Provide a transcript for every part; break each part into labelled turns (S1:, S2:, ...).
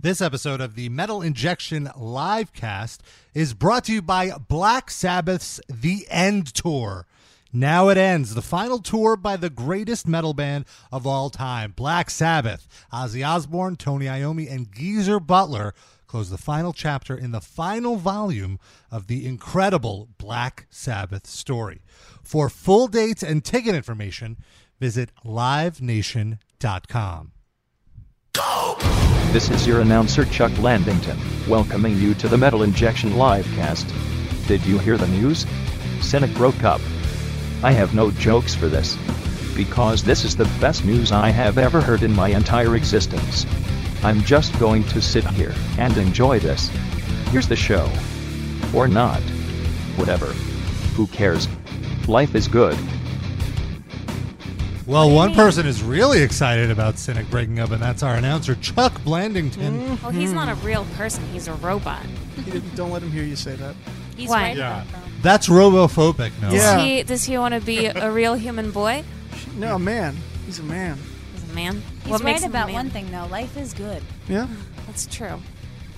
S1: This episode of the Metal Injection Livecast is brought to you by Black Sabbath's The End Tour. Now it ends, the final tour by the greatest metal band of all time, Black Sabbath. Ozzy Osbourne, Tony Iommi, and Geezer Butler close the final chapter in the final volume of the incredible Black Sabbath story. For full dates and ticket information, visit livenation.com.
S2: This is your announcer Chuck Landington, welcoming you to the Metal Injection Livecast. Did you hear the news? Senate broke up. I have no jokes for this. Because this is the best news I have ever heard in my entire existence. I'm just going to sit here and enjoy this. Here's the show. Or not. Whatever. Who cares? Life is good.
S1: Well, one person is really excited about Cynic breaking up, and that's our announcer, Chuck Blandington.
S3: Mm. Well, he's not a real person. He's a robot.
S4: He didn't- Don't let him hear you say that.
S3: He's
S5: Why?
S3: right.
S1: Yeah. That's robophobic, no?
S4: Yeah.
S3: Does he, does he want to be a real human boy?
S4: No, a man. He's a man.
S3: He's a man.
S5: He's
S3: What makes
S5: right
S3: him a
S5: about
S3: man?
S5: one thing though. Life is good.
S4: Yeah.
S3: That's true.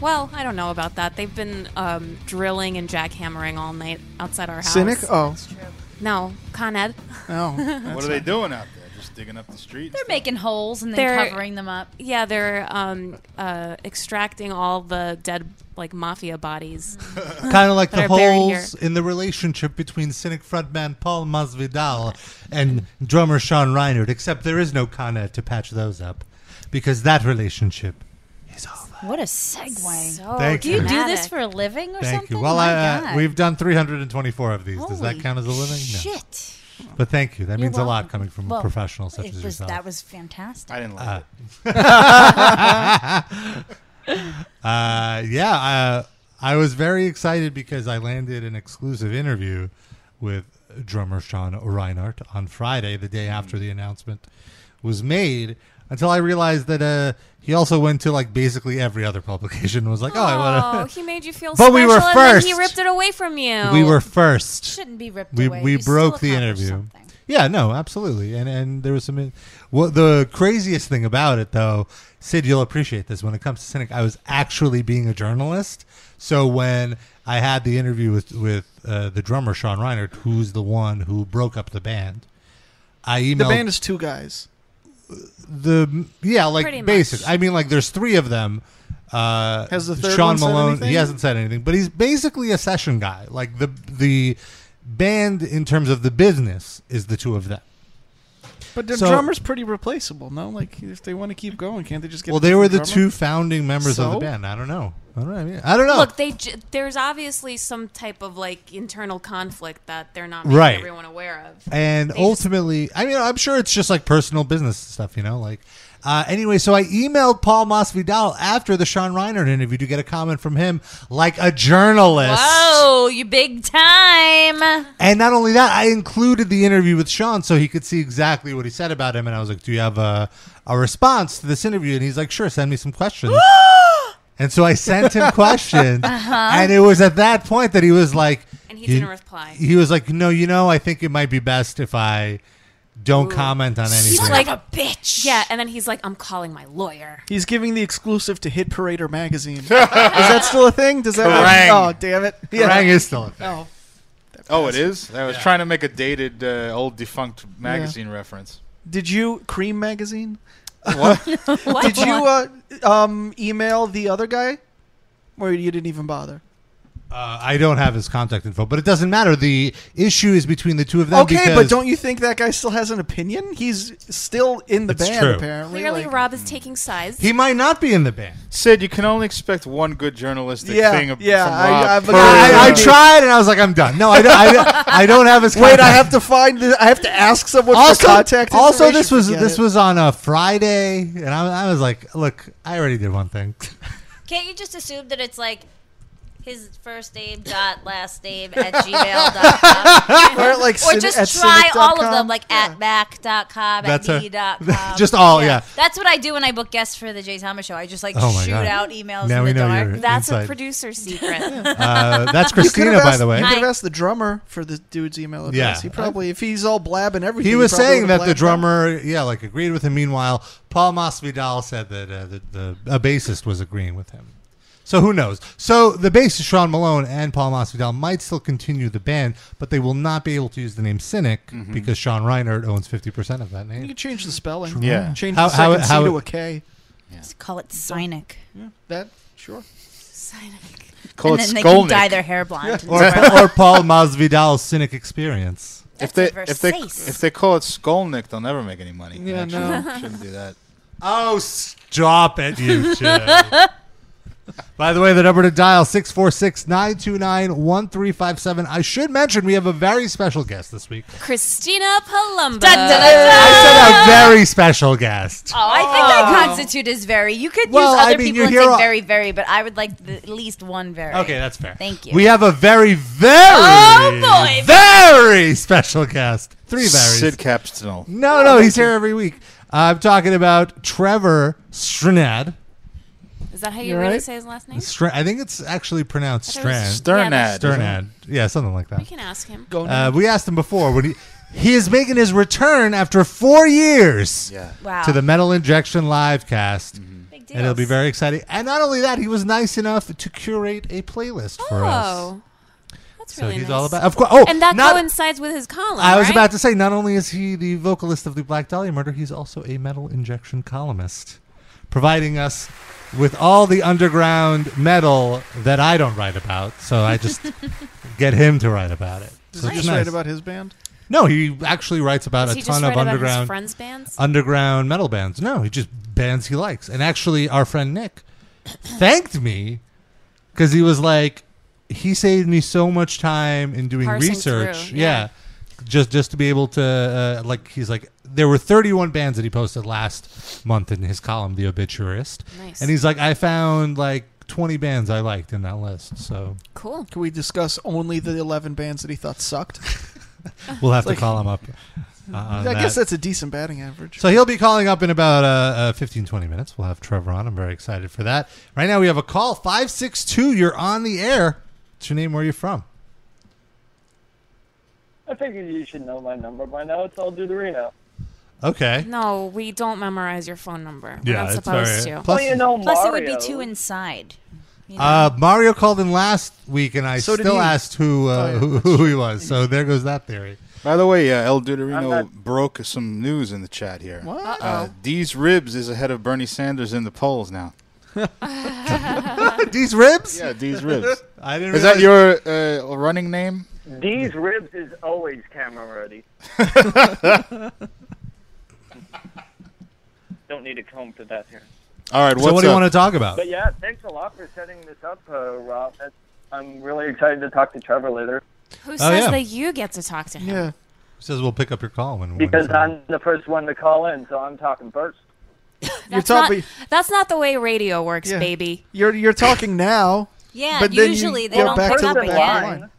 S3: Well, I don't know about that. They've been um, drilling and jackhammering all night outside our house.
S4: Cynic. Oh.
S3: No, Con Ed.
S1: Oh,
S4: No.
S6: What are they doing out there? Just digging up the street?
S5: They're making holes and then
S3: They're-
S5: covering them up.
S3: Yeah, they're um, uh, extracting all the dead like mafia bodies.
S1: Kind of like the
S3: That are buried
S1: holes in the relationship between Cynic frontman Paul Masvidal and drummer Sean Reinhardt, except there is no Con Ed to patch those up because that relationship is over.
S5: What a segue.
S3: So
S1: Thank
S5: Oh, do you do
S3: dramatic.
S5: this for a living or
S1: Thank
S5: something?
S1: you. Well,
S5: My
S1: I,
S5: God.
S1: uh, we've done 324 of these. Does that
S5: Holy
S1: count as a living? No.
S5: Shit.
S1: But thank you. That
S5: You're
S1: means a lot
S5: welcome.
S1: coming from
S5: Well,
S1: a professional such
S5: it
S1: as
S5: was,
S1: yourself.
S5: That was fantastic.
S6: I didn't like it.
S1: Uh, yeah, uh, I was very excited because I landed an exclusive interview with drummer Sean Reinhardt on Friday, the
S6: Hmm.
S1: day after the announcement was made. Until I realized that uh, he also went to like basically every other publication and was like, "Oh, I
S3: Oh,
S1: want
S3: he made you feel
S1: But
S3: special,
S1: we were
S3: and then he
S1: first.
S3: ripped it away from you.
S1: to." We were first.
S5: Shouldn't be ripped
S1: We
S5: away.
S1: we
S5: You still
S1: broke the
S5: accomplished
S1: interview.
S5: something.
S1: Yeah, no, absolutely. And and there was some. Well, the craziest thing about it, though, Sid, you'll appreciate this. When it comes to Cynic, I was actually being a journalist. So when I had the interview with with uh, the drummer Sean Reinert, who's the one who broke up the band, I emailed
S4: The band is two guys.
S1: the yeah,
S3: Pretty
S1: like
S3: much.
S1: basic. I mean, like there's three of them. Uh,
S4: Has the third
S1: Sean
S4: one said
S1: Malone?
S4: anything?
S1: he hasn't said anything, but he's basically a session guy. Like the the band in terms of the business is the two of them.
S4: But the
S1: So-
S4: drummer's pretty replaceable, no? Like, if they want to keep going, can't they just get
S1: Well,
S4: a
S1: they were the
S4: different drummer?
S1: two founding members of the
S4: So?
S1: band. I don't know. I don't know. I, mean, I don't know.
S3: Look, they j- there's obviously some type of like internal conflict that they're not making
S1: Right.
S3: everyone aware of.
S1: and
S3: they just-
S1: ultimately, I mean, I'm sure it's just like personal business stuff, you know. Like, uh, anyway, so I emailed Paul Masvidal after the Sean Reinhardt interview to get a comment from him, like a journalist.
S5: Whoa, Oh, you big time.
S1: And not only that, I included the interview with Sean so he could see exactly what he said about him. And I was like, "Do you have a a response to this interview?" And he's like, "Sure, send me some questions." and so I sent him questions, and it was at that point that he was like,
S3: Uh-huh. And he
S1: you-
S3: didn't reply.
S1: He was like, "No, you know, I think it might be best if I don't comment on anything."
S3: He's like,
S5: A bitch.
S3: yeah, and then he's like, I'm calling my lawyer.
S4: He's giving the exclusive to Hit Parader magazine. is that still a thing? Does that?
S6: Kerrang.
S4: Oh, damn it!
S1: Krang is still.
S4: Oh.
S6: Oh, it is? I was trying to make a dated, uh, old defunct magazine reference.
S4: Did you Cream magazine?
S6: What?
S3: What?
S4: Did you uh, um, email the other guy, or you didn't even bother?
S1: Uh, I don't have his contact info, but it doesn't matter. The issue is between the two of them.
S4: Okay,
S1: because
S4: but don't you think that guy still has an opinion? He's still in the
S1: It's
S4: band,
S1: true.
S4: apparently.
S3: Clearly,
S4: like- hmm.
S3: Rob is taking sides.
S1: he might not be in the band.
S6: Sid, you can only expect one good journalistic
S4: Yeah,
S6: thing ab-
S4: yeah,
S6: from
S4: I-
S6: Rob.
S4: I've-
S6: per,
S1: I, I
S6: uh,
S1: tried and I was like, I'm done. No, I don't. I, I don't have his.
S4: Wait,
S1: contact.
S4: I have to find. The, I have to ask someone for contact.
S1: also, this
S4: information.
S1: was
S4: Forget
S1: this
S4: it.
S1: was on a Friday, and I, I was like, look, I already did one thing.
S5: Can't you just assume that it's like his first name dot last name at gmail.com.
S4: Or at, like
S5: Or
S4: cyn-
S5: just
S4: at
S5: try
S4: cynic.com.
S5: all of them, like at mac.com,
S1: That's a-
S5: at me.com.
S1: Just all, yeah.
S5: That's what I do when I book guests for the Jay Thomas show. I just like
S1: Oh my
S5: shoot
S1: God.
S5: out emails
S1: Now
S5: in
S1: we
S5: the
S1: know
S5: dark.
S1: you're-
S3: That's
S1: Inside.
S3: a producer's secret.
S1: Uh, that's
S4: You could
S1: Christina,
S4: have
S1: by
S4: asked-
S1: the way.
S4: You could have
S5: Hi.
S4: asked the drummer for the dude's email address.
S1: Yeah.
S4: He probably, if he's all blabbing everything,
S1: He was
S4: probably
S1: saying
S4: would've
S1: that the
S4: blabbed
S1: drummer,
S4: out.
S1: yeah, like agreed with him. Meanwhile, Paul Masvidal said that uh, the, the a bassist was agreeing with him. So who knows? So the bassist Sean Malone and Paul Masvidal might still continue the band, but they will not be able to use the name Cynic
S4: Mm-hmm.
S1: because Sean Reinhardt owns fifty percent of that
S4: You
S1: name.
S4: could change the spelling.
S6: Yeah.
S4: Change
S1: How-
S4: the
S1: how-
S4: second
S1: how-
S4: C to a K.
S5: Just call it Cynic.
S4: That sure.
S6: Call
S5: and
S6: it
S5: then they can
S6: Skolnick.
S5: dye their hair blonde.
S1: Or, or Paul Masvidal's Cynic Experience.
S6: if
S5: That's
S6: they
S5: a
S6: if they
S5: Versace.
S6: if they call it Skolnick, they'll never make any money.
S4: Yeah,
S6: Actually, shouldn't do that.
S1: Oh, stop it, you two. By the way, the number to dial 646-929-1357. I should mention we have a very special guest this week.
S3: Christina Palumbo.
S5: Dun, dun, dun, dun.
S1: I said a very special guest.
S5: Oh, I think that constitute is very. You could
S1: Well,
S5: use
S1: I
S5: other
S1: mean, you
S5: people and
S1: hear
S5: say
S1: all-
S5: very, very, but I would like the, at least one very.
S1: Okay, that's fair.
S5: Thank you.
S1: We have a very, very,
S5: Oh, boy.
S1: very special guest. Three berries.
S6: Sid Capstan.
S1: no, no, he's here every week. I'm talking about Trevor Stranad.
S3: Is that how you
S4: You're
S3: really
S4: right.
S3: say his last name?
S1: Stra- I think it's actually pronounced
S3: I thought it
S1: Strand.
S3: was
S6: Sternad.
S3: Yeah,
S1: Sternad. Yeah, something like that.
S3: We can ask him.
S4: Go
S1: Uh, we asked him before when he he is making his return after four years
S6: Yeah.
S5: Wow.
S1: to the Metal Injection live cast,
S5: Big
S1: and it'll be
S5: deals.
S1: very exciting. And not only that, he was nice enough to curate a playlist for us.
S3: Oh, that's
S1: So
S3: really
S1: he's
S3: nice.
S1: all about. Of course. Oh,
S3: And that
S1: not,
S3: coincides with his column.
S1: I was
S3: right?
S1: about to say, not only is he the vocalist of the Black Dahlia Murder, he's also a Metal Injection columnist, providing us with all the underground metal that I don't write about. So I just get him to write about it.
S4: Does
S1: So
S4: he
S1: it's
S4: just write
S1: nice.
S4: about his band?
S1: No, he actually writes about
S3: Does
S1: a
S3: he
S1: ton
S3: just
S1: of
S3: write About his
S1: underground
S3: friends' bands.
S1: underground metal bands. No, he just bands he likes. And actually, our friend Nick thanked me because he was like, he saved me so much time in doing
S3: Parsing
S1: research.
S3: through,
S1: yeah.
S3: yeah.
S1: just just to be able to uh, like, he's like, there were 31 bands that he posted last month in his column, The Obituarist.
S3: Nice.
S1: And he's like, I found like 20 bands I liked in that list. So
S3: cool.
S4: Can we discuss only the eleven bands that he thought sucked?
S1: we'll have
S4: Like-
S1: to call him up. uh, on
S4: I
S1: that.
S4: guess that's a decent batting average.
S1: So he'll be calling up in about uh, uh, 15, 20 minutes. We'll have Trevor on. I'm very excited for that. Right now we have a call 562. You're on the air. What's your name? Where are you from?
S7: I figured you should know my number by now. It's all due to Reno.
S1: Okay.
S3: No, we don't memorize your phone number. We're not
S1: it's
S3: supposed
S1: very-
S3: to.
S1: Plus,
S7: well, you know,
S5: Plus,
S7: Mario.
S5: it would be two inside. You know?
S1: uh, Mario called in last week, and I
S4: So did
S1: still
S4: he.
S1: asked who uh,
S4: Oh, yeah.
S1: who, who he was. So there goes that theory.
S6: By the way, uh, El
S7: I'm
S6: Deuterino
S7: not-
S6: broke some news in the chat here.
S4: What?
S6: Uh, These ribs is ahead of Bernie Sanders in the polls now.
S1: These ribs?
S6: Yeah, these ribs.
S1: I didn't
S6: Is that
S1: realize-
S6: your uh, running name?
S7: These
S5: Hmm.
S7: ribs is always camera ready. Don't need a comb for that here.
S6: All right.
S1: So
S6: what's
S1: what do you
S6: up?
S1: want to talk about?
S7: But yeah, thanks a lot for setting this up, uh, Rob. That's, I'm really excited to talk to Trevor later
S3: Who says
S1: yeah.
S3: that you get to talk to him?
S4: Oh, yeah.
S1: He says we'll pick up your call when when
S7: because
S1: it's on.
S7: I'm the first one to call in, so I'm talking first.
S3: That's,
S4: You're talking-
S3: not, that's not the way radio works,
S4: Yeah.
S3: baby.
S4: You're you're talking now.
S5: yeah,
S4: but then you
S5: usually they
S4: go
S5: don't
S4: back
S5: pick
S4: to
S5: up
S4: the back
S5: again.
S4: line.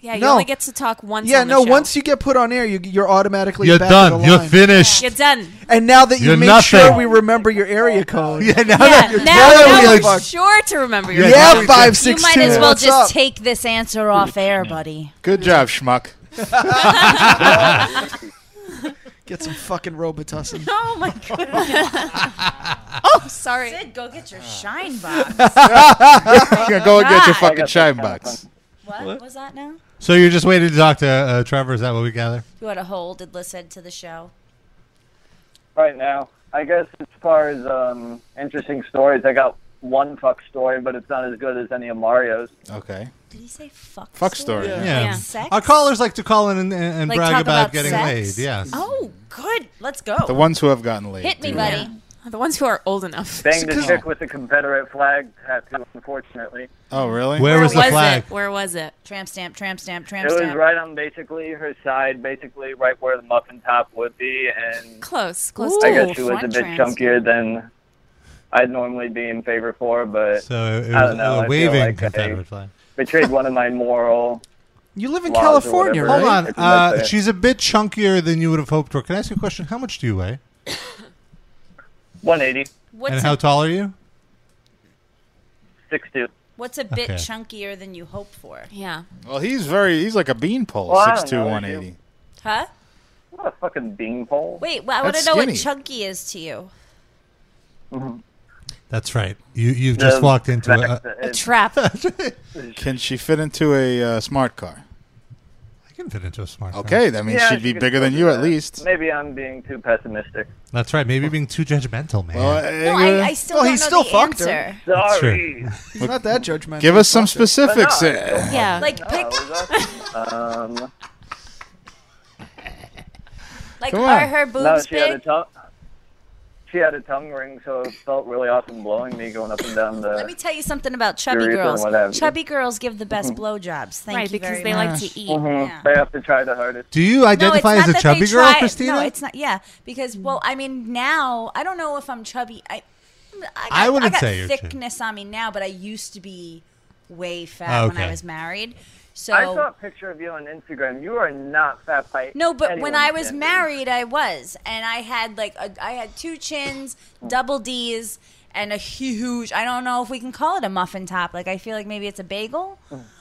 S3: Yeah, you
S4: No.
S3: only get to talk once.
S4: Yeah,
S3: on the
S4: no.
S3: show.
S4: Once you get put on air, you you're automatically
S1: You're
S4: back
S1: done.
S4: To the
S1: You're
S4: line.
S1: finished.
S3: You're done.
S4: And now that you
S1: You're
S4: made
S1: nothing.
S4: sure we remember your area code,
S1: Yeah, now
S3: Yeah,
S1: that
S3: now,
S1: you're
S3: now
S1: totally
S3: we're
S1: like-
S3: sure to remember your
S1: Yeah,
S3: phone
S4: Yeah,
S1: Exactly.
S3: number.
S4: five
S5: You
S4: six
S5: might as
S4: two,
S5: well
S4: what's
S5: just
S4: up?
S5: take this answer off air, buddy.
S6: Good job, schmuck.
S4: Get some fucking Robitussin.
S5: Oh my god! Oh,
S3: Sorry.
S5: Sid, go get your shine box.
S6: Yeah, go and get your
S5: God.
S7: I
S6: fucking
S7: got
S6: shine
S7: that
S6: box.
S5: What, was that now?
S1: So you're just waiting to talk to uh, Trevor? Is that what we gather?
S5: You want to hold and listen to the show?
S7: Right now, I guess as far as um, interesting stories, I got one fuck story, but it's not as good as any of Mario's.
S6: Okay.
S5: Did he say fuck?
S6: Fuck
S5: story?
S6: story.
S1: Yeah.
S3: Yeah.
S5: Sex?
S1: Our callers like to call in and, and
S5: Like
S1: brag
S5: talk
S1: about,
S5: about
S1: getting
S5: sex?
S1: laid. Yes.
S5: Oh, good. Let's go.
S6: The ones who have gotten laid.
S5: Hit me,
S6: do.
S5: buddy.
S3: The ones who are old enough.
S7: Banged a
S4: Because-
S7: chick with a Confederate flag tattoo, unfortunately.
S6: Oh, really?
S1: Where was the flag?
S3: it? Where was it?
S5: Tramp stamp, tramp stamp,
S7: It
S5: tramp
S7: was
S5: stamp.
S7: right on basically her side, basically right where the muffin top would be, and
S3: Close. Close.
S5: Ooh.
S7: I
S3: to
S7: guess she was a
S5: front
S7: bit
S5: trans.
S7: chunkier than I'd normally be in favor for, but
S1: So it
S7: I
S1: was
S7: don't know, I
S1: a
S7: feel
S1: waving
S7: like I-
S1: Confederate flag.
S7: betrayed one of my moral.
S4: You live in
S7: Laws or
S4: California,
S7: whatever.
S4: right?
S1: Hold on.
S7: It's about
S1: Uh,
S7: that.
S1: she's a bit chunkier than you would have hoped for. Can I ask you a question? How much do you weigh?
S7: 180,
S5: What's
S1: and how
S5: a,
S1: tall are you?
S7: 62.
S5: what's a bit
S1: Okay.
S5: chunkier than you hope for?
S3: Yeah.
S6: Well, he's very. He's like a beanpole.
S7: Well, I don't
S6: six two
S7: know,
S6: one
S7: you-
S6: eighty.
S5: Huh?
S7: What a fucking beanpole.
S5: Wait, well, I want to
S6: That's
S5: know what
S6: skinny.
S5: chunky is to you.
S7: Mm-hmm.
S1: That's right. You you've just
S7: The-
S1: walked into a, a-
S7: the-
S5: A trap.
S6: Can she fit into a uh, smart car?
S1: I can fit into a smart. car.
S6: Okay, that means
S7: Yeah,
S6: she'd
S7: she
S6: be
S7: could
S6: bigger than
S7: still
S6: you
S7: do
S6: at
S7: that.
S6: least.
S7: Maybe I'm being too pessimistic.
S1: That's right. Maybe being too judgmental, man.
S6: Well,
S5: No,
S6: uh,
S5: I, I still
S4: Well,
S5: don't
S4: he
S5: know
S4: still
S5: the
S4: fucked her.
S5: answer.
S1: true.
S7: Sorry.
S4: He's not that judgmental.
S6: give us some
S4: He's awesome.
S6: specifics.
S7: E. no,
S6: uh,
S3: Yeah.
S5: Like pick,
S7: um,
S5: like
S6: Come
S5: are
S6: on.
S5: her
S7: no,
S5: boobs
S7: she had a
S5: big?
S7: tongue. She had a tongue ring, so it felt really awesome blowing me going up and down the.
S5: Let me tell you something about chubby
S7: Eureka and what have
S5: girls.
S7: you.
S5: Chubby girls give the best blowjobs. Thank
S3: right,
S5: you
S3: because
S5: very
S3: they
S5: much.
S3: like to eat.
S7: Mhm.
S5: Yeah.
S7: They have to try the hardest.
S1: Do you identify
S5: no,
S1: as
S5: it's not
S1: a
S5: that
S1: chubby
S5: they
S1: girl,
S5: try-
S1: Christina?
S5: No, it's not. Yeah, because well, I mean, now I don't know if I'm chubby. I I, got,
S1: I wouldn't
S5: got
S1: say you're chubby.
S5: thickness on me now, but I used to be way fat when I
S1: Okay.
S5: was married. So
S7: I saw a picture of you on Instagram. You are not fat by
S5: No, but when
S7: anyone's
S5: I was
S7: standards.
S5: married, I was, and I had like a, I had two chins, double D's, and a huge. I don't know if we can call it a muffin top. Like I feel like maybe it's a bagel.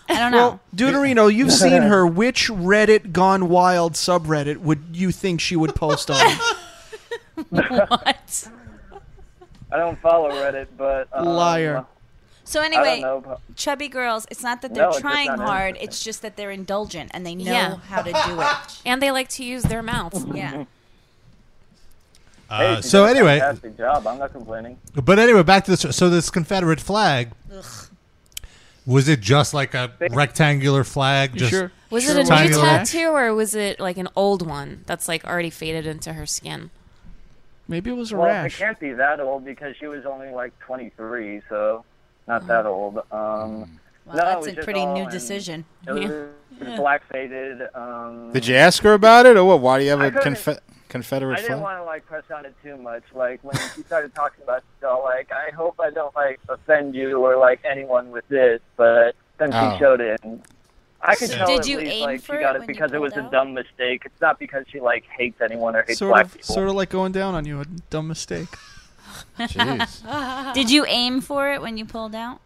S5: I don't know.
S4: Well, Deuterino, you've seen her. Which Reddit gone wild subreddit would you think she would post on?
S5: What?
S7: I don't follow Reddit, but um,
S4: Liar.
S5: So
S7: I don't
S5: anyway,
S7: know. but-
S5: chubby girls. It's not that they're
S7: No, it's just
S5: trying
S7: not
S5: hard.
S7: interesting.
S5: It's just that they're indulgent and they know
S3: Yeah.
S5: how to do it.
S3: And they like to use their mouths.
S5: Yeah.
S1: Uh,
S7: Hey, she
S1: so
S7: did a
S1: anyway,
S7: fantastic job. I'm not complaining.
S1: but anyway, back to this. So this Confederate flag. Was it just like a rectangular flag? Just
S4: sure.
S3: Was
S4: Sure
S3: it a
S1: Tiny
S3: new
S1: little-
S3: tattoo or was it like an old one that's like already faded into her skin?
S4: Maybe it was a
S7: Well,
S4: rash.
S7: it can't be that old because she was only like 23, so not that old.
S4: Mm.
S7: Um,
S5: Mm. Well,
S7: no, it was
S5: that's a
S7: just
S5: pretty
S7: all
S5: new
S7: in.
S5: decision.
S7: It was black faded. Um,
S6: Did you ask her about it, or what? Why do you have
S7: I
S6: a
S7: couldn't-
S6: confe- Confederate
S7: I didn't
S6: flag?
S7: want to like press on it too much. Like when she started talking about stuff, like I hope I don't like offend you or like anyone with this, but then she
S6: Oh.
S7: showed it. And I could
S5: So
S7: tell
S5: did
S7: at
S5: you
S7: least,
S5: aim
S7: like,
S5: for
S7: she
S5: it
S7: got
S5: when
S7: it
S5: you
S7: because it was
S5: pulled
S7: a
S5: out?
S7: dumb mistake. It's not because she like hates anyone or hates
S4: Sort
S7: black
S4: of,
S7: people.
S4: sort of like going down on you. A dumb mistake.
S6: Jeez.
S5: Did you aim for it when you pulled out?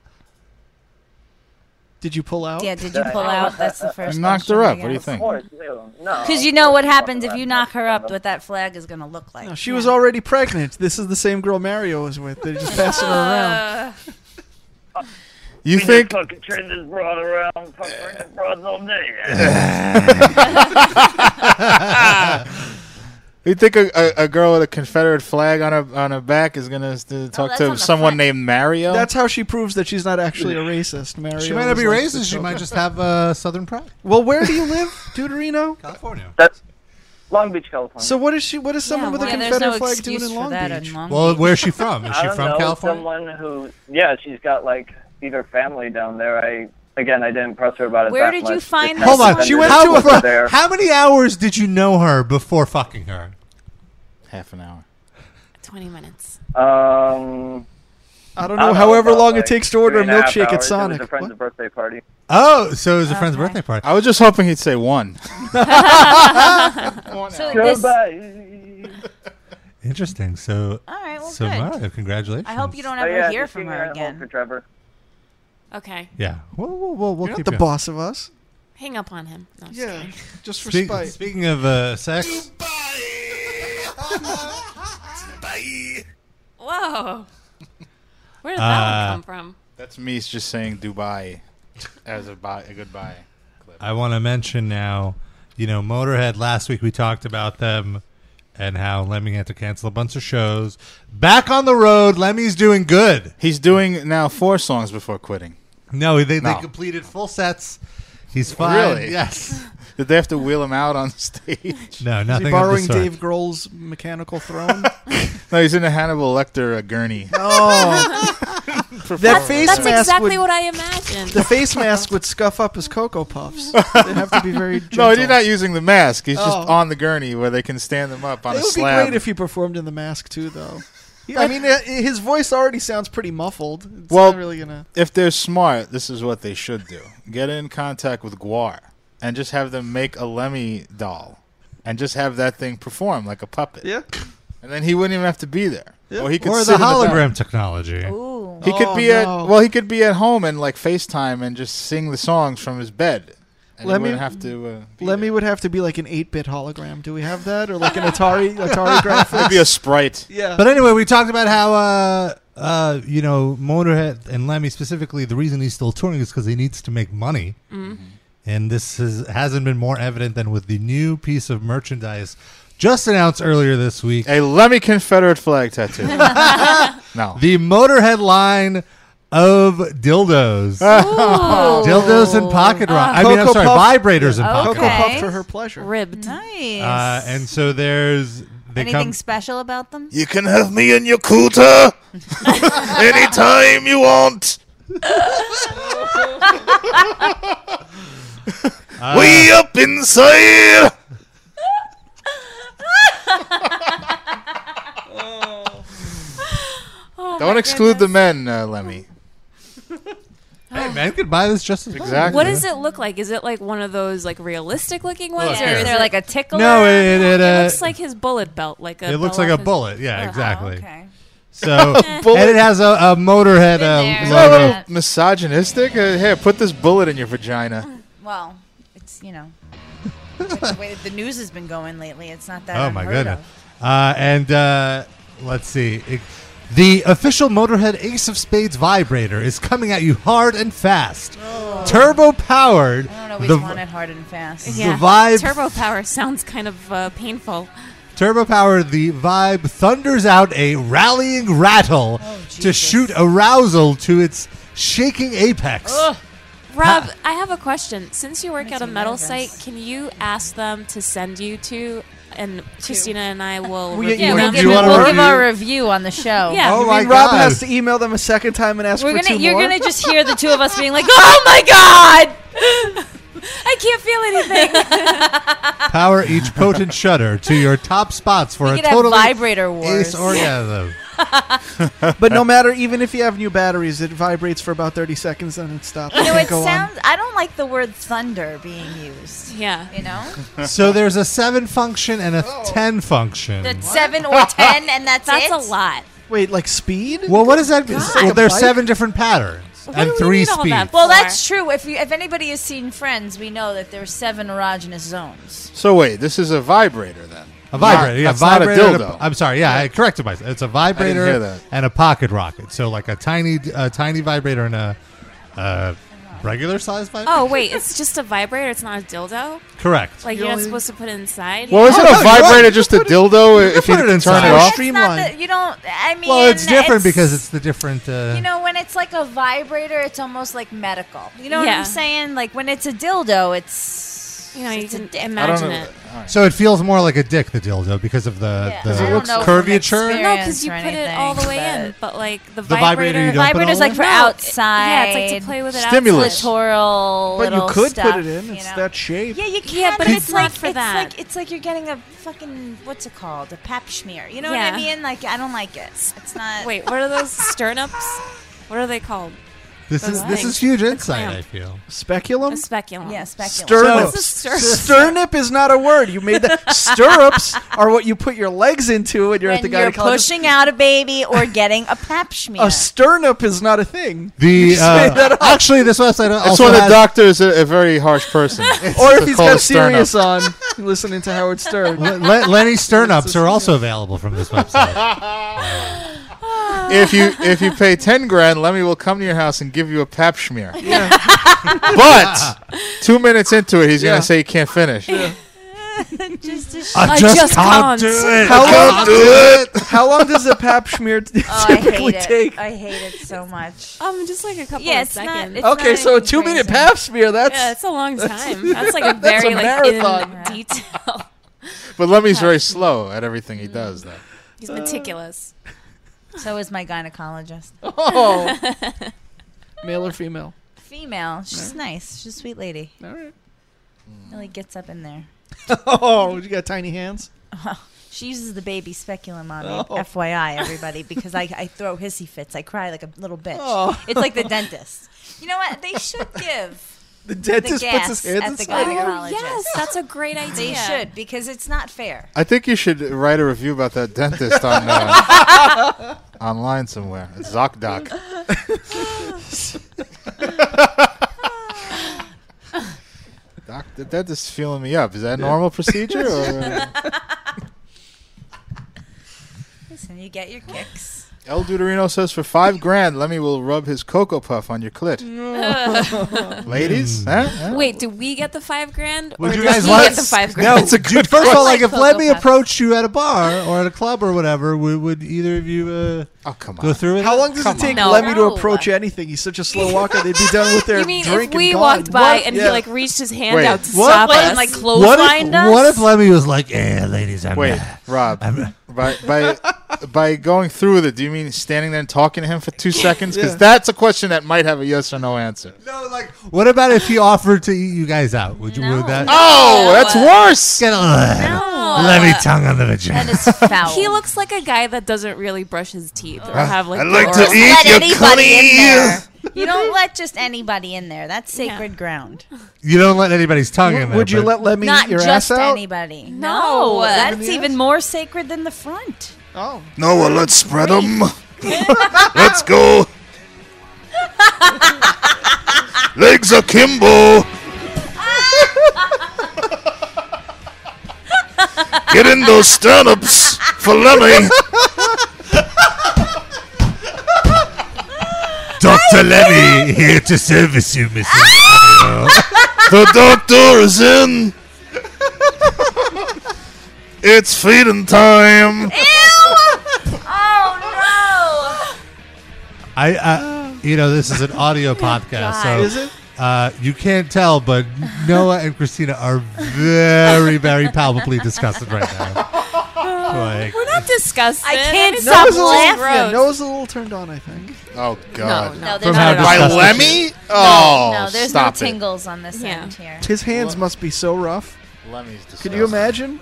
S4: Did you pull out?
S5: Yeah. Did you pull out? That's the first.
S6: You knocked
S5: question,
S6: her
S5: I
S6: up. What do you
S5: guess.
S6: think?
S7: course, ew, no. uh,
S5: Because you know what happens if you knock her up, what that flag is going to look like.
S4: No, she was already pregnant. This is the same girl Mario was with. They're just passing her around.
S5: uh,
S6: You
S7: We
S6: think?
S7: just fucking turn this broad around, fuck bring the broads all day.
S6: You think a, a, a girl with a Confederate flag on her on her back is gonna s- to talk
S5: that's on
S6: to
S5: the
S6: someone
S5: front.
S6: named Mario?
S4: That's how she proves that she's not actually a racist, Mario.
S1: She might not
S4: was
S1: be
S4: like
S1: racist.
S4: this
S1: She
S4: whole-
S1: might just have uh, Southern pride.
S4: Well, where do you live, Deuterino?
S1: California.
S7: That's Long Beach, California.
S4: So what is she? What is someone with a
S5: yeah, there's
S4: Confederate
S5: no
S4: flag doing
S5: excuse
S4: in
S5: for
S4: Long
S5: that
S4: Beach?
S5: in Long
S1: Well,
S5: Beach.
S1: where's she from? Is
S7: I
S1: she
S7: don't
S1: from
S7: know,
S1: California?
S7: Someone who, yeah, she's got like either family down there. I again, I didn't press her about it.
S5: Where
S7: that
S5: did you
S7: much.
S5: find
S7: Just
S5: this
S1: Hold
S7: happened
S1: on.
S5: one?
S7: that
S1: She
S5: She
S1: went.
S7: this
S1: How,
S7: was there.
S1: how many hours did you know her before fucking her?
S6: half an hour.
S3: 20 minutes.
S7: Um,
S4: I don't
S7: I
S4: know.
S7: don't
S4: However
S7: know,
S4: long
S7: like,
S4: it takes to order a
S7: three and half
S4: milkshake at
S7: hours.
S4: Sonic.
S7: It was a friend's
S4: What?
S7: birthday party.
S1: Oh, so it was a friend's birthday party.
S6: I was just hoping he'd say one.
S5: So this-
S7: Goodbye.
S1: Interesting. So,
S5: all right, well,
S1: so
S5: good.
S1: Mario, congratulations.
S5: I hope you don't
S7: Oh,
S5: ever
S7: yeah,
S5: hear
S7: just
S5: from
S7: sing
S5: her
S7: that home For
S5: again.
S7: Trevor.
S3: Okay.
S1: Yeah. We'll, we'll, we'll, we'll
S4: You're
S1: keep
S4: not the
S1: you.
S4: boss of us.
S3: Hang up on him. No, I'm just
S4: Yeah,
S3: kidding.
S4: just for
S1: Speak-
S4: spite.
S1: speaking of uh, sex,
S3: Whoa. Where did
S1: Uh,
S3: that one come from?
S6: That's me just saying Dubai as a, bye, a goodbye.
S1: I want to mention now, you know, Motorhead, last week we talked about them and how Lemmy had to cancel a bunch of shows. Back on the road, Lemmy's doing good.
S6: He's doing now four songs before quitting.
S1: No, they,
S6: No.
S1: they completed full sets. He's fine.
S6: Really?
S1: Yes.
S6: Did they have to wheel him out on stage?
S1: No,
S4: Is
S1: Uh, nothing.
S4: he
S1: of the
S4: borrowing
S1: sort.
S4: Dave Grohl's mechanical throne?
S6: No, he's in a Hannibal Lecter a gurney.
S4: oh, that face
S3: That's
S4: mask
S3: exactly
S4: would,
S3: what I imagined.
S4: The face mask would scuff up his cocoa puffs. They have to be very. Gentle.
S6: No, he's not using the mask. He's
S4: Oh.
S6: just on the gurney where they can stand him up on
S4: It
S6: a
S4: would be
S6: slab.
S4: great if he performed in the mask too, though. I mean, uh, his voice already sounds pretty muffled. It's
S6: Well-
S4: not really gonna.
S6: If they're smart, this is what they should do: get in contact with Guar and just have them make a Lemmy doll, and just have that thing perform like a puppet.
S4: Yeah.
S6: And then he wouldn't even have to be there.
S4: Yeah.
S6: Or he could
S1: or
S6: sit
S1: the
S6: in back.
S1: hologram technology.
S5: Ooh.
S6: He could
S4: Oh,
S6: be
S4: no.
S6: at well, he could be at home and like FaceTime and just sing the songs from his bed. And
S4: Let
S6: Let
S4: me-
S6: he wouldn't have to. Uh, be
S4: Lemmy
S6: there.
S4: would have to be like an 8-bit hologram. Do we have that, or like an Atari Atari graphic?
S6: It'd be a sprite.
S4: Yeah.
S1: But anyway, we talked about how uh, uh, you know Motorhead and Lemmy specifically. The reason he's still touring is because he needs to make money, and this is, hasn't been more evident than with the new piece of merchandise just announced earlier this week.
S6: A Lemmy Confederate flag tattoo. no.
S1: The Motorhead line of dildos,
S3: Ooh.
S1: dildos and pocket rock. I mean, I'm
S4: Cocoa
S1: sorry,
S4: Puff.
S1: vibrators and
S5: Okay.
S1: pocket
S4: Cocoa
S1: rock.
S4: Puff for her pleasure.
S3: ribbed.
S5: Nice.
S1: Uh, and so there's they
S5: Anything
S1: come.
S5: special about them?
S6: You can have me in your cooter anytime you want.
S1: Uh,
S6: we up inside.
S3: Oh
S6: Don't exclude the men, uh, Lemmy.
S1: Hey, man could buy this just as well.
S6: Exactly.
S3: Oh. What does it look like? Is it like one of those like realistic looking ones,
S1: Look
S3: or
S1: here.
S3: is
S5: Is there
S3: there like
S5: like a tickler?
S1: No, it it,
S3: it
S1: it, uh,
S3: looks like his bullet belt? Like a
S1: it looks
S3: bell
S1: like a
S3: off his-
S1: bullet. Yeah,
S5: Oh,
S1: exactly.
S5: okay.
S1: So and it has a, a motorhead
S5: Been
S1: uh,
S5: there.
S6: Is that a little
S1: logo.
S5: Yeah.
S6: misogynistic? Uh, here, put this bullet in your vagina.
S5: Well, it's you know with the way that the news has been going lately. It's not that.
S1: Oh my
S5: unheard
S1: goodness!
S5: of.
S1: Uh, and uh, let's see, It- the official Motorhead Ace of Spades vibrator is coming at you hard and fast, turbo powered.
S5: Oh. I don't always
S1: The
S5: want it hard and fast.
S1: The vibe-
S3: Turbo power sounds kind of uh, painful.
S1: turbo powered the vibe thunders out a rallying rattle to
S5: Oh, Jesus.
S1: shoot arousal to its shaking apex.
S3: Rob, I have a question. Since you work
S5: Makes
S3: at a
S5: me
S3: metal
S5: nervous.
S3: site, can you ask them to send you to? And Christina and I will.
S4: Well, yeah,
S3: review
S4: you
S5: Yeah,
S1: wanna
S5: we'll
S3: them.
S1: do
S5: give,
S1: you
S5: it-
S1: wanna
S5: we'll give
S1: review-
S5: our review on the show.
S3: Yeah.
S1: Oh
S4: I
S1: my
S4: mean, Rob
S1: God.
S4: has to email them a second time and ask
S5: We're
S4: for
S5: gonna,
S4: 2
S5: you're
S4: more.
S5: gonna just hear the two of us being like, "Oh my god!"
S3: I can't feel anything.
S1: Power each potent shutter to your top spots for
S5: We
S1: a
S5: could have
S1: total
S5: vibrator
S1: ace
S5: wars.
S1: orgasm.
S4: But no matter, even if you have new batteries, it vibrates for about 30 seconds, then it stops.
S5: You know,
S4: Can't
S5: it
S4: go on.
S5: sounds. I don't like the word thunder being used.
S3: yeah.
S5: You know,
S1: So there's a seven function and a
S5: Oh.
S1: ten function.
S5: the seven or ten, and that's
S3: That's
S5: it?
S3: a lot.
S4: Wait, like speed?
S1: well, what does that mean?
S4: God.
S1: Well, there's
S4: Like a bike?
S1: seven different patterns
S3: What
S1: and
S3: do we
S1: three
S3: need all
S1: speeds.
S3: that
S5: Well,
S3: Four.
S5: that's true. If you, if anybody has seen Friends, we know that there's seven erogenous zones.
S6: So wait, this is a vibrator then.
S1: A vibrator,
S6: Not-
S1: yeah,
S6: that's
S1: vibrator.
S6: Not a
S1: and
S6: dildo.
S1: I'm sorry, yeah, I corrected myself. It's a vibrator
S6: hear that.
S1: and a pocket rocket. So like a tiny, a tiny vibrator and a, uh regular size vibrator.
S3: Oh wait, it's just a vibrator. It's not a dildo.
S1: Correct.
S3: Like you're not supposed to put it inside.
S6: well,
S5: Oh,
S6: isn't
S1: no,
S6: a
S1: you're right.
S6: vibrator just a dildo if
S1: put
S6: you
S1: it
S6: turn
S1: inside.
S6: it
S1: Well,
S6: off?
S5: That's not
S4: Streamlined.
S5: the, you don't. I mean,
S1: well, it's different because it's the different. Uh,
S5: You know, when it's like a vibrator, it's almost like medical. You know what
S3: Yeah.
S5: I'm saying? Like when it's a dildo, it's
S3: you know, you
S5: it's a
S3: can
S5: di-
S6: I don't
S3: imagine
S6: know.
S3: it.
S1: so it feels more like a dick, the dildo, because of the
S5: Yeah.
S1: the
S5: I don't know from
S1: curvature.
S5: experience.
S3: No, because you put
S5: experience or
S3: it all the way
S5: anything,
S3: in, but like the,
S1: The
S3: vibrator,
S1: vibrator you don't- put it all
S5: Vibrator's like
S1: in?
S5: for
S3: No, it-
S5: outside.
S3: Yeah, it's like to play with it.
S6: Stimulus.
S3: outside.
S5: Clitoral.
S4: but you
S5: little
S4: could
S5: stuff,
S4: put it in. It's
S5: you know?
S4: that shape.
S5: Yeah, you can,
S3: Yeah, but
S5: but
S3: it's
S5: it's like
S3: not for
S5: it's
S3: that.
S5: like it's like you're getting a fucking what's it called? A pap smear. You know what
S3: Yeah.
S5: I mean? Like I don't like it. It's not.
S3: Wait, what are those sternups? What are they called?
S1: This
S3: Those
S1: is this
S3: things.
S1: is huge insight.
S3: clamp.
S1: I feel.
S3: A
S4: Speculum?
S3: speculum.
S5: Yeah, speculum.
S4: Sternum.
S3: What's a sternum?
S4: Sternip is not a word. You made that. Stirrups are what you put your legs into when you're at the
S5: when you're
S4: gynecologist.
S5: pushing out a baby or getting a pap smear.
S4: A sternup is not a thing.
S1: The
S4: just made
S1: uh,
S4: that
S1: actually, this website also
S6: That's why the
S1: has-
S6: doctor is a, a very harsh person.
S4: Or
S6: It's
S4: if he's
S6: called a
S4: got
S6: sternum.
S4: serious on, listening to Howard Stern.
S1: Le- Le- Lenny Sternups are also available from this website.
S6: If you if you pay ten grand, Lemmy will come to your house and give you a pap smear. but two minutes into it, he's
S4: Yeah.
S6: gonna say he can't finish.
S5: just a sh-
S1: I
S3: just just can't can't. do
S1: it.
S4: How long,
S6: Do it.
S4: how long does a pap smear t-
S5: oh, I
S4: typically
S5: hate it.
S4: take?
S5: I hate it so much.
S3: Um, just like a couple
S5: Yeah,
S3: of
S5: it's not-
S3: seconds.
S5: it's-
S4: Okay,
S5: not
S4: so a
S5: anything
S4: two minute
S5: crazy.
S4: pap smear, that's.
S3: yeah, it's a long time. That's like a
S4: That's
S3: very
S4: a
S3: like in
S4: marathon.
S3: detail.
S6: But Lemmy's very slow at everything he does. Though
S3: He's meticulous.
S5: So is my gynecologist.
S4: oh. Male or female?
S5: Female. She's nice. She's a sweet lady.
S4: All right.
S5: Really gets up in there.
S4: Oh, you got tiny hands?
S5: She uses the baby speculum on
S4: Oh.
S5: me, FYI, everybody, because I, I throw hissy fits. I cry like a little bitch.
S4: Oh.
S5: It's like the dentist. You know what? They should give
S4: The
S5: the
S4: dentist puts his
S5: gas
S4: hands
S5: at the
S4: inside him.
S3: Oh,
S5: gynecologist.
S3: Yes, that's a great idea.
S5: They should because it's not fair.
S6: I think you should write a review about that dentist on uh, online somewhere. It's ZocDoc. Doc, the dentist's feeling me up. Is that a normal procedure? Or? uh,
S5: Listen, you get your kicks.
S6: El Deuterino says for five grand, Lemmy will rub his cocoa puff on your clit.
S3: Mm.
S6: Ladies, huh? Huh?
S3: Wait, do we get the five grand?
S1: Mm. Would
S3: or
S1: you
S3: does
S1: guys
S3: he
S1: like-
S3: get the five
S1: No,
S3: grand?
S1: dude, first of all, like if
S3: Cocoa
S1: let me
S3: Puff.
S1: approached you at a bar or at a club or whatever, would, would either of you uh,
S6: Oh come on!
S1: go through it?
S4: How long does
S6: Come
S4: it take
S3: on.
S4: Lemmy to
S3: No.
S4: approach anything? He's such a slow walker. They'd be done with their
S3: You mean
S4: drink
S3: if we
S4: and gone.
S3: walked by
S4: What?
S3: and
S4: Yeah.
S3: he like reached his hand
S6: Wait.
S3: out to
S1: What?
S3: stop
S1: What
S3: us?
S1: if-
S3: like
S1: what
S3: clotheslined
S1: if,
S3: us?
S1: What if Lemmy was like, eh, ladies, I'm
S6: Wait,
S1: not-
S6: Rob.
S1: I'm-
S6: by by by going through with it, do you mean standing there and talking to him for two seconds? Because
S4: Yeah.
S6: that's a question that might have a yes or no answer.
S1: No, like, what about if he offered to eat you guys out? Would you? Would
S5: No.
S1: that?
S6: Oh, that's worse.
S1: Get a
S5: No.
S1: Lemmy tongue on the vagina.
S5: That is foul.
S3: He looks like a guy that doesn't really brush his teeth
S1: Oh.
S3: or have like.
S6: I'd
S3: the
S6: like to
S3: oral-
S6: eat
S5: let
S6: your
S5: anybody in there.
S6: cleave.
S5: You don't let just anybody in there. That's sacred ground.
S1: You don't let anybody's tongue in there.
S4: Would you
S1: but-
S4: let Lemmy
S5: Not
S4: eat your
S5: just
S4: ass out?
S5: anybody.
S3: No.
S5: No,
S3: Even
S5: that's even more sacred than the front.
S4: Oh,
S6: No, well, let's spread them. let's go. Legs akimbo. Get in those stirrups for Lemmy.
S1: Dr. Lemmy here to service you, Mrs.
S5: Ah!
S6: The doctor is in. It's feeding time.
S5: Oh
S1: I, uh, you know, this is an audio podcast, so
S4: is it?
S1: Uh, you can't tell, but Noah and Christina are very, very palpably disgusted right now. Like,
S3: We're not discussing.
S5: I can't
S3: It's
S5: stop
S4: Noah's a
S3: so
S4: little,
S5: laughing.
S4: yeah,
S3: gross.
S4: Noah's a little turned on, I think.
S6: Oh
S3: No,
S6: God!
S3: no.
S5: no! No,
S1: From
S5: there's
S1: how
S5: not at all.
S6: By
S1: disgusting.
S6: Lemmy? Oh,
S5: no, there's
S6: stop
S5: no tingles on this
S3: Yeah.
S5: end here.
S4: His hands must be so rough.
S6: It. Lemmy's
S4: Could you imagine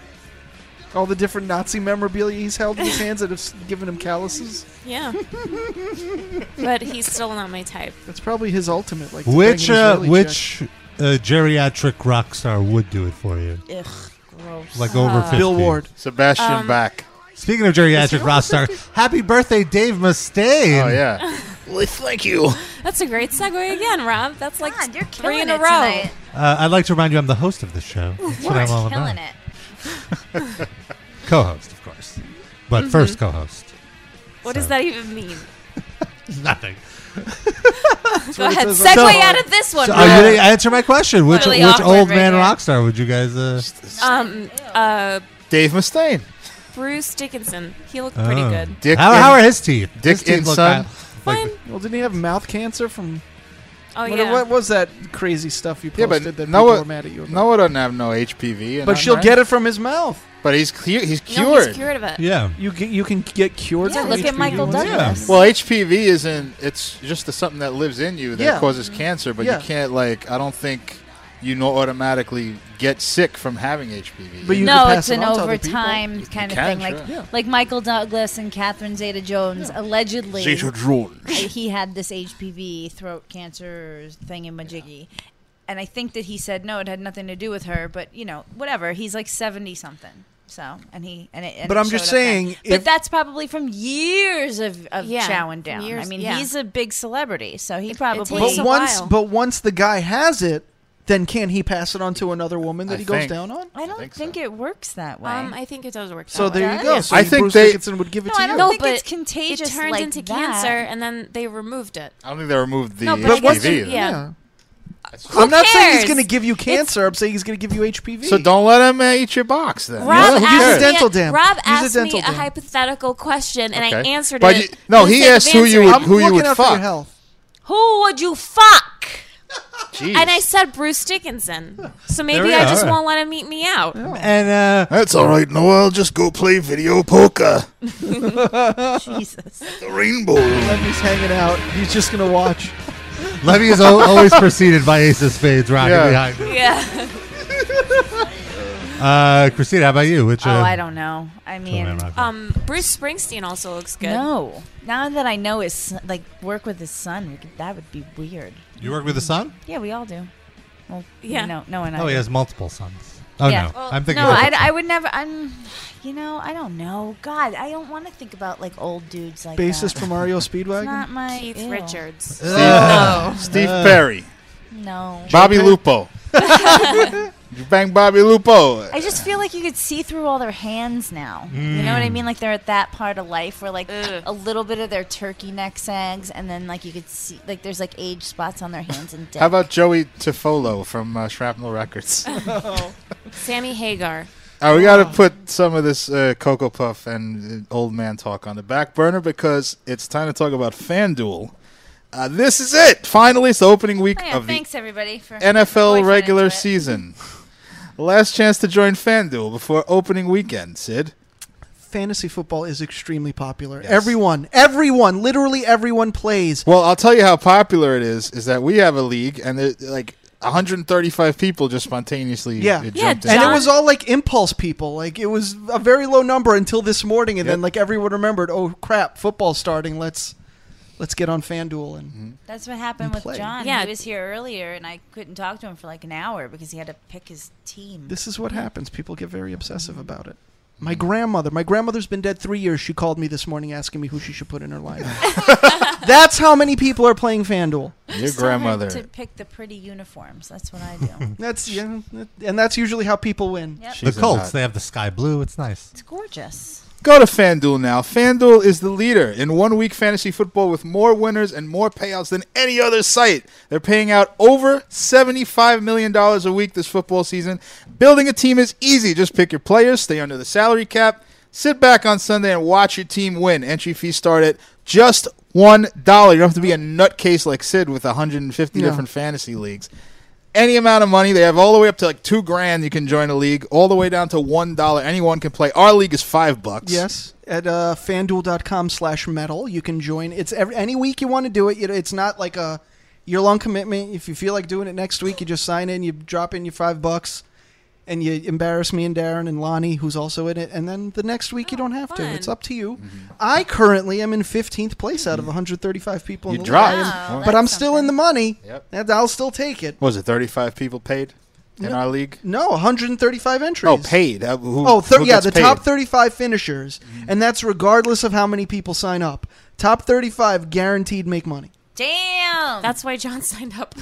S4: all the different Nazi memorabilia he's held in his hands that have s- given him calluses?
S3: Yeah. but he's still not my type.
S4: That's probably his ultimate. Like to bang
S1: which,
S4: an
S1: uh,
S4: Israeli chick.
S1: which uh, geriatric rock star would do it for you?
S5: Ugh, gross.
S1: Like over 50.
S4: Bill Ward?
S6: Sebastian back.
S1: Speaking of geriatric rock star, happy birthday, Dave Mustaine.
S6: Oh yeah. well, thank you.
S3: That's a great segue again, Rob. That's like
S5: God, you're
S3: three
S5: killing
S3: in a
S5: it
S3: row.
S5: tonight.
S1: Uh, I'd like to remind you I'm the host of this show. That's what I'm all
S5: You're
S1: about.
S5: killing it.
S1: Co host, of course. But first co host.
S3: What does that even mean?
S1: Nothing.
S3: Go ahead,
S4: says on
S3: segue
S4: the card.
S3: out of this one.
S1: So,
S3: Rob.
S1: oh, you didn't answer my question. Which,
S3: Really
S1: which
S3: awkward
S1: old
S3: right
S1: man
S3: there.
S1: rock star would you guys. Uh,
S3: um, uh,
S6: Dave Mustaine.
S3: Bruce Dickinson. He looked pretty
S4: Ah.
S1: Oh.
S3: good.
S6: Dick.
S1: how,
S6: in-
S1: how are his teeth?
S6: Dick
S1: his teeth look
S6: Ensign.
S1: bad.
S3: Fine.
S4: Well, didn't he have mouth cancer from?
S3: Oh
S4: what,
S3: yeah.
S4: what was that crazy stuff you
S6: Yeah,
S4: posted
S6: but
S4: that people
S6: Noah,
S4: were mad at you about?
S6: Noah doesn't have no HPV. and
S4: but
S6: I'm
S4: she'll
S6: not-
S4: get it from his mouth.
S6: But he's cu- he's
S3: No, he's
S6: cured.
S3: cured of it.
S1: Yeah.
S4: You can, you can get cured.
S5: Yeah,
S4: from
S5: look at
S4: HPV
S5: Michael
S4: once.
S5: Douglas.
S6: Well, HPV isn't. It's just the, something that lives in you that
S4: Yeah.
S6: causes cancer. But
S4: Yeah.
S6: you can't like. I don't think you know automatically get sick from having HPV.
S4: But you could
S5: no,
S4: pass
S5: it's
S4: it
S5: an
S4: on to other people.
S5: overtime kind of
S6: can,
S5: thing,
S6: sure.
S5: like
S6: Yeah.
S5: like Michael Douglas and Catherine Zeta-Jones allegedly.
S6: drones.
S5: he had this HPV throat cancer thingamajiggy. And I think that he said no, it had nothing to do with her, but you know, whatever. He's like seventy something. So and he and it. and
S4: But
S5: it
S4: I'm just
S5: showed up then.
S4: saying, if-
S5: but that's probably from years of, of
S3: Yeah,
S5: chowing down.
S3: years-
S5: I mean,
S3: yeah.
S5: he's a big celebrity, so he probably.
S3: takes
S4: But
S3: a
S4: once,
S3: while.
S4: but once the guy has it, then can he pass it on to another woman that
S6: I
S4: he goes
S6: think.
S4: down on?
S5: I don't
S6: think
S5: think,
S6: so.
S5: it works that way.
S3: Um, I think it does work.
S4: So
S3: that way.
S4: there you
S5: does?
S4: go. So
S6: I
S4: I
S6: think
S4: think Bruce
S6: they-
S4: Dickinson would give it
S5: No,
S4: to
S5: I
S4: you.
S5: don't
S3: No,
S5: think
S3: but
S5: it's contagious
S3: It turned
S5: like
S3: into
S5: that.
S3: cancer, and then they removed it.
S6: I don't think they removed the
S3: No, but I
S6: HPV.
S3: guess you-
S6: though.
S3: yeah. Who
S4: I'm not saying he's
S3: cares?
S4: going to give you cancer.
S3: It's-
S4: I'm saying he's going to give you HPV.
S6: So don't let him uh, eat your box then.
S3: Rob
S6: You know, who
S3: asked
S4: use a
S6: cares?
S3: me
S4: dental dam.
S3: Rob
S4: Use a
S3: asked
S4: dental
S3: me
S4: dam.
S3: a hypothetical question, and
S6: Okay.
S3: I answered
S6: But
S3: it.
S6: you- no,
S3: for the
S6: he
S3: sake of
S6: asked who you
S3: answering.
S4: I'm
S6: who you
S4: looking
S6: would
S4: out for your
S6: fuck.
S4: health.
S5: Who would you fuck?
S6: Jeez.
S3: And I said Bruce Dickinson. So maybe
S1: we
S3: I
S1: are.
S3: just won't let him eat me out.
S1: And uh,
S6: That's all right, Noah. I'll just go play video poker.
S5: Jesus.
S6: The rainbow.
S4: Lemmy's hanging out. He's just going to watch.
S1: Levy is al- always preceded by Ace of Spades rocking
S6: Yeah.
S1: behind him.
S3: Yeah.
S1: Uh, Christina, how about you? Which
S5: Oh,
S1: uh,
S5: I don't know. I mean,
S3: Um, Bruce Springsteen also looks good.
S5: no. Now that I know his like work with his son, we could, that would be weird.
S1: you work with the son?
S5: Yeah, we all do. Well,
S3: Yeah.
S5: yeah, no, no one.
S1: Oh, he has multiple sons. Oh
S5: Yeah.
S1: no,
S3: Well,
S1: I'm thinking.
S5: No,
S1: of
S5: I, I would never. I'm, you know, I don't know. God, I don't want to think about like old dudes like
S4: Bassist
S5: that.
S4: for Mario
S5: It's
S4: Speedwagon. Uh.
S5: not my
S3: Keith
S5: ew.
S3: Richards.
S6: Steve Perry,
S5: No,
S6: Uh. Bobby Lupo. you bang Bobby Lupo.
S5: I just feel like you could see through all their hands now. You know what
S6: Mm.
S5: I mean? Like they're at that part of life where like
S3: Ugh.
S5: a little bit of their turkey neck sags, and then like you could see like there's like age spots on their hands and dick.
S6: How about Joey Tefolo from uh, Shrapnel Records?
S3: Sammy Hagar.
S6: Uh, we got to put some of this uh, Cocoa Puff and uh, Old Man talk on the back burner because it's time to talk about FanDuel. Uh, this is it. Finally, it's the opening week
S5: Oh, yeah,
S6: of the
S5: thanks everybody for
S6: NFL
S5: voicing
S6: regular
S5: into it.
S6: season. Last chance to join FanDuel before opening weekend, Sid.
S4: Fantasy football is extremely popular.
S6: Yes.
S4: Everyone, everyone, literally everyone plays.
S6: Well, I'll tell you how popular it is is that we have a league and it, like 135 people just spontaneously
S4: Yeah.
S6: uh, jumped
S3: Yeah,
S6: in.
S4: And it
S3: John-
S4: was all like impulse people. Like it was a very low number until this morning, and
S6: Yep.
S4: then like everyone remembered, oh crap, football's starting. Let's let's get on FanDuel and
S6: Mm-hmm.
S5: That's what happened
S4: and
S5: with
S4: play.
S5: John.
S3: Yeah.
S5: he was here earlier, and I couldn't talk to him for like an hour because he had to pick his team.
S4: this is what happens. People get very obsessive about it. My grandmother, my grandmother's been dead three years. She called me this morning asking me who she should put in her lineup. That's how many people are playing FanDuel.
S6: Your
S5: Just tell her
S6: grandmother.
S5: to pick the pretty uniforms. That's what I do.
S4: That's yeah, that- and that's usually how people win.
S5: yep,
S1: the
S6: She's a
S1: Colts.
S6: nut.
S1: They have the sky blue. It's nice.
S5: it's gorgeous.
S6: Go to FanDuel now. FanDuel is the leader in one week fantasy football with more winners and more payouts than any other site. They're paying out over $75 million a week this football season. Building a team is easy. Just pick your players, stay under the salary cap, sit back on Sunday and watch your team win. Entry fees start at just $1. You don't have to be a nutcase like Sid with 150
S4: No.
S6: different fantasy leagues any amount of money. They have all the way up to like two grand. You can join a league, all the way down to one dollar. Anyone can play. Our league is five bucks.
S4: Yes, at uh, fanduel.com slash metal. You can join. It's every, any week you want to do it. You know, It's not like a year long commitment. If you feel like doing it next week, you just sign in, you drop in your five bucks, and you embarrass me and Darren and Lonnie, who's also in it. And then the next week, you don't have to.
S3: fun.
S4: It's up to you.
S6: Mm-hmm.
S4: I currently am in 15th place out of 135 people
S6: you
S4: in the
S6: dropped.
S4: league.
S5: Wow.
S6: What
S4: But I'm still in the money.
S6: Yep.
S4: And I'll still take it.
S6: was it? Thirty-five people paid in our league.
S4: No, 135 entries.
S6: Oh, paid. Uh, who,
S4: Oh, thir-
S6: who
S4: yeah,
S6: gets
S4: the
S6: paid?
S4: top 35 finishers, and that's regardless of how many people sign up. Top 35 guaranteed make money.
S5: Damn.
S3: That's why John signed up.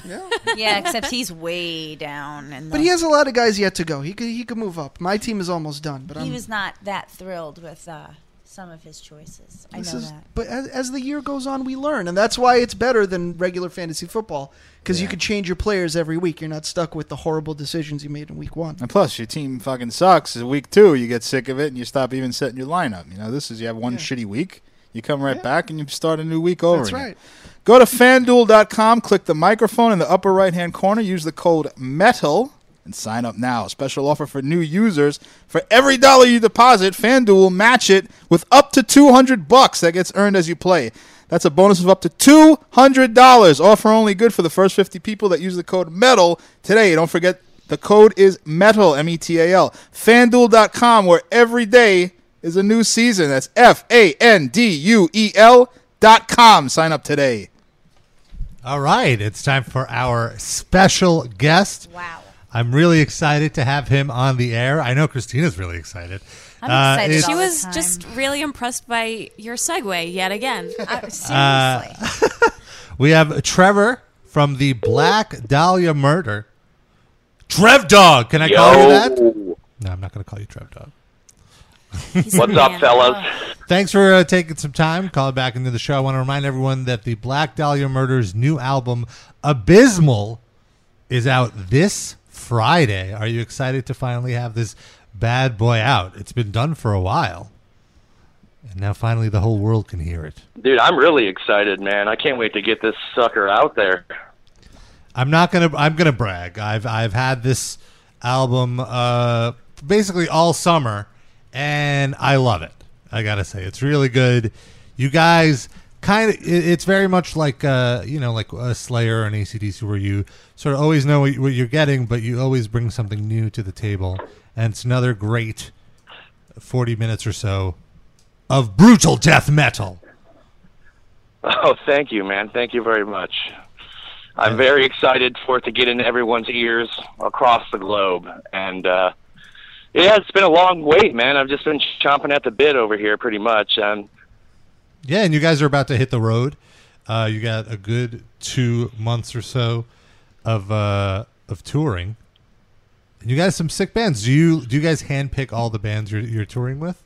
S5: yeah, except he's way down. And
S4: But he has a lot of guys yet to go. He could he could move up. My team is almost done, but
S5: he
S4: I'm,
S5: was not that thrilled with uh, some of his choices. I know
S4: this is-
S5: that.
S4: But as, as the year goes on, we learn, and that's why it's better than regular fantasy football because you could change your players every week. You're not stuck with the horrible decisions you made in week one.
S6: And plus, your team fucking sucks. Week two, you get sick of it and you stop even setting your lineup. You know, this is you have one shitty week. You come right back and you start a new week over.
S4: That's
S6: again.
S4: right.
S6: Go to fanduel.com, click the microphone in the upper right hand corner, use the code METAL, and sign up now. Special offer for new users. For every dollar you deposit, FanDuel match it with up to 200 bucks that gets earned as you play. That's a bonus of up to $200. Offer only good for the first 50 people that use the code METAL today. Don't forget the code is METAL, M E T A L. FanDuel.com, where every day is a new season. That's F A N D U E L dot com. Sign up today.
S1: All right, it's time for our special guest.
S5: Wow.
S1: I'm really excited to have him on the air. I know Christina's really excited. Uh,
S5: I'm
S4: Uh,
S5: excited
S1: it's-
S5: all
S3: She
S5: the
S3: was
S5: time.
S3: just really impressed by your segue yet again.
S5: I- Uh,
S4: Uh,
S5: seriously.
S1: Uh, We have Trevor from the Black Dahlia Murder. Trev Dog, can I call you that? No, I'm not going to call you Trev Dog.
S8: What's up, fellas?
S1: Thanks for uh, taking some time, calling back into the show. I want to remind everyone that the Black Dahlia Murder's new album, Abysmal, is out this Friday. Are you excited to finally have this bad boy out? It's been done for a while. And now finally the whole world can hear it.
S8: Dude, I'm really excited, man. I can't wait to get this sucker out there.
S1: I'm not gonna. I'm gonna brag. I've I've had this album uh, basically all summer, and I love it. I gotta say, it's really good. You guys kind of it, it's very much like uh, you know like a Slayer and ACDC where you sort of always know what what you're getting, but you always bring something new to the table, and it's another great forty minutes or so of brutal death metal.
S8: Oh, thank you, man. Thank you very much. I'm very excited for it to get in everyone's ears across the globe. And uh, yeah, it's been a long wait, man. I've just been chomping at the bit over here, pretty much. And
S1: Yeah, and you guys are about to hit the road. Uh, you got a good two months or so of uh, of touring. And you got some sick bands. Do you do you guys handpick all the bands you're, you're touring with?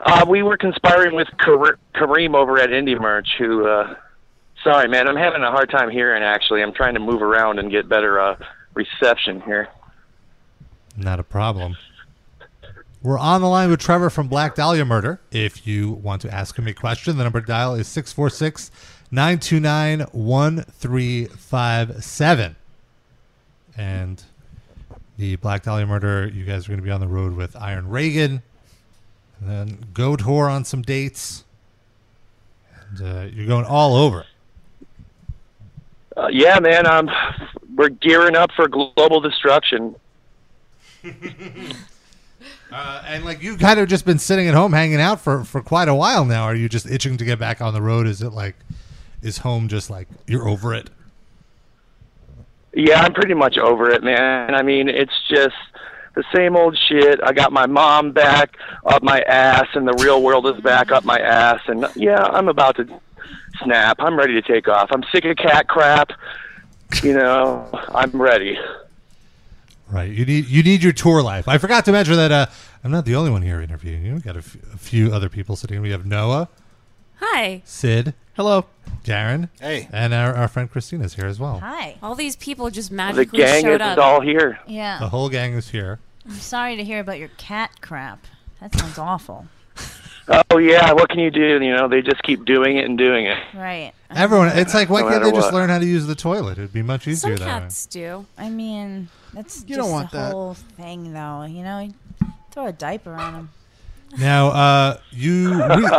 S8: uh, we were conspiring with Kar- Kareem over at Indie Merch, who, uh, sorry, man, I'm having a hard time hearing, actually. I'm trying to move around and get better uh, reception here.
S1: Not a problem. We're on the line with Trevor from Black Dahlia Murder. If you want to ask him a question, the number to dial is 646 929 1357. And the Black Dahlia Murder, you guys are going to be on the road with Iron Reagan, and then Go Tour on some dates. And uh, you're going all over.
S8: Uh, yeah, man, um, we're gearing up for global destruction.
S1: Uh, and like you've kind of just been sitting at home hanging out for, for quite a while now. Are you just itching to get back on the road? Is it like, is home just like you're over it?
S8: Yeah, I'm pretty much over it, man. I mean, it's just the same old shit. I got my mom back up my ass, and the real world is back up my ass. And yeah, I'm about to snap. I'm ready to take off. I'm sick of cat crap. You know, I'm ready.
S1: Right. You need you need your tour life. I forgot to mention that uh, I'm not the only one here interviewing you. We got a f- a few other people sitting. We have Noah,
S3: Hi.
S1: Sid,
S4: Hello.
S1: Darren,
S6: Hey.
S1: and our, our friend Christina's here as well.
S5: Hi.
S3: All these people just
S8: The
S3: magically
S8: gang is
S3: showed up.
S8: all here.
S5: Yeah.
S4: Oh.
S1: The whole gang is here.
S5: I'm sorry to hear about your cat crap. That sounds awful.
S8: Oh yeah, what can you do? You know, they just keep doing it and doing it.
S5: Right.
S1: Everyone, it's like why
S8: No
S1: can't they
S8: matter
S1: just
S8: what.
S1: learn how to use the toilet? It'd be much easier
S3: Some
S1: that way.
S3: cats do.
S5: I mean, that's
S4: You
S5: just
S4: don't want
S5: the
S4: that.
S5: whole thing, though. You know, throw a diaper on him.
S1: Now, uh, you re-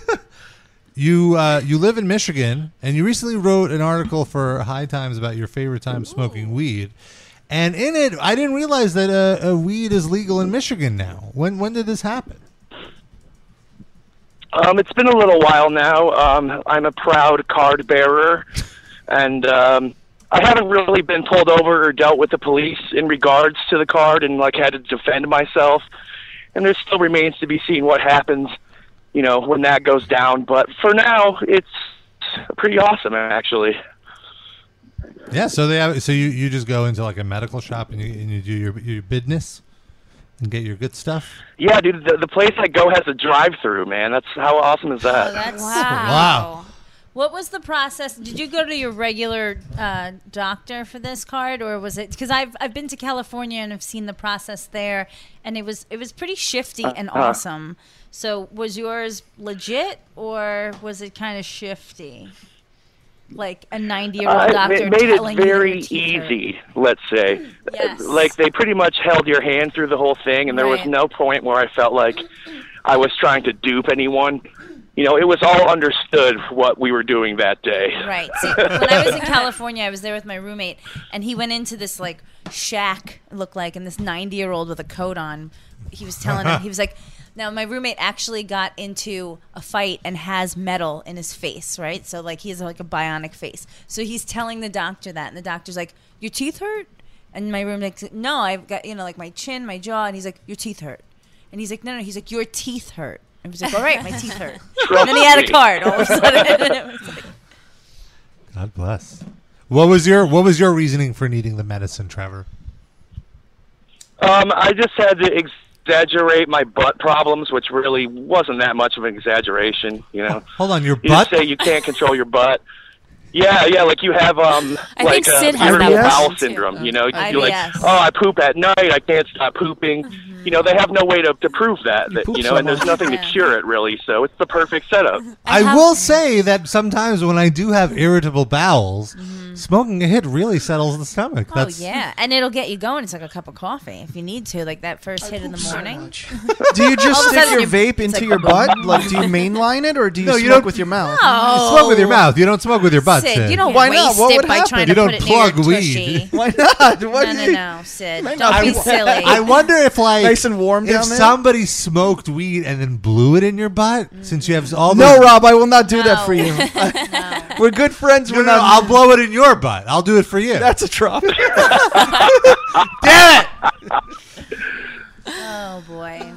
S1: you uh, you live in Michigan, and you recently wrote an article for High Times about your favorite time smoking weed. And in it, I didn't realize that uh, uh, weed is legal in Michigan now. When when did this happen?
S8: Um, it's been a little while now. Um, I'm a proud card bearer, and um, I haven't really been pulled over or dealt with the police in regards to the card, and like had to defend myself. And there still remains to be seen what happens, you know, when that goes down. But for now, it's pretty awesome, actually.
S1: Yeah, so they have, so you, you just go into like a medical shop and you, and you do your your business and get your good stuff.
S8: Yeah, dude, the, the place I go has a drive-through, man. That's how awesome is
S5: Oh,
S8: that?
S5: that's.
S1: Wow.
S5: What was the process? Did you go to your regular uh, doctor for this card, or was it? Because I've I've been to California and I've seen the process there, and it was it was pretty shifty
S8: Uh,
S5: and awesome. So was yours legit, or was it kind of shifty? Like a ninety year old
S8: Uh,
S5: doctor
S8: it made
S5: telling
S8: it
S5: you your
S8: very
S5: teeth hurt.
S8: easy, let's say.
S5: Yes.
S8: Like they pretty much held your hand through the whole thing, and there
S5: Right.
S8: was no point where I felt like I was trying to dupe anyone. You know, it was all understood what we were doing that day.
S5: Right. See, when I was in California, I was there with my roommate, and he went into this like shack, it looked like, and this 90 year old with a coat on. He was telling him, he was like, now my roommate actually got into a fight and has metal in his face, right? So like he has like a bionic face. So he's telling the doctor that, and the doctor's like, "Your teeth hurt," and my roommate's like, "No, I've got you know like my chin, my jaw," and he's like, "Your teeth hurt," and he's like, "No, no," he's like, "Your teeth hurt." I was like, "All right, my teeth hurt," and then he had a card all of a sudden. It was like-
S1: God bless. What was your what was your reasoning for needing the medicine, Trevor?
S8: Um, I just had to exaggerate my butt problems, which really wasn't that much of an exaggeration. You know,
S1: Hold on, your
S8: you
S1: butt.
S8: just say you can't control your butt. Yeah, yeah, like you have um
S3: I think
S8: like
S3: Sid
S8: uh,
S3: has
S8: irritable
S4: that
S8: bowel
S3: one, too. Uh,
S8: syndrome. You know, you're like,
S5: IBS.
S8: oh, I poop at night, I can't stop pooping.
S3: Mm-hmm.
S8: You know, they have no way to, to prove that, that
S6: poop
S8: you know,
S6: so
S8: and there's
S6: much.
S8: nothing to cure it really. So it's the perfect setup.
S1: I will say that sometimes when I do have irritable bowels, Smoking a hit really settles the stomach.
S5: Mm-hmm. Oh
S1: That's
S5: yeah, and it'll get you going. It's like a cup of coffee if you need to, like that first hit in the morning.
S4: Do you
S5: All
S4: just
S5: of a
S4: stick
S5: sudden
S4: your
S5: you-
S4: vape
S5: it's
S4: into
S5: like-
S4: your butt? Like, do you mainline it or do you
S1: No,
S4: smoke
S1: you don't-
S4: with your mouth?
S1: You
S5: Oh,
S1: smoke with your mouth. You don't smoke with your butt.
S5: Sid,
S1: Sid.
S5: you don't
S4: Why not?
S5: waste
S4: What
S5: it
S4: would
S5: by
S4: happen?
S5: trying
S1: uh, You
S5: to
S1: don't
S5: put it
S1: plug
S5: near your
S1: weed.
S5: tushy.
S4: Why not? What
S5: No,
S4: do
S5: no,
S4: you-
S5: no, Sid,
S4: Man,
S5: don't
S4: I
S5: be
S4: wa-
S5: silly.
S1: I wonder if like
S4: Nice and warm
S1: if
S4: down there?
S1: somebody smoked weed and then blew it in your butt, since you have all
S4: No,
S1: those-
S4: Rob, I will not do that
S5: No.
S4: for you. I-
S5: No.
S4: We're good friends.
S1: No,
S4: We're
S1: no, no,
S4: not.
S1: I'll blow it in your butt. I'll do it for you.
S4: That's a drop.
S1: damn it.
S5: Oh boy.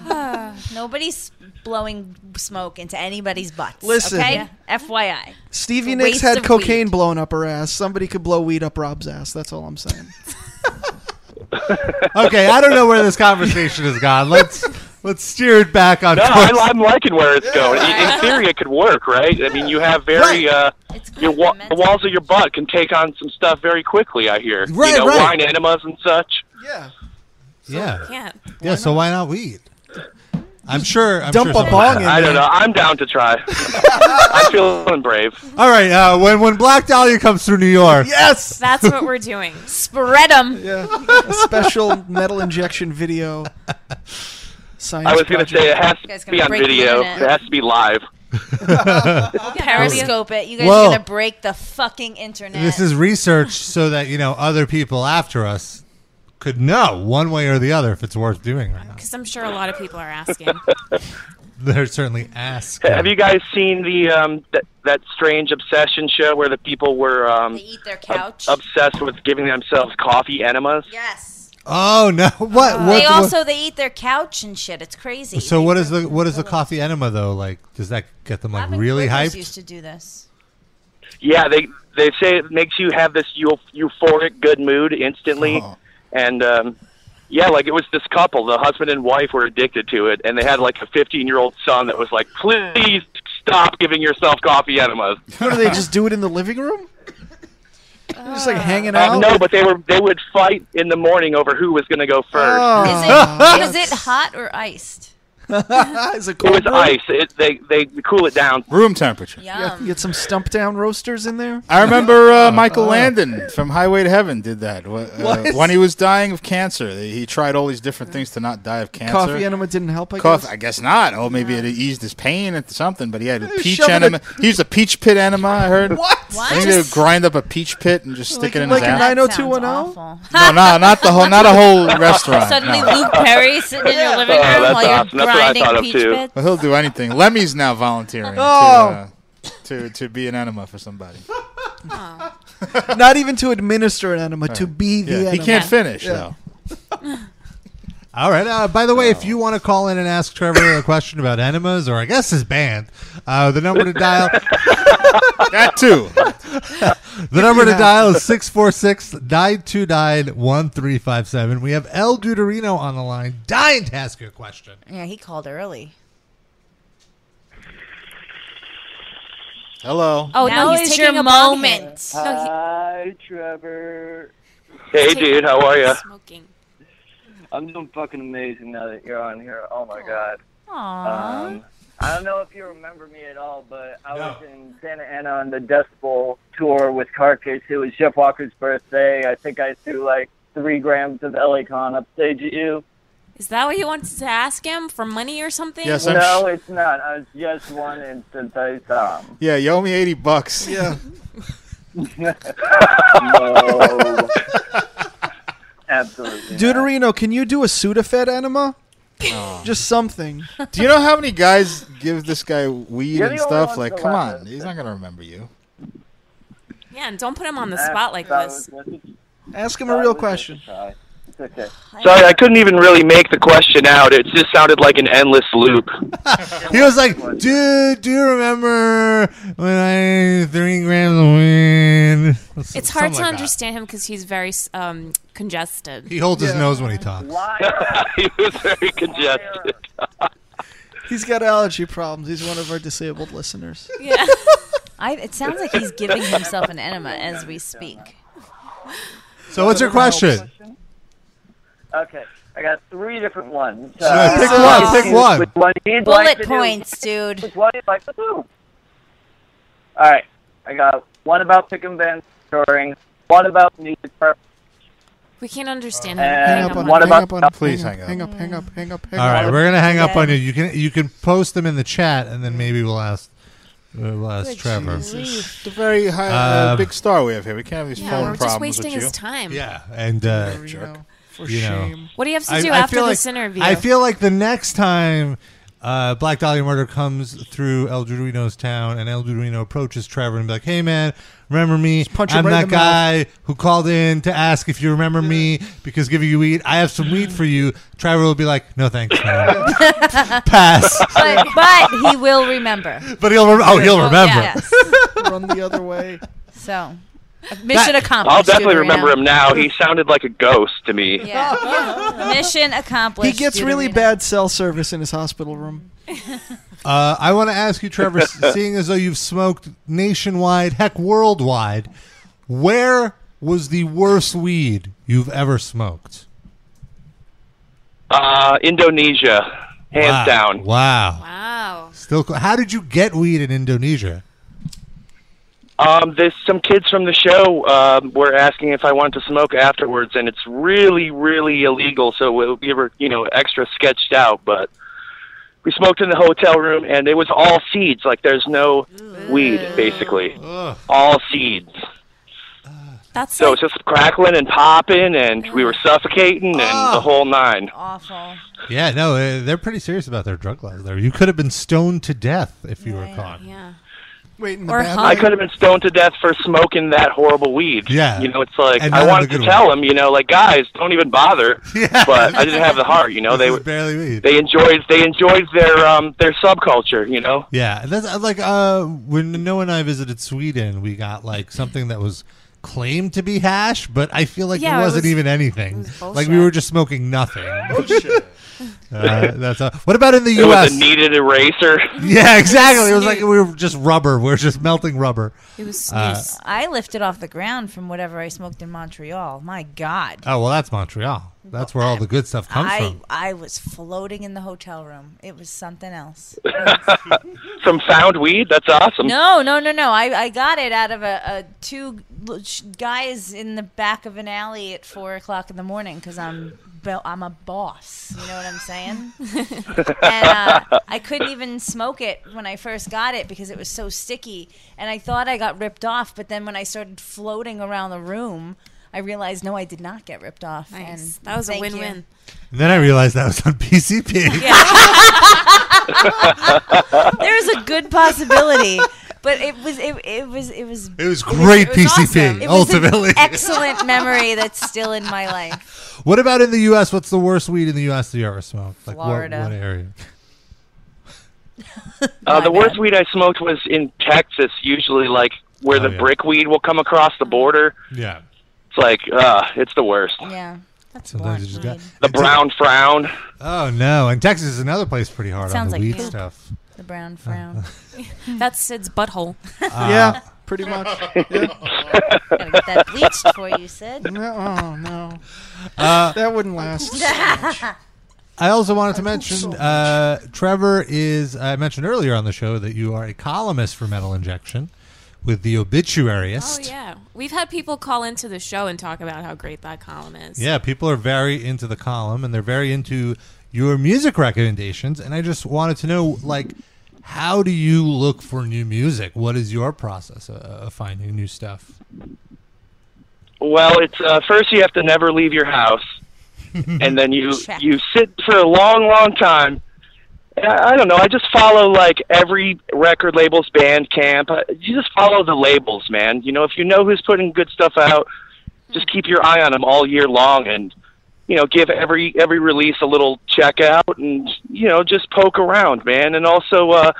S5: Nobody's blowing smoke into anybody's butts.
S4: Listen.
S5: okay? FYI.
S4: Stevie
S5: Waste
S4: Nicks had
S5: of
S4: cocaine
S5: weed.
S4: blown up her ass. Somebody could blow weed up Rob's ass. That's all I'm saying.
S1: Okay, I don't know where this conversation has gone. Let's let's steer it back on.
S8: No,
S1: course.
S8: I, I'm liking where it's going. In, in theory, it could work, right? I mean, you have very uh,
S5: It's
S8: your wa- the
S5: complimentary.
S8: walls of your butt can take on some stuff very quickly. I hear,
S1: Right,
S8: you know,
S1: right.
S8: wine enemas and such.
S4: Yeah.
S1: yeah,
S3: Yeah.
S1: yeah. so why not weed? I'm sure. I'm sure
S4: Dump a
S1: somebody-
S4: bong in
S8: I don't
S4: there.
S8: know. I'm down to try. I'm feeling brave.
S1: All right, uh, when when Black Dahlia comes through New York,
S4: Yes.
S3: That's what we're doing.
S5: Spread them.
S4: Yeah. A special metal injection video. Science
S8: I was going
S4: project.
S8: to say it has
S5: guys
S8: to
S5: gonna
S8: be on
S5: break the
S8: video. It
S5: internet.
S8: has to be live.
S5: Periscope it. You guys
S1: Whoa.
S5: are gonna break the fucking internet.
S1: this is research so that you know other people after us could know one way or the other if it's worth doing or not.
S3: Because I'm sure a lot of people are asking.
S1: They're certainly asking.
S8: Have you guys seen the um, th- that strange obsession show where the people were um,
S5: they eat their
S8: ob-
S5: couch.
S8: obsessed with giving themselves coffee enemas?
S5: yes.
S1: Oh no! What? what
S5: they
S1: what-
S5: also they eat their couch and shit. It's crazy.
S1: So what is the what is the coffee enema though? Like, does that get them like
S5: Robin
S1: really
S5: Quivers
S1: hyped?
S5: Used to do this.
S8: Yeah, they they say it makes you have this eu- euphoric good mood instantly,
S6: Oh.
S8: and um, yeah, like it was this couple, the husband and wife were addicted to it, and they had like a 15 year old son that was like, "Please stop giving yourself coffee enemas."
S4: What do they just do it in the living room? just like hanging
S8: Um,
S4: out.
S8: no, but they were they would fight in the morning over who was going to go first.
S5: Is
S4: Oh.
S5: it is it hot or iced?
S4: Is it
S8: It
S4: cold?
S8: was ice. It, they they cool it down.
S6: Room temperature.
S4: Yeah,
S5: Yum.
S4: get some stump down roasters in there.
S6: I remember uh, Michael Landon from Highway to Heaven did that Wh- uh,
S4: What?
S6: when he was dying of cancer. He he tried all these different things to not die of cancer.
S4: Coffee enema didn't help. I
S6: Cough,
S4: guess.
S6: I guess not. Oh, maybe it eased his pain or something. But he had a
S4: was
S6: peach
S4: shoving
S6: enema. He used a peach pit enema. I heard.
S4: What?
S5: What?
S6: I think they would grind up a peach pit and just stick
S4: Like-
S6: it in
S4: like
S6: his
S4: a
S6: ass.
S4: nine-
S5: That sounds
S4: 90210?
S5: awful.
S6: no, no, not the whole, not a whole restaurant.
S5: Suddenly,
S6: no.
S5: Luke Perry sitting in your living
S8: Oh,
S5: room
S8: that's
S5: while you're
S8: awesome. That's what I
S5: grinding
S8: thought of,
S5: peach
S8: too.
S5: bits.
S6: Well, he'll do anything. Lemmy's now volunteering
S4: Oh.
S6: to, uh, to to be an enema for somebody.
S4: Not even to administer an enema, to be the
S6: Yeah,
S4: enema.
S6: he can't finish though.
S1: All right. Uh, by the way, if you want to call in and ask Trevor a question about enemas or I guess his band, uh, the number to dial
S6: That too.
S1: the number to dial is 646-929-1357. We have El Duderino on the line, dying to ask you a question.
S5: Yeah, he called early.
S6: Hello.
S3: Oh,
S5: now
S3: no,
S5: is
S3: he's
S5: your
S3: taking a bong hit.
S5: moment.
S9: Uh,
S3: No,
S7: Hi, Trevor.
S8: Hey,
S3: Take-
S8: dude, how are
S3: he,
S8: you?
S3: smoking.
S7: Uh, I'm doing fucking amazing now that you're on here. Oh my god.
S5: Aww.
S7: Um, I don't know if you remember me at all, but I
S1: No.
S7: was in Santa Ana on the Dust Bowl tour with Carcass. It was Jeff Walker's birthday. I think I threw like three grams of Helicon upstage at you.
S3: Is that what you wanted to ask him for money or something?
S6: Yes, I'm
S7: No,
S6: sh-
S7: it's not. I was just one instance I saw him.
S6: Yeah, you owe me eighty bucks.
S4: Yeah.
S7: No. Absolutely. not.
S4: Deuterino, can you do a Sudafed enema? Just something.
S6: Oh. Do you know how many guys give this guy weed
S7: You're
S6: and
S7: the only
S6: stuff?
S7: ones
S6: Like,
S7: that
S6: come
S7: laugh
S6: on,
S7: at
S6: he's not gonna remember you.
S3: Yeah, and don't put him on the spot like
S7: That
S3: this.
S7: was just-
S4: Ask him
S7: that
S4: a real
S7: was just
S4: question.
S7: try. It's okay.
S8: Sorry, I couldn't even really make the question out. It just sounded like an endless loop.
S1: He was like, dude, do you remember when I ate three grams of weed?
S3: It's
S1: Something
S3: hard to
S1: like that.
S3: understand him because he's very um, congested.
S1: He holds his nose when he talks.
S7: Liar.
S8: he was very congested.
S4: He's got allergy problems. He's one of our disabled listeners.
S3: yeah.
S5: I, it sounds like he's giving himself an enema as we speak.
S1: So what's your question?
S7: Okay, I got three different ones.
S1: Uh, pick one, pick one.
S7: Which one you'd
S5: Bullet
S7: like to do?
S5: points, dude.
S7: Which one you'd like to do? All right, I got one about pick and band touring, one about music purpose,
S3: We can't understand
S7: and
S3: anything.
S7: one about
S6: Please
S4: hang
S6: hang
S4: up,
S6: up.
S4: hang up, hang up, hang up, hang
S1: All
S4: up.
S1: right, we're gonna hang up
S5: Okay.
S1: on you. You can you can post them in the chat, and then maybe we'll ask uh, we'll ask Trevor.
S6: The very high, uh,
S1: Um,
S6: big star we have here. We can't have these
S3: Yeah,
S6: phone
S3: we're
S6: problems
S3: just wasting
S6: with you.
S3: his time.
S1: Yeah, and uh,
S4: Reno, for
S1: You know.
S4: shame.
S3: What do you have to
S1: I,
S3: do
S1: I
S3: after
S1: feel
S3: this
S1: like,
S3: interview?
S1: I feel like the next time uh, Black Dahlia Murder comes through El Dorino's town and El Dorino approaches Trevor and be like, hey, man, remember me?
S4: punch him
S1: I'm
S4: right
S1: that
S4: in the
S1: guy who called in to ask if you remember me because giving you weed. I have some weed for you. Trevor will be like, no, thanks, man. Pass.
S5: But, but he will remember.
S1: But he'll rem- oh, he'll remember.
S5: Yes.
S4: Run the other way.
S5: So, mission accomplished.
S8: I'll definitely
S5: Duderino.
S8: remember him now. He sounded like a ghost to me.
S5: Yeah. mission accomplished.
S4: He gets really
S5: Duderino.
S4: bad cell service in his hospital room.
S1: Uh, I want to ask you, Trevor, s- seeing as though you've smoked nationwide, heck, worldwide, where was the worst weed you've ever smoked?
S8: Uh, Indonesia, hands
S1: wow.
S8: down.
S1: Wow.
S3: wow.
S1: Still, co- how did you get weed in Indonesia?
S8: Um, there's some kids from the show um, were asking if I wanted to smoke afterwards, and it's really, really illegal. So it would be, you know, extra sketched out. But we smoked in the hotel room, and it was all seeds. Like there's no weed, basically, all seeds.
S3: That's
S8: So
S3: like,
S8: it's just crackling and popping, and we were suffocating, and the whole nine.
S5: Awful.
S1: Yeah, no, uh, they're pretty serious about their drug laws there. You could have been stoned to death if you were caught.
S3: yeah.
S4: Wait, in the
S3: Or
S4: bathroom.
S3: hung.
S8: I could have been stoned to death for smoking that horrible weed.
S1: Yeah.
S8: You know, it's like
S1: And
S8: I
S1: not
S8: wanted
S1: the
S8: to
S1: good
S8: tell them, you know, like guys, don't even bother.
S1: Yeah.
S8: But I didn't have the heart, you know.
S1: This
S8: They
S1: is barely weed.
S8: they enjoyed they enjoyed their um their subculture, you know.
S1: Yeah, and that's uh, like uh, when Noah and I visited Sweden, we got like something that was claimed to be hash, but I feel like
S3: Yeah,
S1: it
S3: it
S1: wasn't
S3: was-
S1: even anything.
S3: was
S1: like we
S3: bullshit.
S1: were just smoking nothing. uh, that's uh, what about in the
S8: It was
S1: U.S.?
S8: a needed eraser.
S1: yeah, exactly. It was like we were just rubber. We were just melting rubber. Uh,
S3: It was sneeze.
S5: I lifted off the ground from whatever I smoked in Montreal. My God.
S1: Oh well, that's Montreal. That's where all the good stuff comes
S5: I,
S1: from.
S5: I was floating in the hotel room. It was something else.
S8: Some found weed. That's awesome.
S5: No, no, no, no. I, I got it out of a, a two l- sh- guys in the back of an alley at four o'clock in the morning because I'm bo- I'm a boss. You know what I'm saying? and uh, I couldn't even smoke it when I first got it because it was so sticky. And I thought I got ripped off, but then when I started floating around the room, I realized no, I did not get ripped off.
S3: Nice.
S5: And
S3: That was a
S5: thank you.
S3: win-win.
S1: And then I realized that was on PCP.
S5: There's a good possibility, but it was it, it was it was
S1: It was great
S3: it was
S1: PCP.
S3: awesome.
S5: It was an
S1: ultimately,
S5: excellent memory that's still in my life.
S1: what about in the U.S.? What's the worst weed in the U.S. that you ever smoked? Like what-
S5: Florida.
S1: what area?
S8: uh, the
S5: my
S8: worst
S5: bad.
S8: weed I smoked was in Texas. Usually, like where
S1: Oh,
S8: the
S1: yeah.
S8: brickweed will come across
S5: Mm.
S8: the border.
S1: Yeah.
S8: It's like, uh, it's the worst.
S5: Yeah, that's
S1: Sometimes you just got
S8: The brown frown.
S1: Oh no! And Texas is another place pretty hard on
S5: Sounds
S1: the
S5: like
S1: weed
S5: poop.
S1: stuff.
S5: the brown frown.
S3: That's Sid's butthole.
S1: Ah.
S4: yeah, pretty much.
S5: Gotta get that bleached for you, Sid.
S4: No, oh no,
S1: Uh,
S4: that wouldn't last.
S1: I also wanted to mention, uh, Trevor is. I mentioned earlier on the show that you are a columnist for Metal Injection with the
S3: Oh
S1: Obituarist.
S3: yeah, we've had people call into the show and talk about how great that column is.
S1: Yeah, people are very into the column and they're very into your music recommendations. And I just wanted to know, like, how do you look for new music? What is your process of, of finding new stuff?
S8: Well, it's uh, first you have to never leave your house, and then you
S5: Check.
S8: you sit for a long, long time. And I, I don't know. I just follow like every record label's Bandcamp. I- You just follow the labels, man. You know, if you know who's putting good stuff out, just keep your eye on them all year long, and you know, give every every release a little check out, and you know, just poke around, man. And also uh,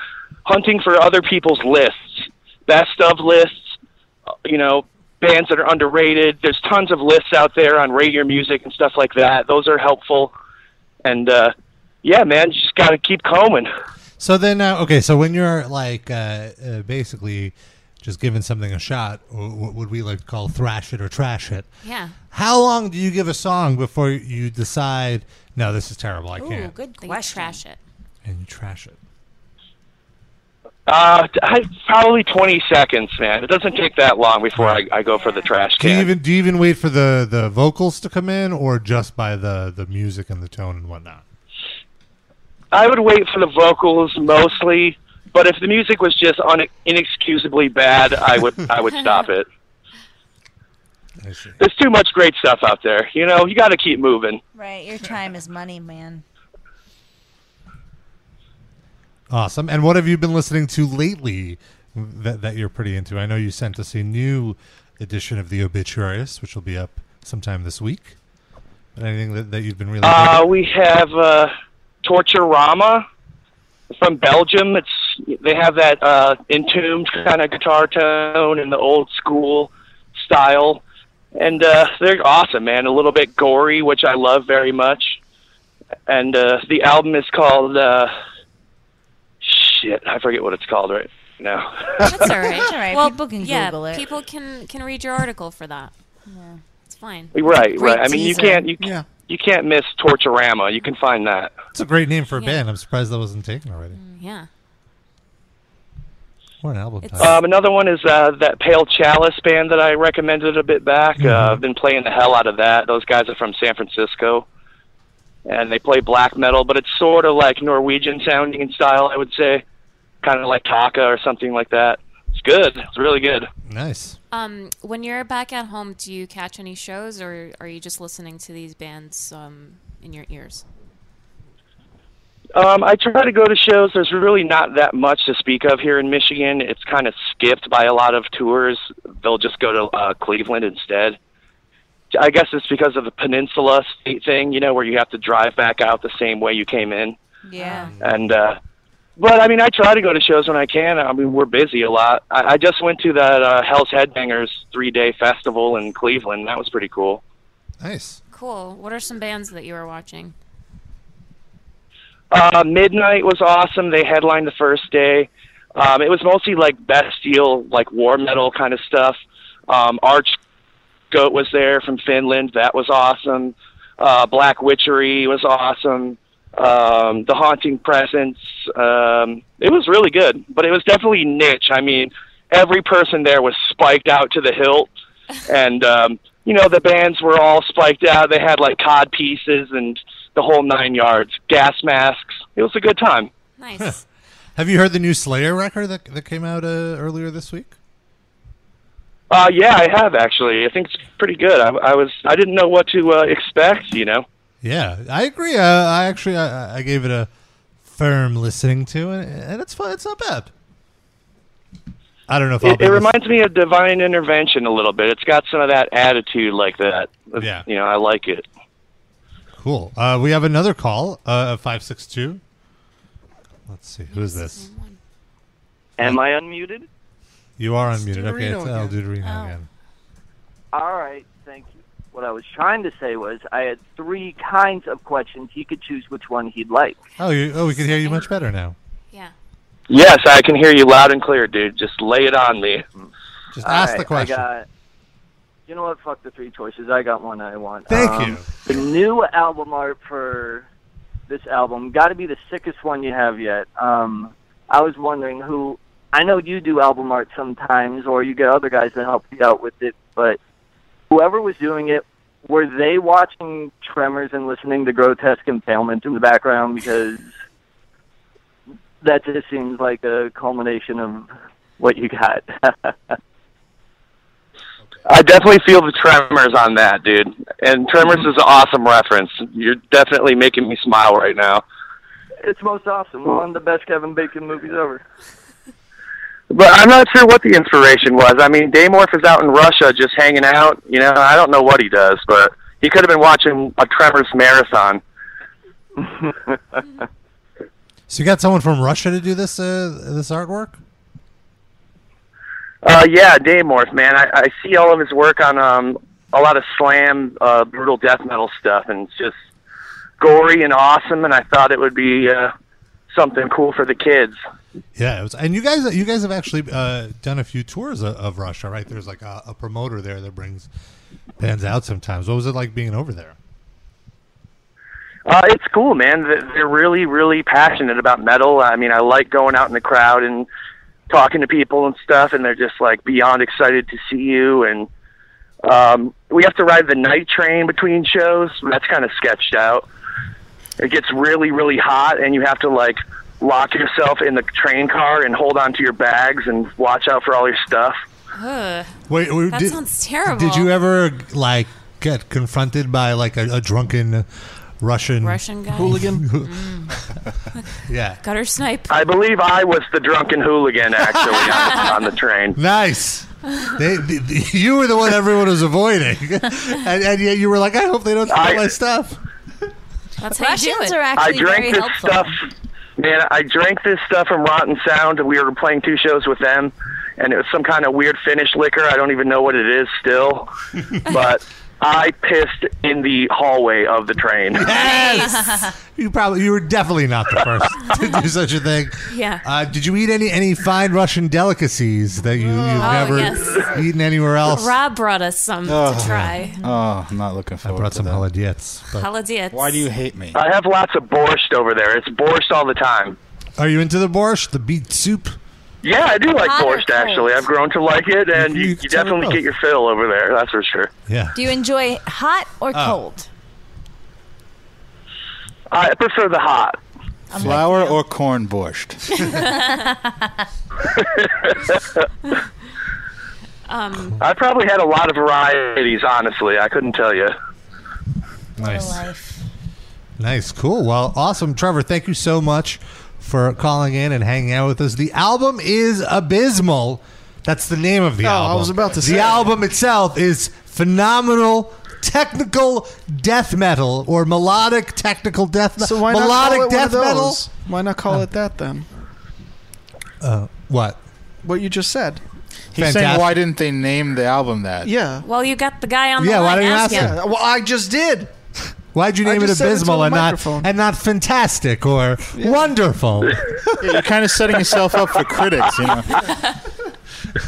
S8: hunting for other people's lists, best of lists uh, you know, bands that are underrated. There's tons of lists out there on radio music and stuff like that. Those are helpful. And uh, yeah, man, you just got to keep combing.
S1: So then, uh, okay, so when you're like uh, uh, basically just giving something a shot, or what would we like to call thrash it or trash it?
S3: Yeah.
S1: How long do you give a song before you decide, no, this is terrible, I
S5: Ooh,
S1: can't?
S5: good
S3: They
S5: question.
S3: trash it.
S1: And you trash it.
S8: Uh, I, probably 20 seconds, man. It doesn't take that long before I, I go for the trash
S1: Do you
S8: can.
S1: even do you even wait for the, the vocals to come in, or just by the, the music and the tone and whatnot?
S8: I would wait for the vocals mostly, but if the music was just un- inexcusably bad, I would I would stop it. There's too much great stuff out there. You know, you got to keep moving.
S5: Right, your time is money, man.
S1: Awesome. And what have you been listening to lately that that you're pretty into? I know you sent us a new edition of the Obituarius, which will be up sometime this week. But anything that, that you've been really
S8: Uh, we have uh, Torturama from Belgium. It's they have that uh, entombed kind of guitar tone and the old school style, and uh, they're awesome, man. A little bit gory, which I love very much. And uh, the album is called uh, shit. I forget what it's called right now.
S3: That's all right.
S5: That's all right.
S3: Well,
S5: People can
S3: yeah,
S5: Google it.
S3: people can can read your article for that.
S5: Yeah.
S3: It's fine.
S8: Right, right. I mean, you
S5: teaser.
S8: can't you
S4: Yeah.
S8: you can't miss Torturama. You can find that.
S1: It's a great name for a
S3: Yeah. Mm,
S1: band. I'm surprised that wasn't taken already.
S3: Yeah.
S1: What an album
S3: It's-
S1: title.
S8: Um, another one is uh, that Pale Chalice band that I recommended a bit back. Uh, I've been playing the hell out of that. Those guys are from San Francisco, and they play black metal, but it's sort of like Norwegian sounding in style, I would say, kind of like Taka or something like that. It's good. It's really good.
S1: nice.
S3: Um, when you're back at home, do you catch any shows, or are you just listening to these bands um, in your ears?
S8: Um, I try to go to shows. There's really not that much to speak of here in Michigan. It's kind of skipped by a lot of tours. They'll just go to uh, Cleveland instead. I guess it's because of the peninsula state thing, you know, where you have to drive back out the same way you came in.
S5: Yeah.
S8: And uh, but I mean, I try to go to shows when I can. I mean, we're busy a lot. I, I just went to that uh, Hell's Headbangers three-day festival in Cleveland. That was pretty cool.
S1: Nice.
S3: Cool. What are some bands that you were watching?
S8: Uh, Midnight was awesome. They headlined the first day. Um, it was mostly like bestial, like war metal kind of stuff. Um, Arch Goat was there from Finland. That was awesome. Uh, Black Witchery was awesome. Um, the Haunting Presence. Um, it was really good, but it was definitely niche. I mean, every person there was spiked out to the hilt, and um, you know the bands were all spiked out. They had like cod pieces and the whole nine yards, gas masks. It was a good time.
S3: Nice.
S1: Have you heard the new Slayer record that that came out uh, earlier this week?
S8: Uh, yeah, I have actually. I think it's pretty good. I, I was I didn't know what to uh, expect. You know.
S1: Yeah, I agree. Uh, I actually I, I gave it a firm listening to, and, and it's fun. It's not bad. I don't know if I'll
S8: It,
S1: be
S8: it
S1: lis-
S8: reminds me of Divine Intervention a little bit. It's got some of that attitude like that.
S1: Yeah.
S8: You know, I like it.
S1: Cool. Uh, we have another call. Uh, five six two. Let's see who is this.
S10: Am I unmuted?
S1: You are unmuted. Okay,
S4: Dorito
S1: it's El Dorito
S3: Oh.
S1: again.
S10: All right, thank you. What I was trying to say was I had three kinds of questions. He could choose which one he'd like.
S1: Oh, you, oh, we can hear you much better now.
S3: Yeah.
S8: Yes, I can hear you loud and clear, dude. Just lay it on me.
S1: Just ask
S10: All
S1: the
S10: right,
S1: question.
S10: I got, you know what? Fuck the three choices. I got one I want.
S1: Thank
S10: Um,
S1: you.
S10: The new album art for this album got to be the sickest one you have yet. Um, I was wondering who. I know you do album art sometimes, or you get other guys that help you out with it. But whoever was doing it, were they watching Tremors and listening to Grotesque Impalement in the background? Because that just seems like a culmination of what you got.
S8: I definitely feel the tremors on that, dude. And tremors is an awesome reference. You're definitely making me smile right now.
S10: it's most awesome. One of the best Kevin Bacon movies ever.
S8: But I'm not sure what the inspiration was. I mean, Daymorph is out in Russia just hanging out. You know, I don't know what he does, but he could have been watching a Tremors marathon.
S1: So you got someone from Russia to do this uh, this artwork?
S8: Uh, yeah, Daymorph, man. I, I see all of his work on um, a lot of slam, uh, brutal death metal stuff, and it's just gory and awesome. And I thought it would be uh, something cool for the kids.
S1: Yeah, it was, and you guys you guys have actually uh, done a few tours of, of Russia, right? There's like a, a promoter there that brings bands out sometimes. What was it like being over there?
S8: Uh, it's cool, man. Th- They're really, really passionate about metal. I mean, I like going out in the crowd and talking to people and stuff, and they're just like beyond excited to see you. And um, we have to ride the night train between shows. That's kind of sketched out. It gets really, really hot, and you have to like lock yourself in the train car and hold on to your bags and watch out for all your stuff.
S3: Ugh.
S1: Wait, wait,
S3: that
S1: did-
S3: sounds terrible.
S1: Did you ever like get confronted by like a, a drunken Russian
S3: Russian guy?
S1: hooligan? yeah.
S3: gutter snipe?
S8: I believe I was the drunken hooligan actually on, on the train.
S1: Nice. They, the, the- you were the one everyone was avoiding, and, and yet you were like, "I hope they don't steal
S8: I-
S1: my stuff."
S3: That's how you do
S5: Russians
S3: it.
S5: are
S8: I
S5: actually very
S8: drank this
S5: helpful.
S8: stuff, man. I drank this stuff from Rotten Sound. We were playing two shows with them, and it was some kind of weird Finnish liquor. I don't even know what it is still, but I pissed in the hallway of the train.
S1: Yes. you probably you were definitely not the first to do such a thing.
S3: Yeah.
S1: Uh, did you eat any any fine Russian delicacies that you you've never
S3: Oh, yes.
S1: eaten anywhere else?
S3: Rob brought us some to try.
S6: Oh, I'm not looking
S1: I
S6: forward
S1: brought
S6: to
S1: some
S6: that.
S1: haladiets. but-
S3: Haladiets.
S6: Why do you hate me?
S8: I have lots of borscht over there. It's borscht all the time.
S1: Are you into the borscht, the beet soup?
S8: Yeah, I do like
S5: Hot or
S8: borscht actually.
S5: cold?
S8: I've grown to like it, and
S1: You-
S8: you,
S1: you
S8: you
S1: tell me
S8: definitely
S1: both.
S8: get your fill over there. That's for sure.
S1: Yeah. Ah.
S5: Do you enjoy hot or
S8: Oh.
S5: cold?
S8: I prefer the hot.
S6: Flour or corn borscht?
S3: Um,
S8: I probably had a lot of varieties, honestly. I couldn't tell you.
S1: Nice.
S5: Life.
S1: Nice, cool. Well, awesome, Trevor. Thank you so much for calling in and hanging out with us. The album is abysmal. That's the name of the
S4: Oh, I
S1: album.
S4: was about to
S1: the
S4: say.
S1: album itself is phenomenal technical death metal or melodic technical death metal.
S4: So why not
S1: melodic
S4: call it
S1: death
S4: one of
S1: metal?
S4: those? Why not call it that then?
S1: Uh, What?
S4: What you just said.
S6: He's saying,
S1: Fantastic.
S6: why didn't they name the album that?
S4: Yeah.
S3: Well, you got the guy on the
S1: Yeah, why
S3: line.
S1: don't you ask
S3: him?
S1: him?
S4: Well, I just did.
S1: Why'd you
S4: I
S1: name it
S4: just said it to
S1: abysmal
S4: the
S1: and not
S4: microphone.
S1: and not fantastic or wonderful?
S6: You're kind of setting yourself up for critics, you know.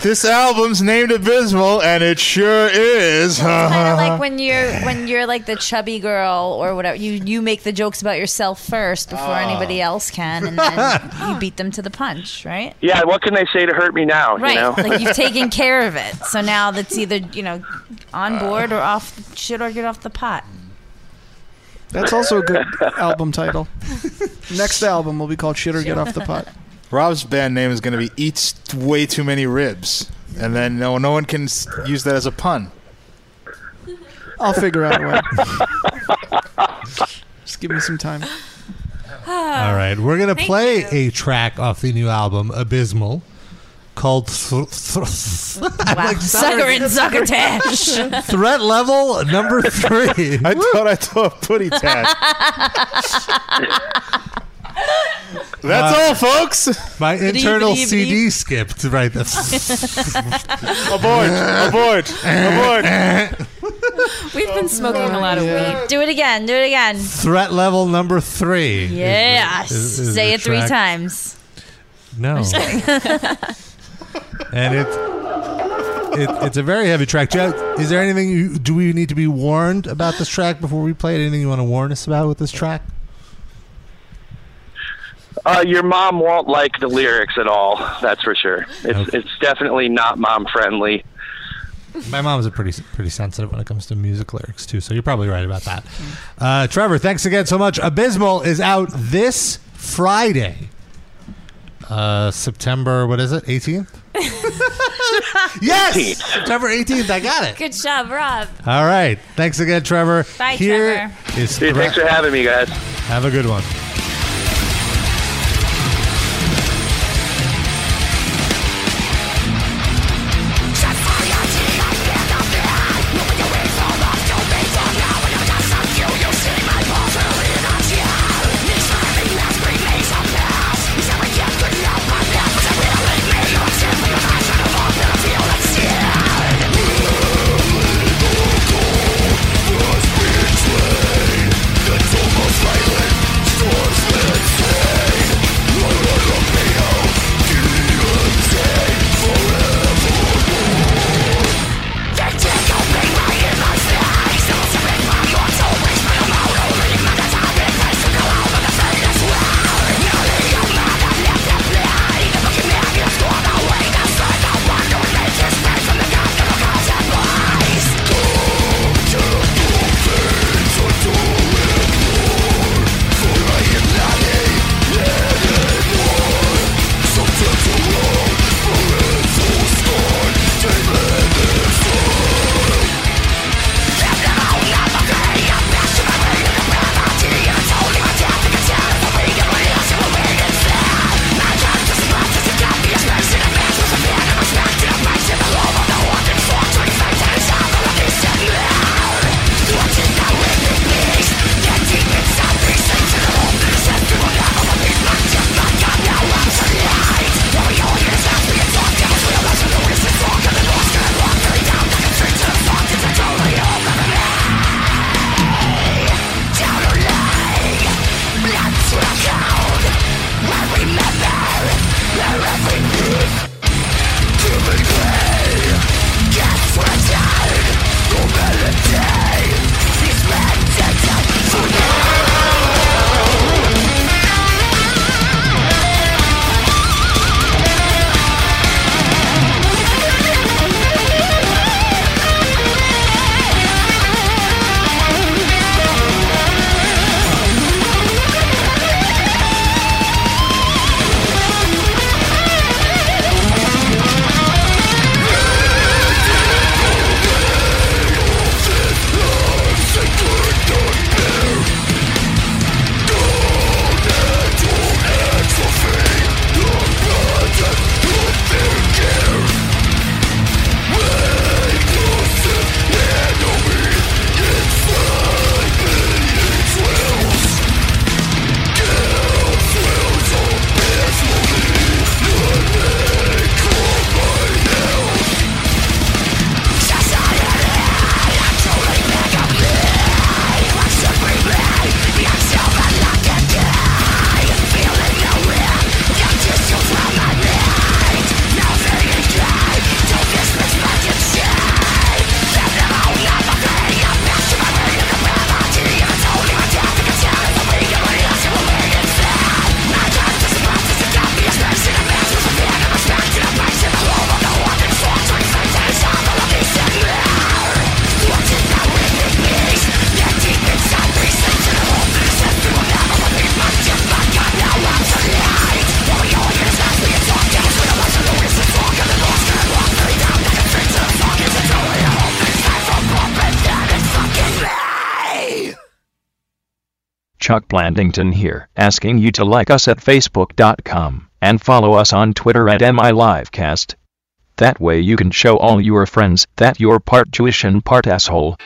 S6: this album's named Abysmal, and it sure is.
S5: Kind of
S6: Uh-huh.
S5: like when you're when you're like the chubby girl or whatever. You you make the jokes about yourself first before anybody else can, and then you beat them to the punch, right?
S8: Yeah, what can they say to hurt me now?
S5: Right.
S8: You know?
S5: Like you've taken care of it, so now that's either you know
S8: Uh.
S5: on board or off shit or get off the pot.
S4: That's also a good album title. Next album will be called Shit or Get Off the Pot.
S6: Rob's band name is going to be Eats Way Too Many Ribs, and then no, no one can s- use that as a pun.
S4: I'll figure out a way. Just give me some time.
S5: Uh,
S1: All right, we're gonna
S3: Thank
S1: play
S3: you.
S1: a track off the new album, Abysmal, called Th- Th-
S5: Wow. sucker and succotash.
S1: Threat Level Number Three.
S6: I thought I saw a putty tat.
S1: Uh,
S6: That's all, folks.
S1: My internal
S3: Biddy, biddy,
S1: CD skipped right there.
S6: Abort! Abort! Abort!
S3: We've been smoking a lot of weed.
S5: Do it again. Do it again.
S1: Threat Level Number Three. is the-
S5: Yeah.
S1: is- is
S5: Say
S1: the
S5: it three
S1: track.
S5: times.
S1: No. and it's it, it's a very heavy track. Joe, is there anything you do we need to be warned about this track before we play it? Anything you want to warn us about with this track?
S8: Uh, your mom won't like the lyrics at all. That's for sure. It's it's definitely not mom friendly.
S1: My mom's a pretty pretty sensitive when it comes to music lyrics too, so you're probably right about that. Uh, Trevor, thanks again so much. Abysmal is out this Friday, uh, September. What is it? 18th. yes, September 18th. I got it.
S3: Good job, Rob.
S1: All right. Thanks again, Trevor.
S5: Bye,
S1: Here is
S8: Dude, thanks
S1: Thre-
S8: for having me, guys.
S1: Have a good one.
S11: It's almost silent. Story.
S2: Chuck Blandington here, asking you to like us at facebook.com and follow us on Twitter at MILivecast. That way you can show all your friends that you're part Jewish and part asshole.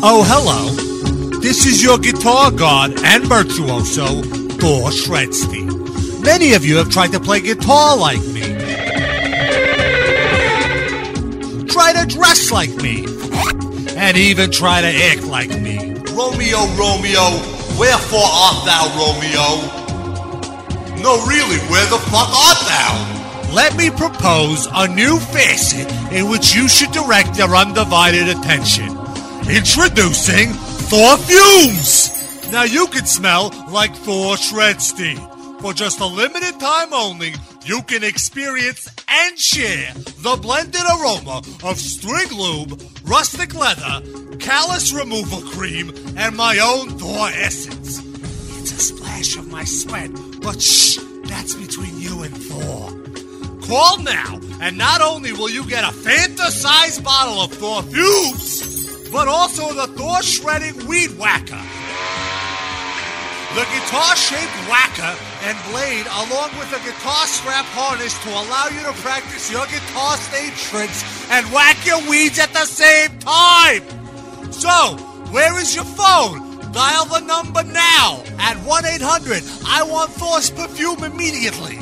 S9: Oh, hello. This is your guitar god and virtuoso, Thor Shredstein. Many of you have tried to play guitar like me. Try to dress like me. And even try to act like me.
S11: Romeo, Romeo, wherefore art thou, Romeo? No, really, where the fuck art thou?
S1: Let me propose a new facet in which you should direct your undivided attention. Introducing Thor Fumes! Now you can smell like Thor Shredstein. For just a limited time only, you can experience and share the blended aroma of string lube, rustic leather, callus removal cream, and my own Thor essence. It's a splash of my sweat, but shh, that's between you and Thor. Call now, and not only will you get a Fanta-sized bottle of Thor Fumes, but also the Thor Shredding Weed Whacker, the guitar-shaped whacker and blade, along with a guitar strap harness to allow you to practice your guitar stage tricks and whack your weeds at the same time. So, where is your phone? Dial the number now at 1 800 I want Thor's perfume immediately.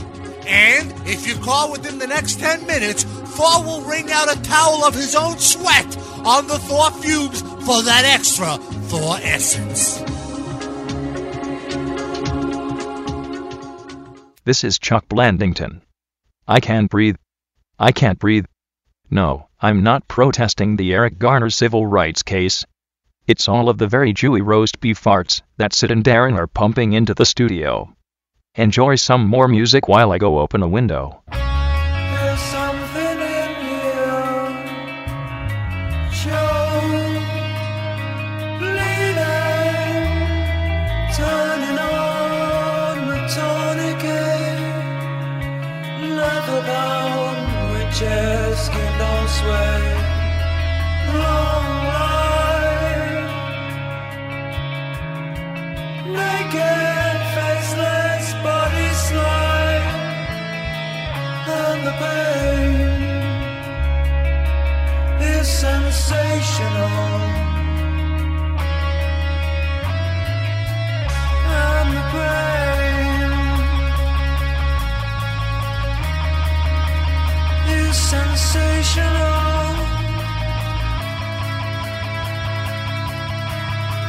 S1: And if you call within the next 10 minutes, Thor will wring out a towel of his own sweat on the Thor fumes for that extra Thor essence.
S2: This is Chuck Blandington. I can't breathe. I can't breathe. No, I'm not protesting the Eric Garner civil rights case. It's all of the very Jewy roast beef farts that Sid and Darren are pumping into the studio. Enjoy some more music while I go open a window.
S9: There's something in you, Joe, bleeding, turning on the tonic air, leather bound witches can all sway. Long life, naked, faceless body slide and the pain is sensational. And the pain is sensational.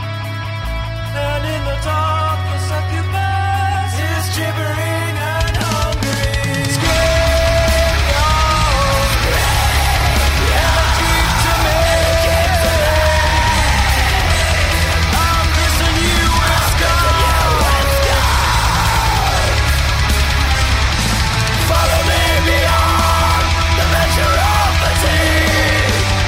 S9: And in the dark, the succubus is gibbering and hungry. Follow me beyond the measure of fatigue.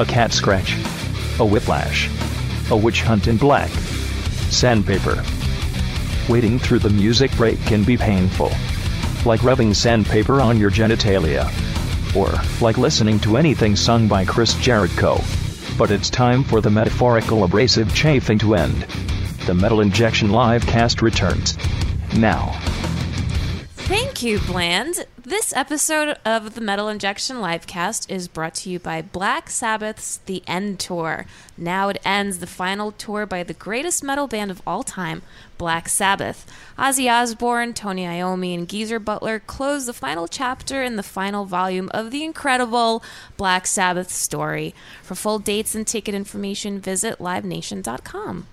S2: a cat scratch, a whiplash, a witch hunt in black, sandpaper. Waiting through the music break can be painful, like rubbing sandpaper on your genitalia, or like listening to anything sung by Chris Jericho. But it's time for the metaphorical abrasive chafing to end. The Metal Injection live cast returns. Now.
S3: Thank you, Bland. This episode of the Metal Injection Livecast is brought to you by Black Sabbath's The End Tour. Now it ends the final tour by the greatest metal band of all time, Black Sabbath. Ozzy Osbourne, Tony Iommi, and Geezer Butler close the final chapter in the final volume of the incredible Black Sabbath story. For full dates and ticket information, visit livenation.com.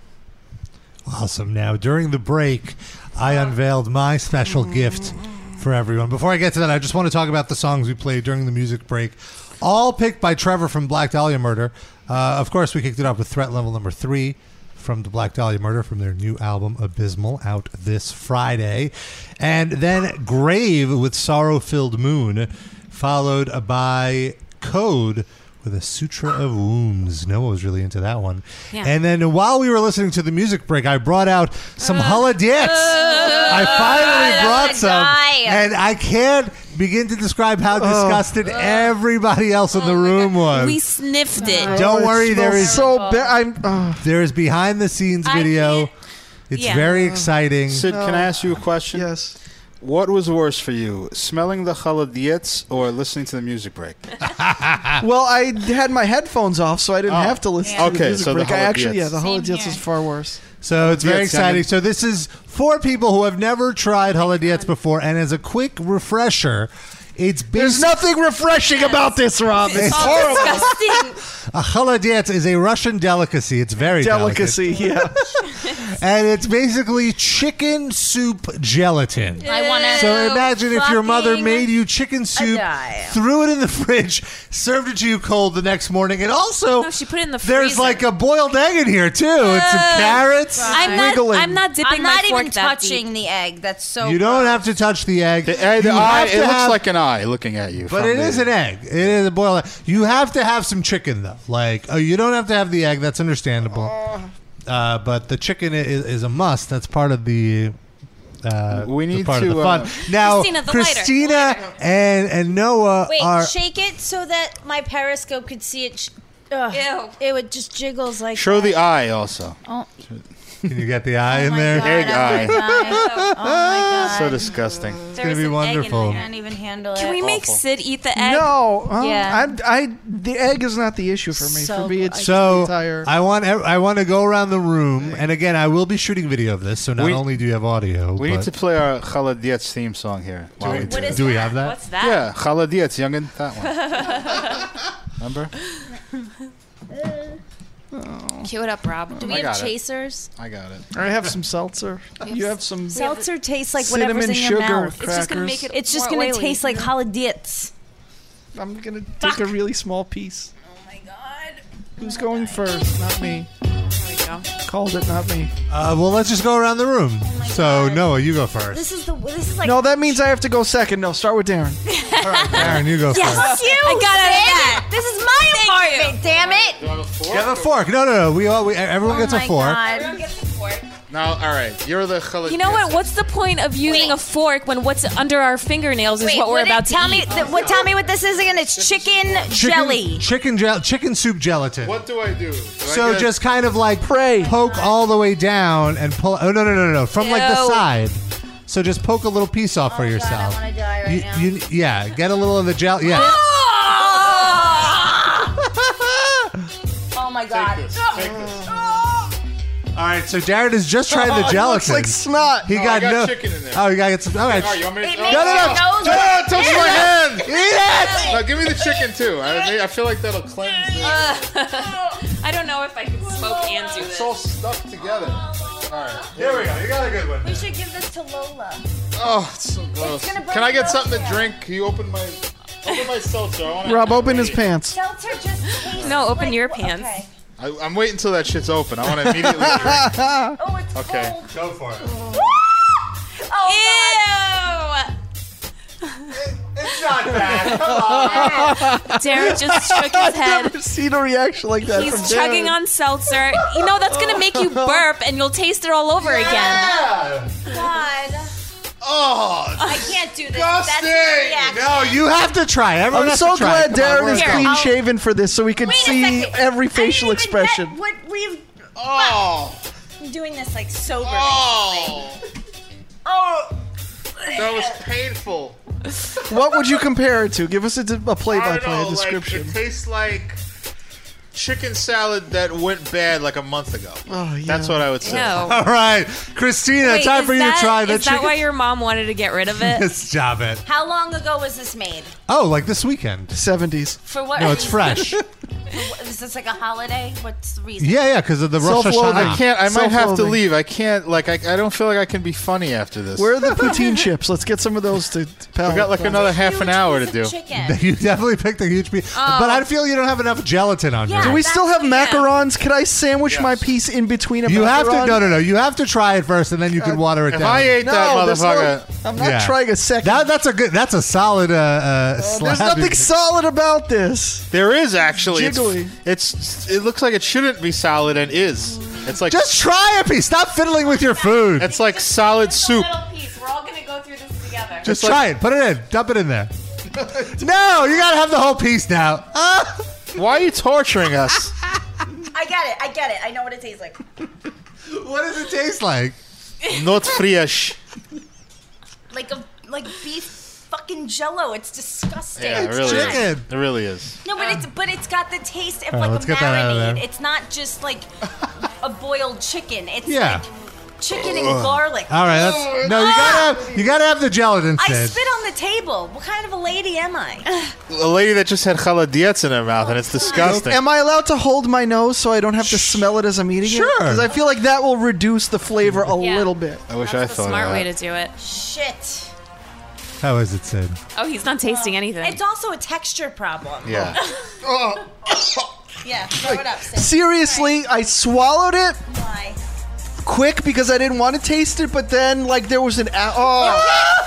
S1: Awesome. Now, during the break, I unveiled my special gift for everyone. Before I get to that, I just want to talk about the songs we played during the music break, all picked by Trevor from Black Dahlia Murder. Uh, of course, we kicked it off with Threat Level Number Three from the Black Dahlia Murder from their new album Abysmal out this Friday, and then Grave with Sorrow Filled Moon, followed by Code. With a Sutra of Wombs. Noah was really into that one.
S9: Yeah.
S1: And then while we were listening to the music break, I brought out some
S3: Uh.
S1: holodecks. I finally
S9: I
S1: brought
S9: wanna
S1: some,
S9: die.
S1: and I can't begin to describe
S4: Oh.
S1: how disgusted everybody else in the room was.
S3: Oh We sniffed it.
S1: Uh, Don't worry, there is
S4: so bad. I'm. Uh,
S1: there is behind the scenes video. It's
S4: yeah.
S1: very exciting.
S6: Sid, can I ask you a question?
S4: Yes.
S6: What was worse for you, smelling the chaladiets or listening to the music break?
S4: well, I had my headphones off, so I didn't
S6: Oh.
S4: have to listen.
S6: Yeah.
S4: to
S6: Okay,
S4: the music
S6: so the
S4: break. I
S6: holodets.
S4: actually, yeah, the
S6: Same
S4: holodets is far worse.
S1: So it's very
S6: Holodets, yeah.
S1: exciting. So this is for people who have never tried
S3: Oh
S1: holodiettes before, and as a quick refresher, it's
S4: There's nothing refreshing about this, Rob. It's,
S1: It's
S4: horrible.
S1: A chaladiet is a Russian delicacy. It's very
S4: Delicacy,
S1: delicate. and it's basically chicken soup gelatin.
S5: I wanna-
S1: So imagine if your mother
S5: Fucking
S1: made you chicken soup, threw it in the fridge, served it to you cold the next morning, and also
S3: No, she put it in the
S1: there's
S3: freezer.
S1: like a boiled egg in here too. It's some
S5: Ugh.
S1: carrots.
S5: I'm not-
S1: wiggling.
S5: I'm not
S3: dipping
S5: I'm
S3: my
S5: not
S3: fork
S5: even
S3: that
S5: touching the egg. That's so.
S1: you don't have to touch the egg. The
S6: Hey, the eye, it looks like an eye looking at you.
S1: But
S6: from
S1: it
S6: the-
S1: is an egg. It is a boiled egg. You have to have some chicken though. Like oh, you don't have to have the egg. That's understandable. Uh, but the chicken i- is, is a must. That's part of the. Uh,
S6: We
S1: the
S6: need
S1: part of
S6: to,
S1: the
S6: uh,
S1: fun. now,
S5: Christina, the lighter,
S1: Christina and and Noah
S5: Wait,
S1: are.
S5: shake it so that my periscope could see it. Sh- Ugh. It would just jiggles like.
S6: Show the eye also.
S5: Oh.
S1: Can you get the eye in there?
S5: God, Egg I'm gonna eye. die. Oh, my God.
S6: So disgusting.
S1: It's gonna be wonderful.
S5: can't even handle
S3: Can
S5: it.
S3: we make
S5: Awful.
S3: Sid eat the egg?
S4: No, uh,
S5: Yeah.
S4: I, I, the egg is not the issue for me.
S5: So
S4: for me, it's
S1: So
S4: the entire.
S1: I want ev- I want to go around the room, and again, I will be shooting video of this. So not
S6: We-
S1: only do you have audio,
S6: We need
S1: but
S6: to play our Chaladiets theme song here. while
S1: we-
S6: we
S1: what
S6: do
S1: is
S6: it.
S1: Do we that? have that? What's that?
S6: Yeah, Chaladiets, youngin, that one. Remember?
S3: Cue it up, Rob.
S5: Do we
S6: Oh, I
S5: have
S6: got it.
S5: chasers?
S6: I got it.
S4: I have some seltzer. You have some
S5: Seltzer tastes like
S4: cinnamon
S5: whatever's in your
S4: sugar
S5: mouth.
S4: It's just gonna make crackers. it
S5: It's just
S4: more
S5: gonna
S4: oily,
S5: taste
S4: you
S5: like
S4: know?
S5: holodits.
S4: I'm gonna take a really small piece. Oh my god. Who's going first? Not me. Called it, not me.
S1: uh, well, let's just go around the room. so Noah, you go first.
S5: is the. Oh This is
S4: no, that means I have to go second. No, start with Darren.
S1: Aaron, you go first.
S5: Yes, you. I got it. This is my apartment. Damn it.
S1: You have a fork. No, no, no. We all, we,
S5: Oh
S1: everyone gets a fork.
S6: Now, all right, you're the Chaladiets.
S3: You know what? What's the point of using a fork when what's under our fingernails is what we're
S5: it-
S3: about to
S5: tell
S3: eat?
S5: Me, th- what, tell me what this is again. It's chicken,
S1: Chicken,
S5: jelly.
S1: chicken, gel, chicken soup gelatin.
S6: What do I do? Do I
S1: So
S6: get-
S1: just kind of like pray, poke all the way down and pull. Oh no, no, no, no, no! From like the
S5: Ew.
S1: side. So just poke a little piece off for yourself. you, you- yeah, get a little of the gel. Yeah.
S5: Oh my god. Oh
S1: All right. So Jared has just tried the
S6: It
S1: gelatin.
S6: looks like snot.
S1: He
S6: No, I
S1: got,
S6: got
S1: no
S6: chicken in there.
S1: Oh, you got to get some. All right.
S6: All right, you want me to- It
S1: no,
S6: makes
S1: no,
S6: your
S1: no,
S6: nose
S1: no, no,
S6: look-
S1: touch
S6: Ew.
S1: my hand. Eat it.
S6: No, give me the chicken too. I, I feel like that'll cleanse. it.
S3: I don't know if I can smoke and do this. It's
S6: all stuck together. All right,
S1: here we go. You got a good one.
S5: We should give this to Lola.
S6: Oh, it's so gross.
S5: gonna burn
S6: Can I
S5: your
S6: get something to
S5: nose
S6: drink? Can you open my open my seltzer? I wanna-
S4: Rob, open his pants.
S5: Seltzer just tastes
S3: No, open
S5: like-
S3: your
S5: wha-
S3: pants.
S5: okay.
S6: I, I'm waiting until that shit's open. I want to immediately drink.
S5: Oh, it's
S6: Okay.
S5: cold.
S1: Go for it.
S5: Oh,
S3: Ew.
S1: Not bad. Come on.
S3: Derek just shook his
S4: I've
S3: head.
S4: never seen a reaction like that. from
S3: He's chugging
S4: Jared.
S3: on seltzer. You know that's gonna make you
S9: Oh.
S3: burp, and you'll taste it all over again.
S5: God.
S11: Oh,
S5: I can't do this. That's
S11: disgusting.
S5: the reaction.
S1: No, Oh, you have to try. Everyone
S4: I'm
S1: has
S4: so
S1: to try. Come
S4: glad
S1: on,
S4: Darren
S1: we're
S4: is
S1: here.
S4: clean
S1: I'll-
S4: shaven for this, so we can see
S5: second.
S4: every facial expression.
S5: What we've.
S11: Oh.
S5: I'm doing this like sober.
S11: Oh.
S5: Oh.
S11: that was painful.
S4: what would you compare it to? Give us a, d- a
S11: I
S4: play-by-play
S11: don't know,
S4: a description.
S11: Like, it tastes like chicken salad that went bad like a month ago.
S4: Oh, yeah.
S11: That's what I would say.
S3: No.
S1: All right, Christina,
S3: Wait,
S1: time
S3: is
S1: for you
S3: that-
S1: to try the
S3: Is that
S1: chicken.
S3: why your mom wanted to get rid of it?
S1: Yes, job it.
S5: How long ago was this made?
S1: Oh, like this weekend.
S4: 70s.
S5: For what?
S1: No, it's fresh. yeah,
S5: Is this like a holiday? What's the reason?
S1: yeah, because of the Rosh
S4: Self-loathing.
S1: Hashanah.
S4: Ah.
S6: I can't. I might have to
S4: Self-loathing.
S6: leave. I can't. Like, I, I don't feel like I can be funny after this.
S4: Where are the poutine chips? Let's get some of those to pal.
S6: we got like another half an hour to do.
S5: Chicken.
S1: You definitely picked a huge piece, but I feel you don't have enough gelatin on
S5: Yeah.
S4: Do
S1: yours.
S4: we still have
S5: That's- yeah.
S4: macarons? Can I sandwich my piece in between a
S1: You have to
S4: macaron?
S1: no no no. You have to try it first, and then you can water it
S6: Uh, If
S1: down.
S6: I ate
S4: No,
S6: that
S4: there's
S6: motherfucker,
S4: no- I'm not
S1: Yeah.
S4: trying a second.
S1: that, that's a good. That's a solid uh, uh, slab.
S4: There's nothing solid about this.
S6: there is actually. It's,
S4: Jiggly.
S6: it's. It looks like it shouldn't be solid and is. It's like
S1: Just try a piece. Stop fiddling with your food.
S6: It's like solid soup.
S3: piece. We're all gonna go through this together.
S1: Just try it. Put it in. Dump it in there. no, you gotta have the whole piece now. Ah.
S6: Why are you torturing us?
S5: I get it. I get it. I know what it tastes like.
S1: what does it taste like?
S6: Not fresh.
S5: Like a like beef fucking jello. It's disgusting.
S6: Yeah, it
S1: It's
S6: really is.
S1: chicken.
S6: It really is.
S5: No, but it's but it's got the taste of
S1: All right,
S5: like
S1: Uh, let's
S5: a
S1: get that out of
S5: marinade.
S1: there.
S5: It's not just like a boiled chicken. It's
S1: Yeah.
S5: like chicken and garlic. Oh,
S1: All right.
S6: Oh,
S1: That's, no, you gotta have, you gotta have the gelatin.
S5: I
S1: Sid.
S5: spit on the table. What kind of a lady am I?
S6: A lady that just had chaladiets in her mouth, and it's disgusting.
S4: Am I allowed to hold my nose so I don't have to smell it as I'm eating it?
S1: Sure.
S4: Because I feel like that will reduce the flavor a
S3: Yeah.
S4: little bit.
S6: I wish I
S3: That's the
S6: thought
S3: smart
S6: of
S3: way
S6: that.
S3: to do it.
S5: Shit.
S1: How is it, Sid?
S3: Oh, he's not tasting anything.
S5: It's also a texture problem.
S6: Yeah. Oh.
S5: Yeah, throw it up. Sid.
S4: Seriously, I swallowed it
S5: Why?
S4: quick because I didn't want to taste it, but then like there was an a- oh,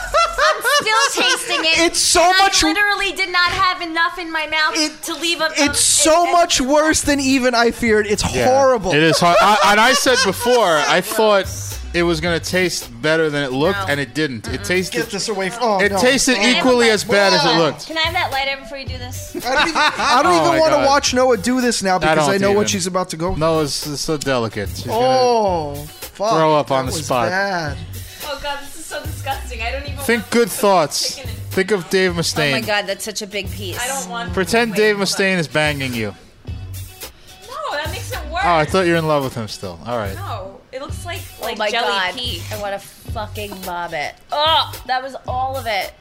S5: I'm still tasting it.
S4: It's so
S5: and
S4: much-
S5: I literally did not have enough in my mouth
S4: It-
S5: to leave a.
S4: it's so much worse than even I feared. It's
S6: Yeah.
S4: horrible.
S6: It is hard. I, and I said before, I thought it was gonna taste better than it looked,
S5: No.
S6: and it didn't. It tasted.
S4: Get this away from. Oh,
S6: It
S4: no.
S6: tasted equally as bad as it looked.
S5: Can I have that lighter before you do this?
S4: I don't even, I don't
S6: Oh
S4: even
S6: my
S4: want to
S6: God.
S4: watch Noah do this now because
S6: don't
S4: I know
S6: even.
S4: what she's about to go.
S6: No, it's, it's so delicate. She's gonna-
S4: Oh, fuck!
S6: Throw up on
S4: That
S6: the
S4: was
S6: spot.
S4: bad.
S3: Oh god, this is so disgusting. I don't even
S6: Think good thoughts. Think of Dave Mustaine.
S5: Oh my god, that's such a big piece.
S3: want.
S6: Pretend Dave Mustaine is banging you.
S3: No, that makes it worse.
S6: Oh, I thought you were in love with him still. All right.
S3: no, it looks like
S5: Oh
S3: like
S5: my
S3: jelly
S5: god.
S3: pea.
S5: I want to fucking mob it. Oh, that was all of it.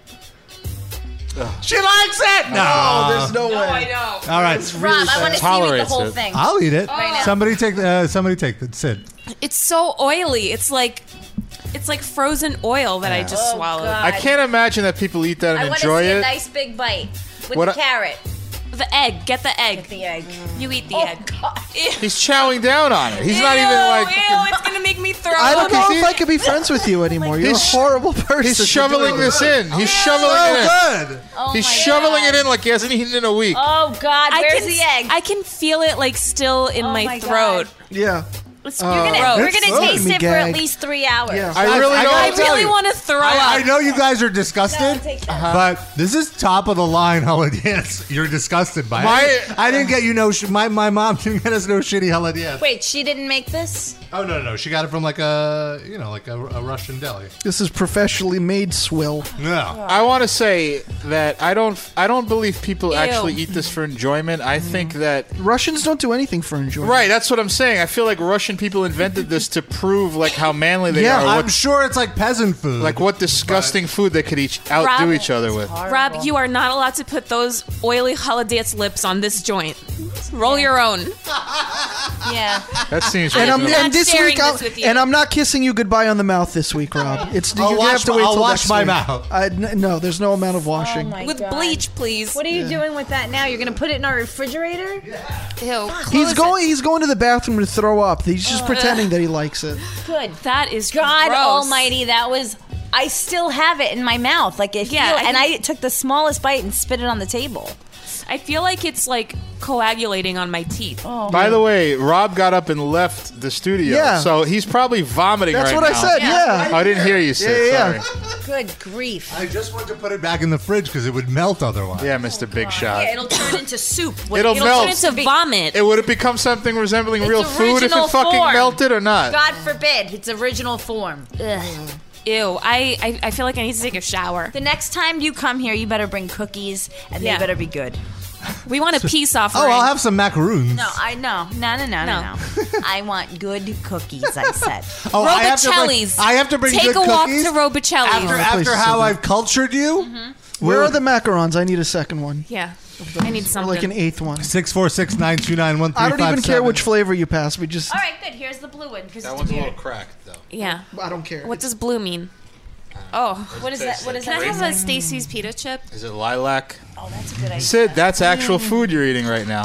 S1: She likes it. No.
S4: Oh, there's no way.
S3: know.
S1: Uh, All right.
S5: Rob, I want to see you eat the
S6: Tolerates
S5: whole
S6: it.
S5: thing.
S1: I'll eat it.
S5: Right now.
S1: Somebody take uh, somebody take the Sid.
S3: It's so oily. It's like it's like frozen oil that I just
S5: Oh,
S3: swallowed.
S5: God.
S6: I can't imagine that people eat that and
S5: I want to
S6: enjoy
S5: see a
S6: it.
S5: nice big bite with
S6: What
S5: the
S6: I-
S5: carrot.
S3: The egg. Get the egg.
S5: The egg.
S3: You eat the
S5: Oh,
S3: egg.
S5: God.
S6: He's chowing down on it. He's not even like
S3: Ew, it's gonna make me throw
S4: I
S3: up.
S4: don't know if I could be friends with you anymore. You're a
S6: He's-
S4: horrible person.
S6: he's
S4: for
S6: shoveling
S4: doing
S6: this in. He's shoveling it in.
S1: good.
S5: Oh
S6: He's
S5: my
S6: shoveling
S5: God.
S6: it in like he hasn't eaten in a week.
S5: Oh god,
S3: I
S5: where's
S3: can,
S5: the egg?
S3: I can feel it like still in
S5: Oh
S3: my,
S5: my
S3: throat.
S5: God.
S4: Yeah. Uh,
S3: It's
S5: You're gonna-
S1: Oh,
S3: gross.
S5: we're
S4: that's
S5: gonna
S4: good.
S5: taste
S4: Me
S5: it for at
S4: gag.
S5: least three hours.
S4: Yeah.
S6: I really
S1: I
S6: don't.
S1: gotta
S3: I
S1: I'll tell
S3: really
S1: you.
S3: want to throw
S1: I, I
S3: up.
S1: know you guys are disgusted,
S5: No, take that.
S1: but this is top of the line holidays. You're disgusted by
S6: My-
S1: it. I didn't get you no. Sh- my my mom didn't get us no shitty holidays.
S5: Wait, she didn't make this?
S1: Oh no no no! She got it from like a you know like a, a Russian deli.
S4: This is professionally made swill.
S1: No.
S6: I want to say that I don't. I don't believe people
S3: Ew.
S6: actually eat this for enjoyment. I think that
S4: Russians don't do anything for enjoyment.
S6: right. That's what I'm saying. I feel like Russian people invented this to prove like how manly they
S4: Yeah,
S6: are.
S1: I'm
S6: what,
S1: sure it's like peasant food.
S6: like what disgusting food they could each outdo
S3: Rob-
S6: each other with.
S3: Rob, you are not allowed to put those oily holiday's lips on this joint. Roll your own.
S5: Yeah.
S6: That seems.
S4: And, I'm,
S6: reasonable.
S3: not
S4: and this
S3: sharing
S4: week, I'll-
S3: this with you. Oh.
S4: and I'm not kissing you goodbye on the mouth this week, Rob. It's
S1: I'll
S4: you
S1: wash
S4: have to
S1: my-
S4: wait
S1: I'll
S4: till
S1: wash
S4: next
S1: my
S4: week.
S1: mouth.
S4: I, n- no, there's no amount of washing.
S3: With bleach, please.
S5: Oh What are you doing with that now? You're gonna put it in our refrigerator?
S3: Ew,
S4: he's going. He's going to the bathroom to throw up. He's just pretending that he likes it.
S5: Good.
S3: That is
S5: God
S3: gross.
S5: Almighty, that was I still have it in my mouth. Like it
S3: Yeah,
S5: feel-
S3: I
S5: and I
S3: think-
S5: took the smallest bite and spit it on the table.
S3: I feel like it's like coagulating on my teeth. Oh.
S6: By the way, Rob got up and left the studio,
S3: Yeah.
S6: so he's probably vomiting
S3: That's
S6: right
S3: what I
S6: now.
S3: said, Yeah. yeah.
S6: I didn't hear you, Sid.
S1: Yeah, yeah,
S6: Sorry.
S5: Good grief.
S1: I just want to put it back in the fridge because it would melt otherwise.
S6: Yeah, Mr. Big Shot.
S5: it'll turn into soup.
S6: It'll melt.
S3: vomit.
S6: It would have become something resembling
S5: It's
S6: real food if
S5: original
S6: it fucking
S5: form.
S6: melted or not.
S5: God forbid, its original form. Ugh.
S3: Ew, I, I, I feel like I need to take a shower.
S5: The next time you come here, you better bring cookies, and
S3: Yeah.
S5: they better be good.
S3: We want a peace offering.
S1: Oh, I'll have some macaroons.
S5: No, I no, no, no, no, no. no. I want good cookies. I said.
S1: Oh, I have to bring- Robicelli's. I have to bring Take good a walk cookies? to
S3: Robicelli's.
S1: After, after how I've cultured you,
S3: Mm-hmm.
S4: Where are the macarons? I need a second one.
S3: Yeah, I need something.
S4: Like an eighth one.
S1: Six four six nine two nine one three
S4: I
S1: five
S4: don't
S1: seven.
S4: even care which flavor you pass. We just
S5: All right, good. Here's the blue one because it's
S1: one's a
S5: weird.
S1: little cracked, though. Uh,
S3: Yeah,
S4: I don't care.
S3: What does blue mean? Oh,
S5: What is that? What is
S3: Can
S5: that?
S3: I have a Stacy's pita chip?
S6: Is it lilac?
S5: Oh, that's a good idea. Mm.
S6: Sid, that's actual food you're eating right now.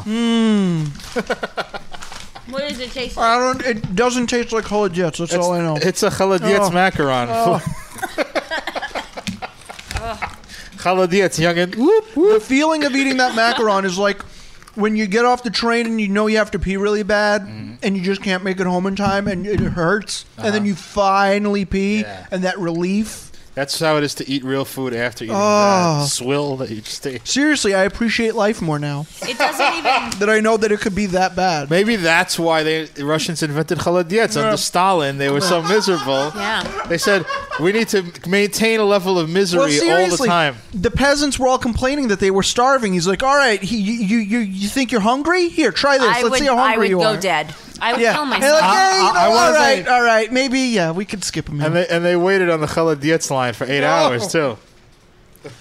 S5: What does it taste
S4: I don't. It doesn't taste like Holy Jets. That's
S6: It's-
S4: all I know.
S6: It's a chaladietz
S4: Oh.
S6: macaron.
S4: Oh.
S6: Chaladietz, youngin.
S4: The feeling of eating that macaron is like when you get off the train and you know you have to pee really bad
S6: Mm-hmm.
S4: and you just can't make it home in time and it hurts and
S6: Uh-huh.
S4: then you finally pee and that relief.
S6: That's how it is to eat real food after eating
S4: Oh.
S6: that swill that you just ate.
S4: Seriously, I appreciate life more now.
S5: It doesn't even.
S4: That I know that it could be that bad.
S6: Maybe that's why they, the Russians invented chaladietz
S4: Yeah.
S6: under Stalin. They were so miserable.
S3: Yeah.
S6: They said, we need to maintain a level of
S4: Well,
S6: misery all the
S4: seriously,
S6: time.
S4: the peasants were all complaining that they were starving. He's like, "All right, he, you, you, you think you're hungry? Here, try this.
S5: I
S4: Let's
S5: would,
S4: see how
S5: I
S4: hungry
S5: would
S4: you
S5: go
S4: are."
S5: dead. I
S4: yeah. They're like, "Hey, you know, all right, all right, maybe yeah, we could skip him.
S6: And they, and they waited on the chaladietz line for eight
S4: No.
S6: hours, too.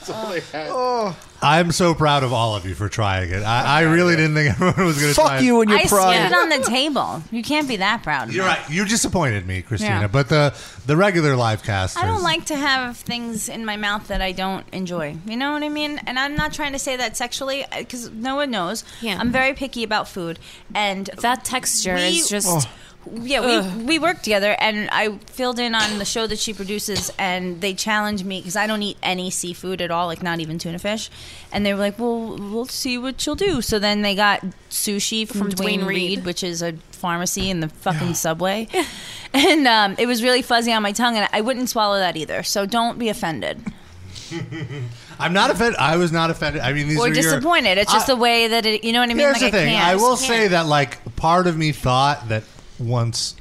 S4: Oh,
S1: I'm so proud of all of you for trying it. I, I really didn't think everyone was going to try it.
S5: I spit it on the table. You can't be that proud. of
S1: You're
S5: me.
S1: right. You disappointed me, Christina.
S5: Yeah.
S1: But the the regular live casters.
S5: I don't like to have things in my mouth that I don't enjoy. You know what I mean? And I'm not trying to say that sexually because no one knows. Yeah. I'm very picky about food, and
S3: that texture is just- Oh.
S5: Yeah,
S3: Ugh.
S5: we, we work together, and I filled in on the show that she produces, and they challenged me because I don't eat any seafood at all, like not even tuna fish. And they were like, "Well, we'll see what she'll do." So then they got sushi from,
S3: From
S5: Dwayne,
S3: Dwayne
S5: Reed,
S3: Reed.
S5: which is a pharmacy in the fucking subway, and um, it was really fuzzy on my tongue, and I wouldn't swallow that either. So don't be offended
S1: I'm not offended. I was not offended. I mean, these
S5: or
S1: are your-
S5: disappointed. It's just the way that it. You know what I mean?
S1: Here's
S5: like,
S1: the thing.
S5: can't-
S1: I, will
S5: just
S1: say
S5: can't.
S1: that like part of me thought that once,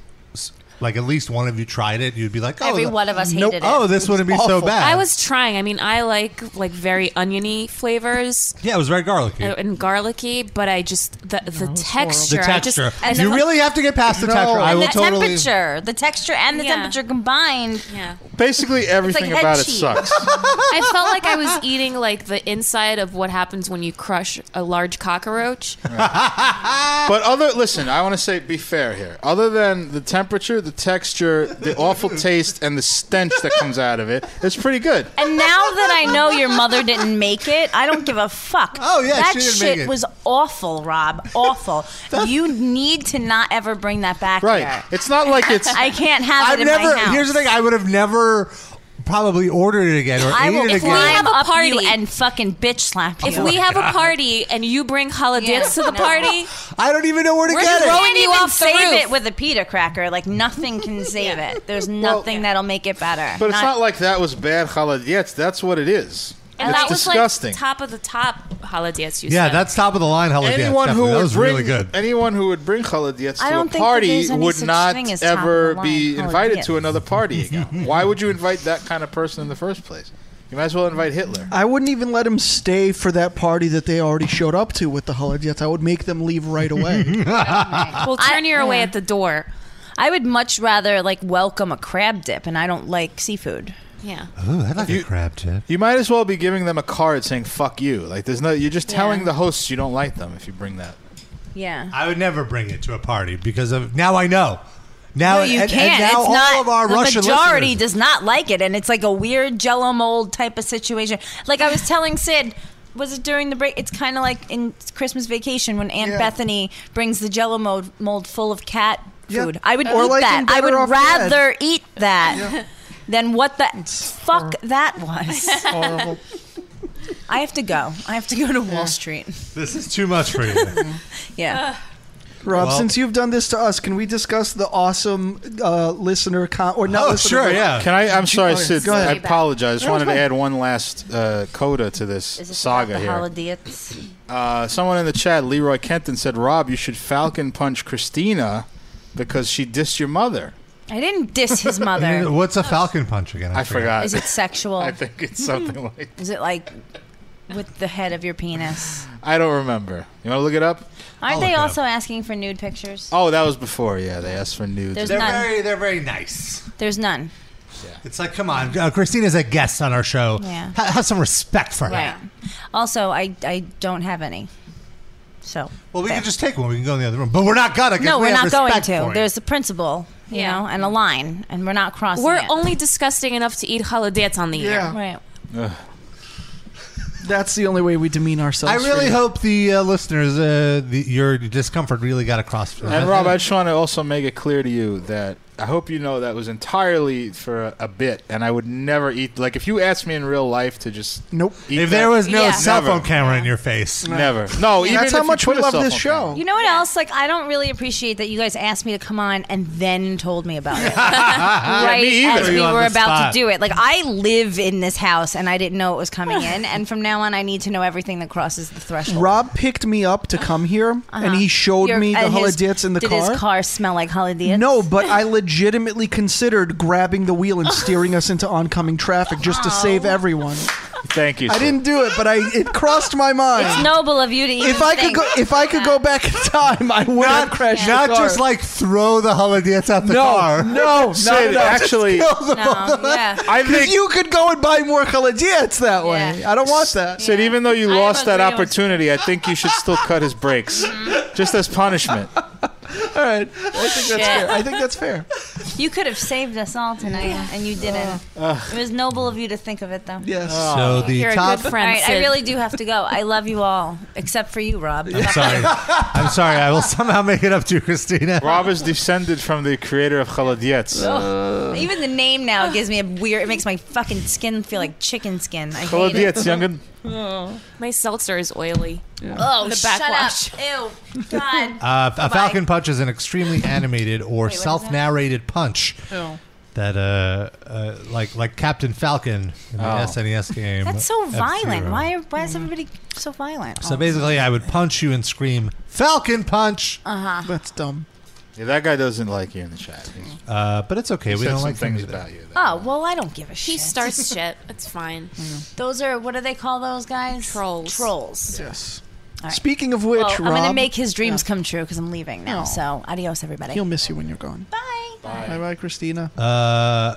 S1: like at least one of you tried it, you'd be like, oh,
S3: Every one of us hated it.
S1: Oh, this wouldn't be so bad.
S3: I was trying. I mean, I like like very oniony flavors.
S1: Yeah, it was very
S5: Oh,
S1: garlicky.
S3: uh, and garlicky, but I just the the texture.
S1: The
S3: I just-
S1: texture. You really have to get past the No. texture. I
S5: And
S1: will
S5: the
S1: totally-
S5: temperature, the texture, and the temperature combined.
S3: Yeah.
S6: Basically, everything
S3: head
S6: about it
S3: cheese.
S6: sucks.
S3: I felt like I was eating like the inside of what happens when you crush a large cockroach.
S6: But other, listen, I want to say, be fair here. Other than the temperature, the texture, the awful taste, and the stench that comes out of it, it's pretty good.
S5: And now that I know your mother didn't make it, I don't give a fuck. Oh
S6: yeah,
S5: that
S6: she didn't
S5: shit
S6: make it.
S5: was awful, Rob. Awful. you need to not ever bring that back.
S1: Right.
S5: here.
S6: It's not like it's.
S5: I can't have
S1: I've
S5: it in
S1: never.
S5: my house.
S1: Here's the thing. I would have never probably ordered it again or
S5: I
S1: ate
S5: will
S1: it
S5: climb
S1: again.
S5: up you and fucking bitch slap you.
S3: If we have a party and you bring holodets to the party,
S1: I don't even know where to
S3: We're
S1: get it.
S3: throwing you
S5: even
S3: off the
S5: save
S3: roof.
S5: it with a pita cracker. Like nothing can save it. There's nothing that'll make it better.
S6: But it's not like that was bad chaladietz. That's what it is.
S3: and
S6: it's
S3: that was
S6: disgusting.
S3: like top of the top holodets. You
S1: yeah,
S3: said.
S1: that's top of the line. Holiday
S6: anyone who
S1: that
S6: would
S1: was
S6: bring,
S1: really good.
S6: Anyone who would bring chaladietz to
S5: I
S6: a
S5: don't think that
S6: party
S5: there's any
S6: would
S5: such
S6: not
S5: thing as top of
S6: ever
S5: the
S6: be
S5: line
S6: invited
S5: chaladietz.
S6: to another party again. Why would you invite that kind of person in the first place? You might as well invite Hitler.
S4: I wouldn't even let him stay for that party that they already showed up to with the Holodettes. I would make them leave right away.
S3: We'll turn you away at the door.
S5: I would much rather like welcome a crab dip, and I don't like seafood.
S3: Yeah.
S1: Ooh, I like a crab tip.
S6: You might as well be giving them a card saying "fuck you." Like there's no. You're just telling the hosts you don't like them if you bring that.
S5: Yeah.
S1: I would never bring it to a party because of now I know. Now
S5: no, you
S1: and,
S5: can't.
S1: And now
S5: it's
S1: all
S5: not.
S1: of our
S5: the
S1: Russian
S5: majority
S1: listeners-
S5: does not like it, and it's like a weird Jello mold type of situation. Like I was telling Sid. Was it during the break? It's kind of like in Christmas Vacation when Aunt
S4: Yeah.
S5: Bethany brings the Jello mold mold full of cat
S4: Yeah.
S5: food. I would
S4: Or
S5: eat
S4: like in
S5: that. I
S4: Better Off
S5: would
S4: Dead.
S5: rather eat that. than what the fuck that was.
S1: horrible.
S5: I have to go. I have to go to Wall Street.
S1: This is too much for you.
S5: Yeah.
S4: Rob,
S1: Well-
S4: since you've done this to us, can we discuss the awesome uh, listener con- or
S6: Oh,
S1: Oh,
S4: not? listener, but-
S6: Can I? I'm sorry,
S4: Go ahead.
S6: Sid.
S4: Go ahead.
S6: I apologize. Just
S4: No, it's
S6: wanted to
S4: fine.
S6: add one last uh, coda to this
S5: Is this
S6: saga
S5: about the
S6: here.
S5: holidays?
S6: Uh, someone in the chat, Leroy Kenton, said, "Rob, you should Falcon punch Christina because she dissed your mother."
S5: I didn't diss his mother.
S1: Uh,
S5: Oh.
S1: What's a falcon punch again?
S6: I forgot.
S5: Is it sexual? I
S6: think it's something like.
S5: Is it like with the head of your penis?
S6: I don't remember. You want to look it up?
S5: Aren't
S6: I'll
S5: they
S6: look it
S5: also
S6: up.
S5: asking for nude pictures?
S6: Oh, that was before. Yeah, they asked for nudes.
S5: There's They're none. very-
S1: they're very nice.
S5: There's none.
S1: It's like, come on, uh, Christina's a guest on our show.
S5: Yeah.
S1: Ha- have some respect for her.
S5: Right. Also, I I don't have any. So.
S1: Well, we
S5: there.
S1: can just take one. We can go in the other room, but we're not gonna. 'cause
S5: No,
S1: we
S5: we're
S1: have
S5: not going
S1: respect for
S5: to.
S1: it.
S5: There's a principle, you know, and a line, and we're not crossing.
S3: We're
S5: it.
S3: only disgusting enough to eat holidays on the
S5: Yeah.
S3: air.
S5: Right.
S4: That's the only way we demean ourselves.
S1: I really
S4: Freddie.
S1: hope the uh, listeners, uh, the, your discomfort really got across. to them.
S6: And Rob, I just want to also make it clear to you that I hope you know that was entirely for a, a bit, and I would never eat. Like if you asked me in real life to just
S4: nope,
S1: if there was no cell phone
S6: camera,
S1: camera in your face,
S6: never. No, even
S4: That's
S6: if
S4: how
S6: you
S4: much
S6: put
S4: we
S6: a
S4: love
S6: cell
S4: this
S6: phone
S4: show.
S5: You know what else? Like, I don't really appreciate that you guys asked me to come on and then told me about it. right
S6: me either.
S5: as
S6: Put
S5: we
S6: you on
S5: were
S6: the
S5: about
S6: spot.
S5: to do it. Like, I live in this house, and I didn't know it was coming in. And from now on, I need to know everything that crosses the threshold.
S4: Rob picked me up to come here,
S5: Uh-huh.
S4: and he showed
S5: Your-
S4: me the
S5: and his-
S4: holodets in the
S5: did
S4: car.
S5: his car smell like holodets?
S4: No, but I legitimately considered grabbing the wheel and steering us into oncoming traffic just to save
S5: Oh.
S4: everyone.
S6: Thank you.
S4: I
S6: sir.
S4: didn't do it, but I it crossed my mind.
S5: It's noble of you to even
S4: if I could
S5: think.
S4: go, if I could go back in time, I would not, have crashed.
S1: not
S4: the car.
S1: just like throw the holidays out the
S4: no,
S1: car.
S4: no, no,
S6: Sid,
S4: no,
S6: actually-
S4: just kill them
S5: No,
S4: all.
S5: yeah.
S6: I
S4: 'Cause
S6: think-
S4: you could go and buy more holodets that way. I don't want that.
S6: Sid, even though you
S5: I am
S6: lost that
S5: agreeable.
S6: opportunity, I think you should still cut his brakes,
S5: Mm-hmm.
S6: just as punishment.
S4: All right, I think that's fair. I think that's fair.
S5: You could have saved us all tonight, and you didn't. it was noble of you to think of it, though.
S4: Uh, Yes.
S1: So the
S3: You're a
S1: top.
S3: good
S5: All
S3: friend.
S5: right, I
S3: Sid.
S5: really do have to go. I love you all, except for you, Rob.
S1: I'm sorry. I'm sorry. I will somehow make it up to you, Christina.
S6: Rob is descended from the creator of Chaladietz. Uh,
S5: Even the name now gives me a weird. It makes my fucking skin feel like chicken skin. I hate it.
S6: Chaladietz, youngin.
S3: Oh. My seltzer is oily.
S5: Oh,
S3: The backwash.
S5: shut up! Ew, God.
S1: Uh, a falcon punch is an extremely animated or
S5: that?
S1: self-narrated punch
S5: Ew.
S1: that, uh, uh, like like Captain Falcon in the
S6: Oh.
S1: SNES game.
S5: That's so
S1: F-Zero.
S5: violent. Why? Are, why is everybody so violent?
S1: So basically, I would punch you and scream "Falcon punch,"
S5: uh huh.
S4: That's dumb.
S6: Yeah, that guy doesn't like you in the chat. He
S1: uh, but it's okay.
S6: said
S1: we don't
S6: some
S1: like them
S6: things
S1: either.
S6: about you.
S5: Oh well, I don't give a shit.
S3: He starts shit. It's fine.
S5: Those are what do they call those guys?
S3: Trolls.
S5: Trolls.
S4: Yes.
S5: right.
S4: Speaking of which,
S5: Well, I'm
S4: Rob,
S5: gonna make his dreams come true because I'm leaving now.
S4: No.
S5: So adios, everybody.
S4: he'll miss you when you're gone.
S5: Bye.
S4: Bye, bye, Christina.
S1: Uh,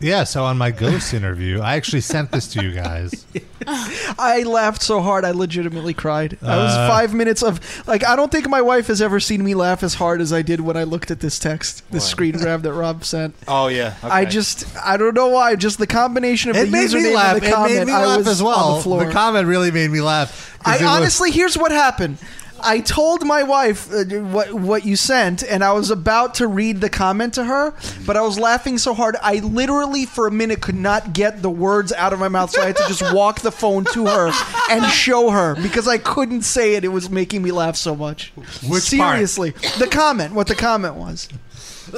S1: yeah. So on my ghost interview, I actually sent this to you guys.
S4: I laughed so hard I legitimately cried. I was
S1: Uh.
S4: five minutes of like I don't think my wife has ever seen me laugh as hard as I did when I looked at this text, this screen grab that Rob sent.
S6: Oh yeah.
S4: I just I don't know why, just the combination of
S1: It
S4: the
S1: made
S4: username
S1: me laugh.
S4: and the
S1: It
S4: comment.
S1: made me
S4: I
S1: laugh
S4: was
S1: as
S4: on
S1: well.
S4: the floor.
S1: comment really made me laugh. 'cause
S4: I
S1: it was-
S4: honestly, here's what happened. I told my wife uh, what what you sent, and I was about to read the comment to her, but I was laughing so hard I literally for a minute could not get the words out of my mouth, so I had to just walk the phone to her and show her because I couldn't say it. It was making me laugh so much.
S1: Which part?
S4: seriously, the comment, what the comment was.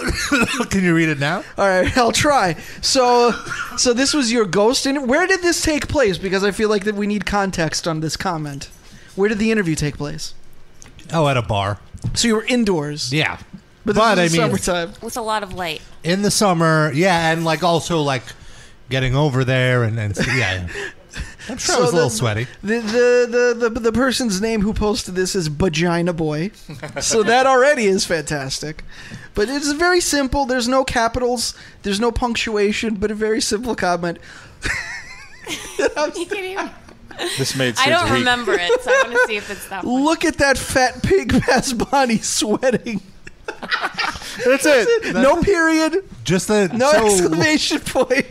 S1: can you read it now?
S4: All right, I'll try. So, so this was your ghost. In where did this take place? Because I feel like that we need context on this comment. Where did the interview take place?
S1: Oh, at a bar.
S4: So you were indoors,
S1: Yeah.
S4: but, this
S1: But
S4: is
S1: I mean,
S4: summertime.
S3: With a lot of light.
S1: in the summer, yeah, and like also like getting over there, and, and yeah, yeah. I'm sure I
S4: So
S1: was a little
S4: the-
S1: sweaty.
S4: The the, the the the person's name who posted this is Vagina Boy, so that already is fantastic. But it's very simple. There's no capitals. There's no punctuation. But a very simple comment.
S6: This made
S3: I
S6: Sid's
S3: don't
S6: week.
S3: remember it, so I want to see if it's that one.
S4: Look at that fat pig past Bonnie sweating.
S6: That's it.
S4: no period.
S1: Just the
S4: No
S1: so
S4: exclamation point.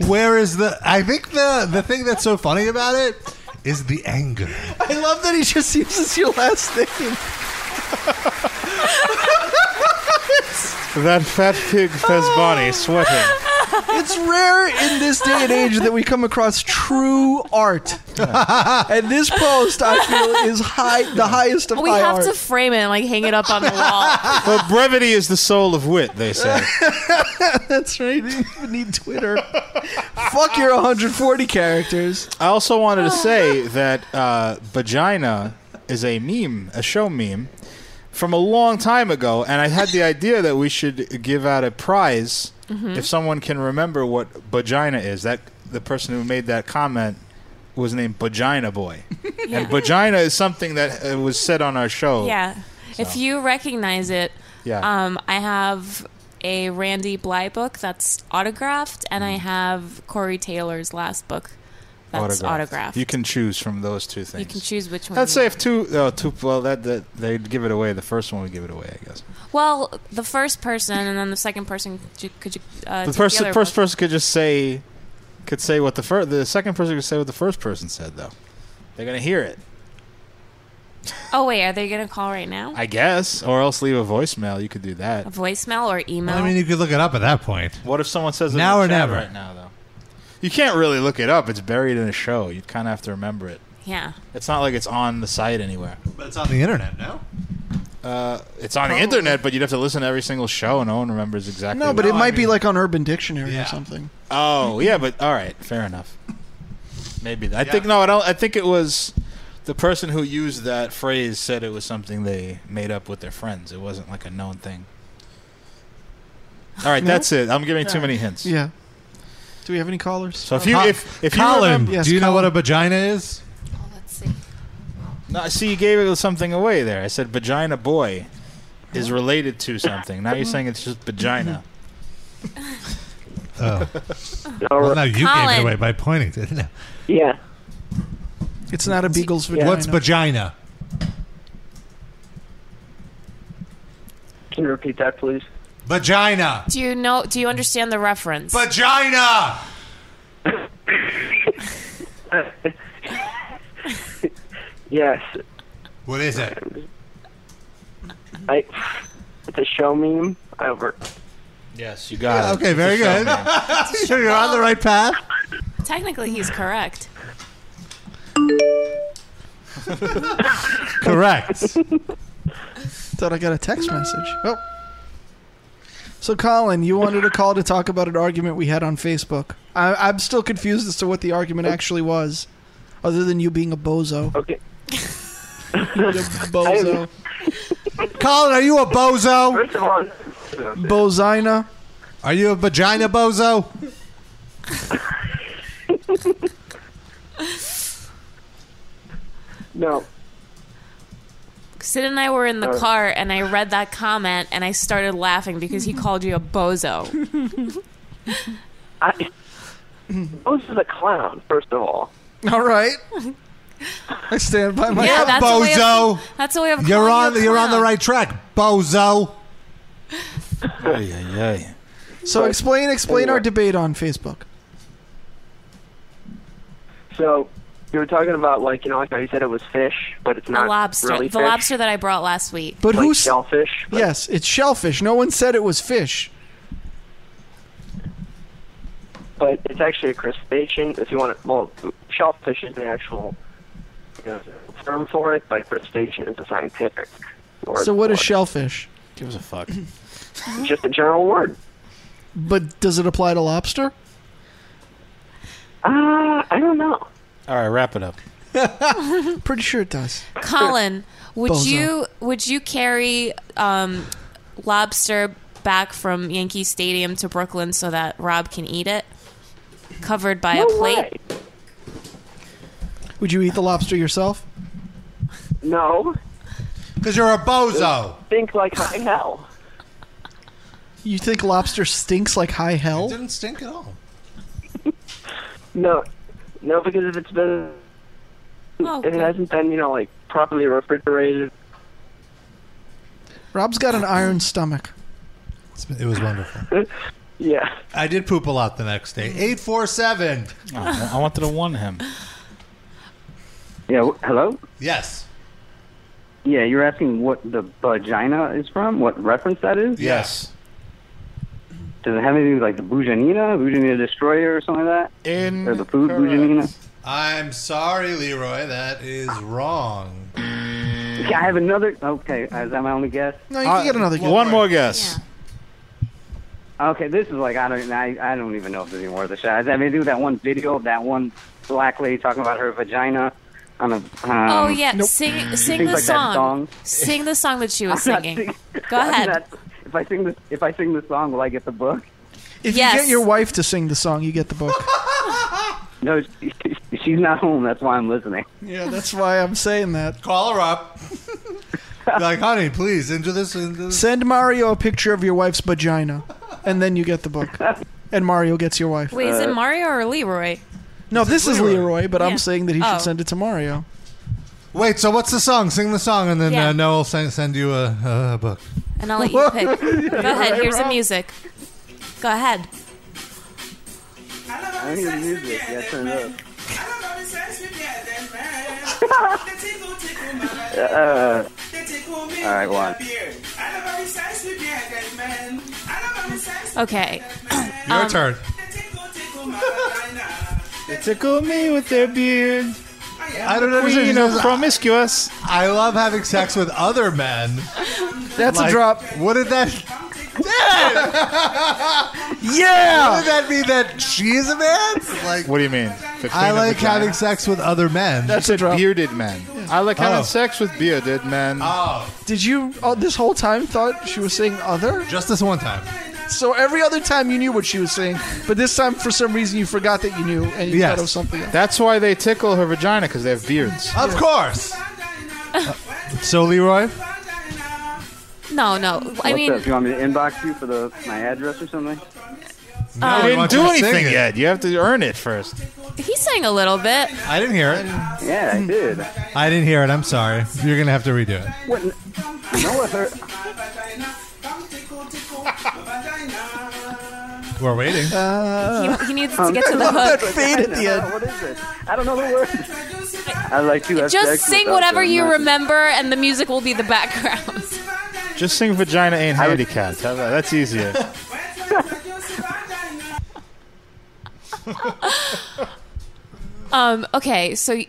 S1: Where is the? I think the the thing that's so funny about it is the anger.
S4: I love that he just uses your last name.
S6: That fat pig Fez Bonnie sweating.
S4: it's rare in this day and age that we come across true art. and this post, I feel, is high, the highest of
S3: we
S4: high
S3: have
S4: art.
S3: to frame it and like hang it up on the wall.
S6: But brevity is the soul of wit, they say.
S4: That's right. You even need Twitter. Fuck your 140 characters.
S6: I also wanted to say that uh, vagina is a meme, a show meme from a long time ago, and I had the idea that we should give out a prize
S3: Mm-hmm.
S9: Mhm.
S6: if someone can remember what vagina is. That the person who made that comment was named Vagina Boy,
S3: Yeah.
S6: and vagina is something that uh, was said on our show.
S3: Yeah. If you recognize it,
S6: Oh. Yeah.
S3: um, I have a Randy Bly book that's autographed, and I have Corey Taylor's last book that's autographed.
S6: You can choose from those two things.
S3: You can choose which one.
S6: Let's
S3: you-
S6: say if two, oh, two. Well, that, that they'd give it away. The first one would give it away, I guess.
S3: Well, the first person, and then the second person could you. Could you uh,
S6: the
S3: take
S6: first
S3: other
S6: first
S3: book.
S6: person could just say could say what the first the second person could say what the first person said though. They're gonna hear it,
S3: Oh wait, are they gonna call right now?
S6: I guess, or else leave a voicemail. You could do that.
S3: A voicemail or email?
S1: I mean, you could look it up at that point.
S6: What if someone says it
S1: now
S6: in
S1: or
S6: the chat
S1: never?
S6: Right now, though, you can't really look it up. It's buried in a show. You'd kind of have to remember it.
S3: yeah.
S6: It's not like it's on the site anywhere.
S1: But it's on the internet now.
S6: Uh, it's on the internet, but you'd have to listen to every single show, and no one remembers exactly.
S4: No,
S6: what-
S4: but it might be like on Urban Dictionary or something.
S6: Oh yeah, but all right, fair enough. Maybe that. I think no, I don't. I think it was the person who used that phrase said it was something they made up with their friends. It wasn't like a known thing. All right,
S4: No?
S6: that's it. I'm giving too many hints.
S4: Yeah. Do we have any callers?
S6: So
S4: Uh,
S6: if you if if you remember,
S1: do you know what a vagina is?
S6: No, see, you gave it something away there. I said vagina boy is related to something. Now you're saying it's just vagina.
S1: Oh. well, now you gave it away by pointing to it. No.
S4: Yeah. It's not a beagle's vagina.
S1: What's vagina?
S10: Can you repeat that, please?
S1: Vagina.
S3: Do you know? Do you understand the reference?
S1: Vagina.
S10: Yes.
S1: What is it?
S10: I. It's a show meme. I work.
S6: Yes, you got it.
S1: Okay, very
S6: It's a show
S1: good.
S6: name.
S1: so you're on the right path.
S3: Technically, he's correct.
S1: Correct.
S4: Thought I got a text message. Oh. So, Colin, you wanted a call to talk about an argument we had on Facebook. I, I'm still confused as to what the argument actually was, other than you being a bozo.
S10: Okay.
S4: bozo.
S1: Colin, Oh, are you a bozo?
S10: First of all,
S4: Bozina.
S1: Are you a vagina bozo?
S10: no.
S3: Sid and I were in the
S10: Alright.
S3: car, and I read that comment, and I started laughing because he called you a bozo.
S10: I. Those is a clown. First of all.
S4: All right. I stand by my
S3: yeah, that's a way of-
S1: bozo.
S3: that's a way of
S1: You're
S3: calling
S1: on.
S3: you a
S1: You're on the
S3: clown.
S1: right track, bozo.
S4: So, explain explain our
S10: Anyway.
S4: debate on Facebook.
S10: So you were talking about like you know like how you said it was fish, but it's not
S3: A lobster.
S10: really
S3: the
S10: fish.
S3: lobster that I brought last week.
S4: But
S10: like
S4: who's
S10: shellfish?
S4: yes? It's shellfish. No one said it was fish.
S10: But it's actually a crustacean. If you want it, well, shellfish is the actual you know, term for it, but crustacean is a scientific. Word.
S4: So, what is shellfish?
S6: Gives a fuck.
S10: It's just a general word.
S4: But does it apply to lobster?
S10: Uh, I don't know.
S6: All right, wrap it up.
S4: Pretty sure it does.
S3: Colin, would
S4: Bozo.
S3: you would you carry um, lobster back from Yankee Stadium to Brooklyn so that Rob can eat it, covered by
S10: No
S3: a plate?
S10: way.
S4: Would you eat the lobster yourself?
S10: No.
S1: Because you're a bozo.
S10: Think like high hell.
S4: You think lobster stinks like high hell?
S1: didn't stink at all.
S10: No. No, because if it's been,
S3: Oh,
S10: if it hasn't been, you know, like properly refrigerated.
S4: Rob's got an iron stomach.
S1: It's been- It was wonderful.
S10: Yeah.
S1: I did poop a lot the next day. Eight four seven.
S6: Oh, I wanted to one him.
S12: Yeah. wh- Hello.
S1: Yes.
S12: Yeah, you're asking what the vagina is from, what reference that is.
S1: Yes.
S7: Does it have anything with, like the Bujanina, Bujanina Destroyer, or something like that?
S6: In
S7: or the food Bujanina?
S1: I'm sorry, Leroy. That is wrong.
S7: Okay, I have another. Okay, is that my only guess?
S4: No, you can Uh, get another
S6: one guess. more guess.
S7: Okay, this is like I don't. I, I don't even know if this is even worth a shot. Does that have anything with that one video of that one black lady talking about her vagina on a? Um,
S3: oh yeah, sing sing
S7: things
S3: the
S7: like
S3: song.
S7: That song.
S3: Sing the song that she was
S7: I'm not
S3: singing. Go ahead.
S7: I'm not- if I sing this, if I sing this song, will I get the book?
S4: If
S3: Yes.
S4: you get your wife to sing the song, you get the book.
S7: No, she- she's not home. That's why I'm listening.
S4: yeah, that's why I'm saying that.
S1: Call her up. like, honey, please into this. Into this.
S4: Send Mario a picture of your wife's vagina, and then you get the book. And Mario gets your wife.
S3: Wait,
S10: Uh,
S3: is
S7: uh,
S3: it Mario or Leroy?
S4: No, this is Leroy, but
S3: Yeah.
S4: I'm saying that he
S3: Oh.
S4: should send it to Mario.
S1: Wait, so what's the song? Sing the song, and then
S3: Yeah.
S1: uh, Noah will send, send you a, a book.
S3: And I'll let you pick. Go ahead. Here's the
S7: Wrong.
S3: music. Go ahead.
S7: I hear music. Yeah, turn it up. Uh, all right, one.
S3: Okay.
S1: Your
S3: Um,
S1: turn.
S6: They tickle me with their beards.
S1: I don't know.
S6: Queen
S1: this
S6: of
S1: is-
S6: promiscuous.
S1: I love having sex with other men.
S4: That's
S1: Like,
S4: a drop.
S1: What did that? What
S4: Yeah.
S1: did that mean? That she is a man? Like,
S6: What do you mean? The queen
S1: I
S6: of
S1: like
S6: vagina?
S1: having sex with other men.
S6: That's a bearded man. I like having
S1: Oh.
S6: sex with bearded men.
S1: oh,
S4: Did you oh, this whole time thought she was saying other?
S1: just this one time.
S4: So every other time you knew what she was saying, but this time for some reason you forgot that you knew and you
S1: Yes.
S4: thought of something else.
S6: That's why they tickle her vagina because they have beards.
S1: Of course. so, Leroy,
S3: Um, No, no. I
S7: What's
S3: mean,
S7: up? You want me to inbox you for the my address or something?
S3: um,
S1: no,
S6: I
S1: we
S6: didn't
S1: want
S6: do
S1: you to sing
S6: anything
S1: it.
S6: yet. You have to earn it first.
S3: he sang a little bit.
S1: I didn't hear it.
S7: Yeah, I did.
S1: I didn't hear it. I'm sorry. You're gonna have to redo it.
S7: What? n- No other.
S1: We're waiting.
S9: Uh,
S3: He, he needs to get to the hook.
S4: Fade at the end.
S7: What is it? I don't know the words. I like to have
S3: Just
S7: sex
S3: sing
S7: without
S3: whatever
S7: them.
S3: you remember, and the music will be the background.
S6: Just sing "Vagina Ain't Handicapped." How about- That's easier.
S3: Um. Okay. So, y-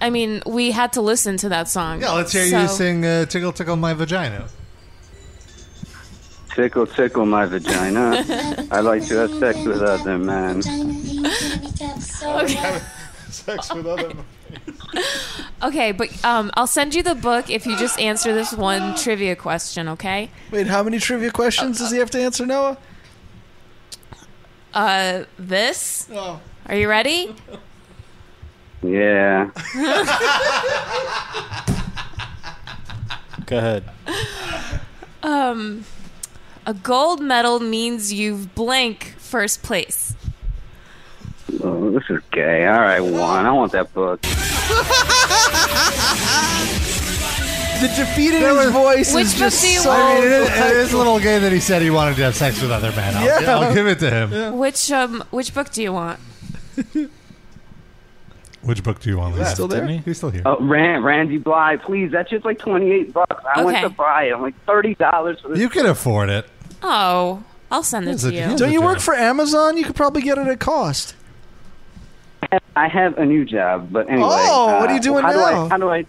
S3: I mean, we had to listen to that song.
S1: yeah, let's hear you
S3: So-
S1: sing uh, "Tickle Tickle My Vagina."
S7: Tickle, tickle my vagina. I like to have sex with other men.
S3: Okay.
S6: sex with other men.
S3: Okay, but um, I'll send you the book if you just answer this one trivia question. Okay.
S4: Wait, how many trivia questions does he have to answer, Noah?
S3: Uh, this.
S1: Oh.
S3: Are you ready?
S7: Yeah.
S6: Go ahead.
S3: Um, a gold medal means you've blank first place.
S7: Oh, this is gay. All right, one. I want that book.
S4: The defeat in his voice
S3: Which
S4: is
S3: book
S4: just
S3: do you
S4: so
S1: I mean, it is,
S4: like-
S1: it is a little gay that he said he wanted to have sex with other men. I'll,
S4: Yeah.
S1: I'll give it to him.
S3: Which um, which book do you want?
S1: Which book do you want? Lisa?
S4: Still there?
S1: He's still here.
S7: Oh, Rand, Randy Bly, please. That's just like twenty-eight bucks. I went
S3: Okay.
S7: to buy it. I'm like thirty dollars for this.
S1: You can afford it.
S3: Oh, I'll send it
S1: Here's
S3: to
S1: a-
S3: you.
S1: here's
S4: Don't
S1: a
S4: you work
S1: job.
S4: for Amazon? You could probably get it at cost.
S7: I have a new job, but anyway.
S4: Oh,
S7: uh,
S4: what are you doing
S7: how Do
S4: now?
S7: I, how do I?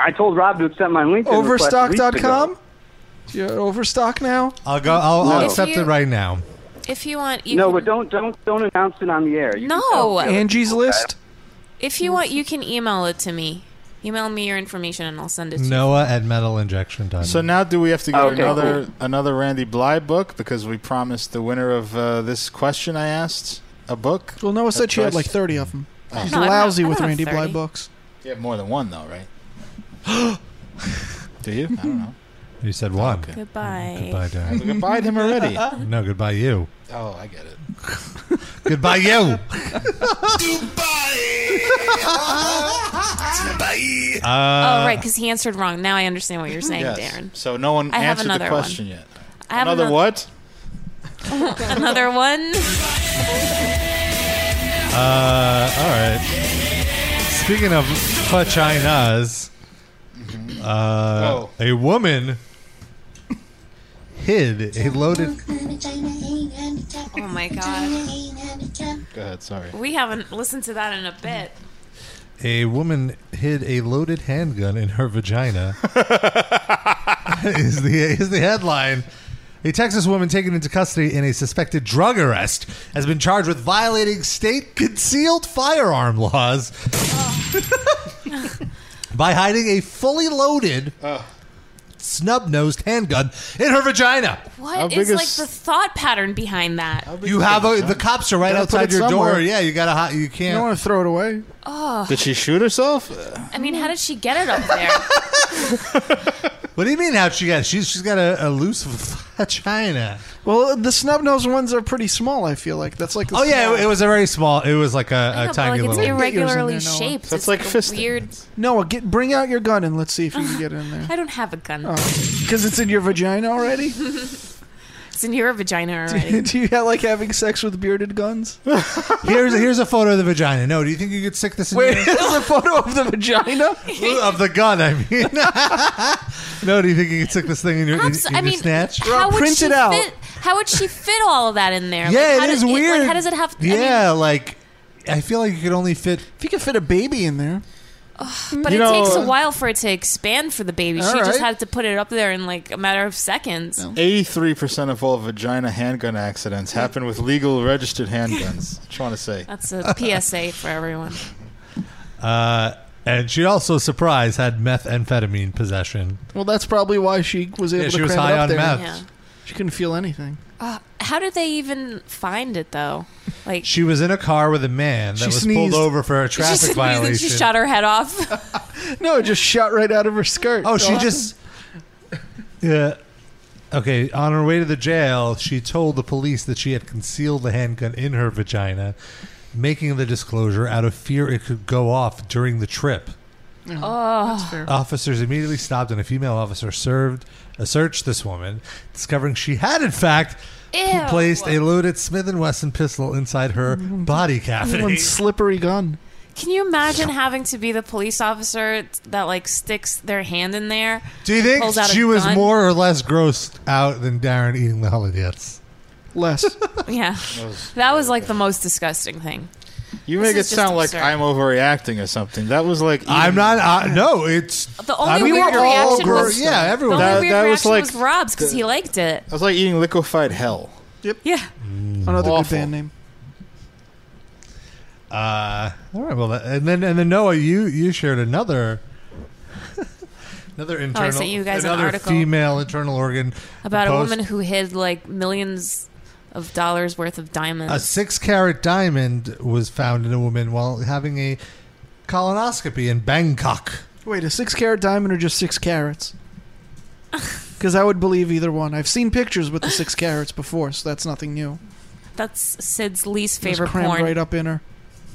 S7: I told Rob to accept my LinkedIn request weeks ago.
S4: Overstock.com? You're at Overstock now?
S1: I'll go. I'll, I'll
S7: No.
S1: accept
S3: If you-
S1: it right now.
S3: If you want, you
S7: No,
S3: can,
S7: but don't don't don't announce it on the air. You can
S3: No.
S7: tell the other
S4: Angie's
S7: people that.
S4: List?
S3: if you want, you can email it to me. Email me your information, and I'll send it to you.
S1: Noah at Metal Injection Time.
S6: So now, do we have to
S3: Oh,
S6: get
S7: Okay,
S6: another another Randy Bly book because we promised the winner of uh, this question I asked a book?
S4: Well, Noah said
S6: That's
S4: she had
S6: nice.
S4: like 30 of them. He's
S3: No, I don't-
S4: lousy
S3: I
S4: with
S3: don't have
S4: Randy Bly
S3: 30.
S4: books.
S6: You have more than one though, right? do you? I don't know.
S1: you said one.
S6: Okay.
S3: Goodbye.
S1: Goodbye, Dan.
S6: We buyed him already. oh,
S1: no, goodbye you.
S6: I get it.
S1: Goodbye you. uh,
S9: Bye.
S3: Oh, right, because he answered wrong. Now I understand what you're saying,
S6: Yes.
S3: Darren.
S6: So no one
S3: I have
S6: answered the
S3: another one.
S6: question yet.
S3: I have
S6: another
S3: anoth-
S6: what?
S3: Another one.
S1: Uh, all right. Speaking of vaginas, uh,
S6: Oh.
S1: a woman hid a loaded.
S3: Oh my god.
S1: Go ahead, sorry.
S3: We haven't listened to that in a bit.
S6: Mm-hmm.
S1: A woman hid a loaded handgun in her vagina. is the is the headline. A Texas woman taken into custody in a suspected drug arrest has been charged with violating state concealed firearm laws by hiding a fully loaded snub-nosed handgun in her vagina.
S3: What is like the thought pattern behind that?
S1: You have a, the cops are right
S6: Gotta put
S1: outside
S6: it
S1: your door.
S6: somewhere.
S1: Yeah, you gotta. hi- You can't.
S6: You don't
S1: want to throw it away.
S3: Oh,
S6: Did she shoot herself? Uh,
S3: I mean, how did she get it up there?
S1: What do you mean? How she got? She's she's got a, a loose vagina.
S4: Well, the snub nosed ones are pretty small. I feel like that's like. The
S1: Oh yeah,
S4: small-
S1: it, it was a very small. It was like a, a
S3: but,
S1: tiny
S3: like, it's
S1: little.
S3: irregularly shaped. That's It's like like a fisting. weird-
S4: Noah, get bring out your gun and let's see if you can get in there.
S3: I don't have a gun.
S6: Oh.
S4: Because it's in your vagina already.
S3: it's in your vagina already.
S4: Do you like having sex with bearded guns?
S1: Here's here's a photo of the vagina. No, do you think you could stick this in?
S4: Wait,
S1: your...
S4: there's a photo of the vagina
S1: of the gun. I mean, no, do you think you could stick this thing in your, in,
S3: Abs-
S1: in
S3: I
S1: your
S3: mean,
S1: snatch?
S3: how would she Fit, how would she fit all of that in there?
S1: Yeah,
S3: like,
S1: it
S3: how
S1: is
S3: does, like,
S1: weird.
S3: how does it have? I mean,
S1: yeah, like I feel like you could only fit if
S4: you could fit a baby in there.
S3: but
S1: You
S3: it
S1: know-
S3: takes a while for it to expand for the baby.
S6: All
S3: She just
S6: right.
S3: had to put it up there in like a matter of seconds.
S6: 83% of all vagina handgun accidents happen with legal registered handguns. Just want to say.
S3: That's a PSA for everyone.
S1: Uh, and she also surprised had methamphetamine possession.
S4: Well, that's probably why she was able
S1: Yeah,
S4: to
S1: she was
S4: cram it
S1: high
S4: up
S1: on
S4: there.
S1: meth. Yeah.
S4: She couldn't feel anything.
S3: Uh, how did they even find it though? Like
S1: She was in a car with a man that
S4: She
S1: was pulled
S4: sneezed.
S1: over for a
S3: she
S1: traffic
S3: sneezed and She
S1: violation.
S3: shot her head off.
S4: No, it just shot right out of her skirt.
S1: Oh, she just- Yeah. Okay, on her way to the jail, she told the police that she had concealed the handgun in her vagina, making the disclosure out of fear it could go off during the trip.
S3: Oh,
S1: Uh, Officers immediately stopped, and a female officer served a search this woman, discovering she had, in fact,
S3: Ew.
S1: placed a loaded Smith and Wesson pistol inside her body cavity.
S4: One slippery gun.
S3: Can you imagine having to be the police officer that like sticks their hand in there?
S1: Do you think
S3: pulls out a
S1: she was
S3: gun?
S1: more or less grossed out than Darren eating the holidays?
S4: Less.
S3: Yeah, that was like the most disgusting thing.
S6: You
S3: This
S6: make it
S3: is just
S6: sound like
S3: absurd.
S6: I'm overreacting or something. That was like.
S1: I'm not. Uh, no, it's.
S3: The only
S6: I mean, we
S3: weird
S6: were all
S3: reaction
S6: grossed
S3: was
S6: out. Yeah, everyone-
S3: The only
S6: That-
S3: weird
S6: that was
S3: reaction
S6: like
S3: was Rob's because he liked it.
S6: I was like eating liquefied hell.
S4: Yep.
S3: Yeah.
S4: Another good
S6: Awful.
S4: band name.
S1: Uh, all right. Well, that- and then and then Noah, you you shared another another
S3: oh, I
S1: internal
S3: sent you guys an
S1: another
S3: article
S1: female internal organ
S3: about a
S1: post.
S3: woman who hid like millions of dollars worth of diamonds.
S1: A six carat diamond was found in a woman while having a colonoscopy in Bangkok.
S4: Wait, a six carat diamond or just six carats? Because I would believe either one. I've seen pictures with the six carats before, so that's nothing new.
S3: That's Sid's least
S4: It was
S3: favorite
S4: crammed
S3: porn
S4: right up in her.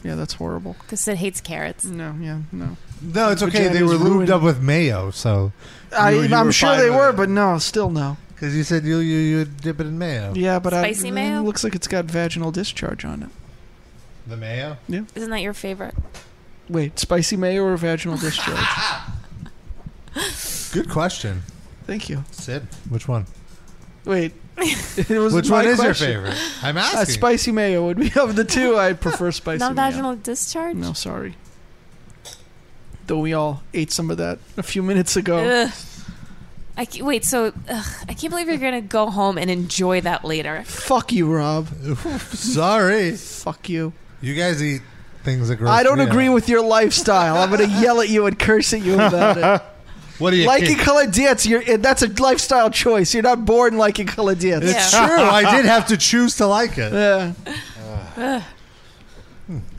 S4: Yeah, that's horrible.
S3: because Sid hates carrots.
S4: No, yeah, no.
S1: No, it's okay.
S4: Vagina's
S1: they were lubed
S4: ruined.
S1: up with mayo, so
S4: I, I'm sure they were, but no, still no.
S1: Because you said you you you dip it in mayo.
S4: Yeah, but
S3: Spicy
S4: I, it
S3: mayo?
S4: looks like it's got vaginal discharge on it.
S1: The mayo.
S4: Yeah.
S3: Isn't that your favorite?
S4: Wait, spicy mayo or vaginal discharge?
S1: Good question,
S4: Thank you.
S1: Sid. Which one?
S4: Wait, it was
S1: Which
S4: my
S1: one is your
S4: question.
S1: favorite? I'm
S4: Uh,
S1: asking.
S4: spicy mayo would be of the two. I prefer spicy.
S3: Non
S4: mayo.
S3: vaginal discharge?
S4: No, sorry. Though we all ate some of that a few minutes ago.
S3: Ugh. I ca- wait, so ugh, I can't believe you're gonna go home and enjoy that later.
S4: Fuck you, Rob.
S1: Sorry.
S4: Fuck you.
S1: You guys eat things that gross.
S4: I don't
S1: me out.
S4: agree with your lifestyle. I'm gonna yell at you and curse at you about it.
S1: What do you
S4: liking
S1: kick?
S4: colored dance, you're, it- that's a lifestyle choice. You're not born liking colored dance.
S1: It's true. I did have to choose to like it.
S4: Yeah.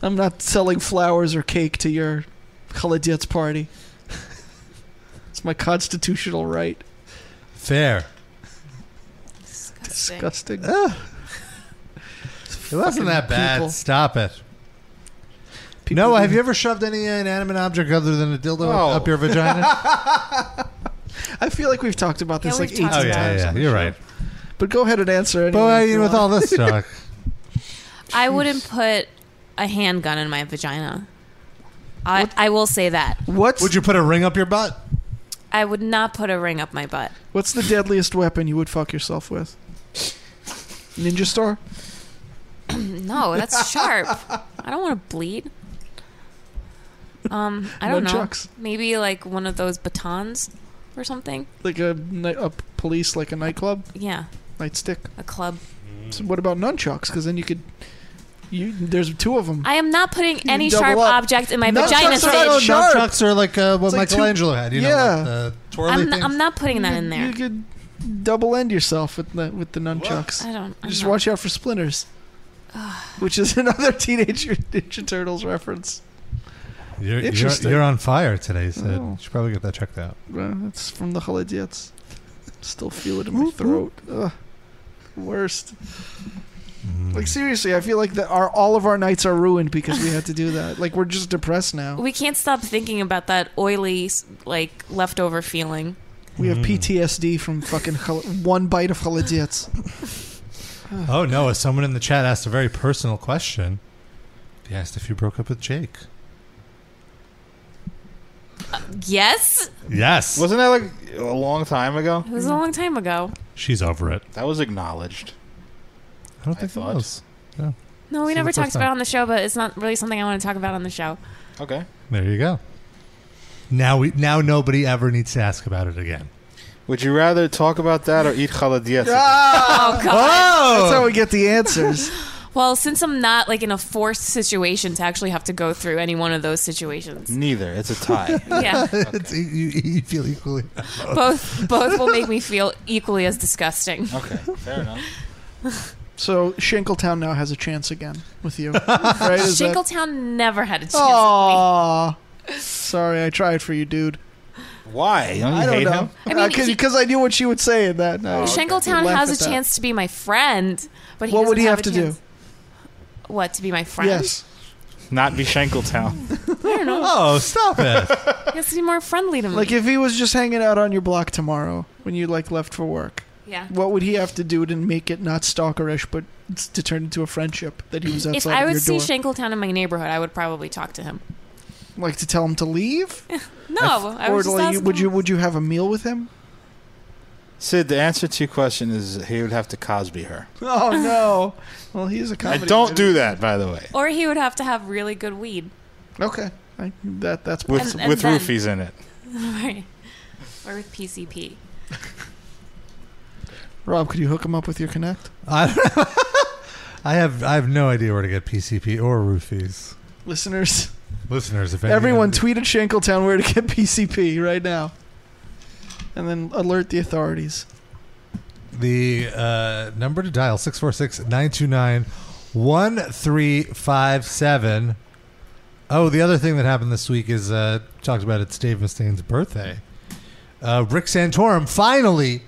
S4: I'm not selling flowers or cake to your colored dance party. it's my constitutional right.
S1: Fair.
S4: Disgusting.
S1: Ugh. It wasn't
S4: Fucking
S1: that bad.
S4: people.
S1: Stop it. Noah, have you ever shoved any uh, inanimate object other than a dildo
S4: Oh.
S1: up your vagina?
S4: I feel like we've talked about this
S1: Yeah,
S4: like
S1: we've
S4: 18
S1: talked
S4: times.
S1: about it. Oh, yeah, yeah, you're right.
S4: But go ahead and answer.
S1: Boy, with all this talk.
S3: I wouldn't put a handgun in my vagina. I, I will say that.
S4: What
S1: Would you put a ring up your butt?
S3: I would not put a ring up my butt.
S4: What's the deadliest weapon you would fuck yourself with? Ninja star.
S3: no, that's sharp. I don't want to bleed. Um, I don't know.
S4: Nunchucks.
S3: Maybe like one of those batons or something.
S4: Like a, ni- a police, like a nightclub?
S3: Yeah.
S4: Nightstick?
S3: A club.
S1: Mm.
S4: So what about nunchucks? Because then you could. You, there's two of them.
S3: I am not putting any
S4: double
S3: sharp
S4: up.
S3: object in my
S4: Nunchucks
S3: vagina.
S4: are
S3: Sid.
S4: not sharp.
S1: Nunchucks are like uh, what
S4: It's like two-
S1: Michelangelo had, you know,
S4: Yeah.
S1: like the twirly
S3: I'm,
S1: thing.
S3: I'm not putting that in there.
S4: You could double end yourself with the with the nunchucks.
S3: I don't- I'm
S4: Just
S3: not-
S4: watch out for splinters, which is another Teenage Ninja Turtles reference.
S1: You're, you're,
S4: Interesting.
S1: you're on fire today, Sid.
S4: Oh.
S1: You should probably get that checked out.
S4: Well, that's from the Holodets. Still feel it in my throat. Ugh. Worst. Like seriously, I feel like that our all of our nights are ruined because we had to do that. Like we're just depressed now.
S3: We can't stop thinking about that oily, s- like leftover feeling.
S4: We
S6: Mm.
S4: have PTSD from fucking Hol- one bite of Holodets.
S1: Oh no! As someone in the chat asked a very personal question. He asked if you broke up with Jake.
S3: Uh, Yes,
S1: Yes.
S6: Wasn't that like a long time ago?
S3: it was a
S4: Mm.
S3: long time ago.
S1: She's over it.
S6: That was acknowledged.
S1: I don't think it was. Yeah.
S3: No, we
S1: This
S3: never
S1: is the first
S3: talked about it
S1: time.
S3: on the show, but it's not really something I want to talk about on the show.
S6: Okay.
S1: There you go. Now we now nobody ever needs to ask about it again.
S6: Would you rather talk about that or eat chaladias?
S3: Oh, God.
S4: That's how we get the answers.
S3: Well, since I'm not like in a forced situation to actually have to go through any one of those situations,
S6: Neither. It's a tie.
S3: yeah,
S4: e-,
S1: It's- you, you- you feel equally.
S3: both both will make me feel equally as disgusting.
S6: Okay, fair enough.
S4: So Shankletown now has a chance again with you, right? Is that-
S3: Shingletown never had a chance.
S4: Aw. Sorry, I tried for you, dude.
S6: Why? Don't you
S4: I don't
S6: hate
S4: know. Uh,
S6: him?
S3: I mean,
S4: because
S3: he-
S4: I knew what she would say in that. No,
S3: Shingletown
S4: Oh, Laugh
S3: has
S4: at
S3: a
S4: that.
S3: chance to be my friend, but he
S4: What would
S3: doesn't
S4: he have
S3: a
S4: to do?
S3: chance- What to be my friend?
S4: Yes.
S6: Not be Shankletown.
S1: Oh, stop it!
S3: he has to be more friendly to me.
S4: Like if he was just hanging out on your block tomorrow when you like left for work,
S3: yeah.
S4: what would he have to do to make it not stalkerish, but s- to turn into a friendship that he was
S3: If
S4: outside
S3: I
S4: of
S3: would
S4: your
S3: see
S4: door?
S3: Shankletown in my neighborhood, I would probably talk to him.
S4: like to tell him to leave,
S3: No, I
S4: or
S3: was
S4: to
S3: just
S4: like,
S3: ask
S4: you- would
S3: him-
S4: you would you have a meal with him?
S6: Sid, the answer to your question is he would have to Cosby her.
S4: Oh no! Well, he's a
S6: I
S4: comedy.
S6: don't do that, by the way.
S3: Or he would have to have really good weed,
S4: Okay, I, that that's
S6: With
S3: And- and
S6: with
S3: then-
S6: roofies in it.
S3: right? Or with PCP.
S4: Rob. Could you hook him up with your connect?
S1: I, I have I have no idea where to get PCP or roofies.
S4: Listeners,
S1: Listeners, if anyone-
S4: everyone tweet at Shankletown where to get PCP right now, and then alert the authorities.
S1: The uh, number to dial 646-929-1357. Oh, the other thing that happened this week is uh, talked about it's Dave Mustaine's birthday. Uh, Rick Santorum finally,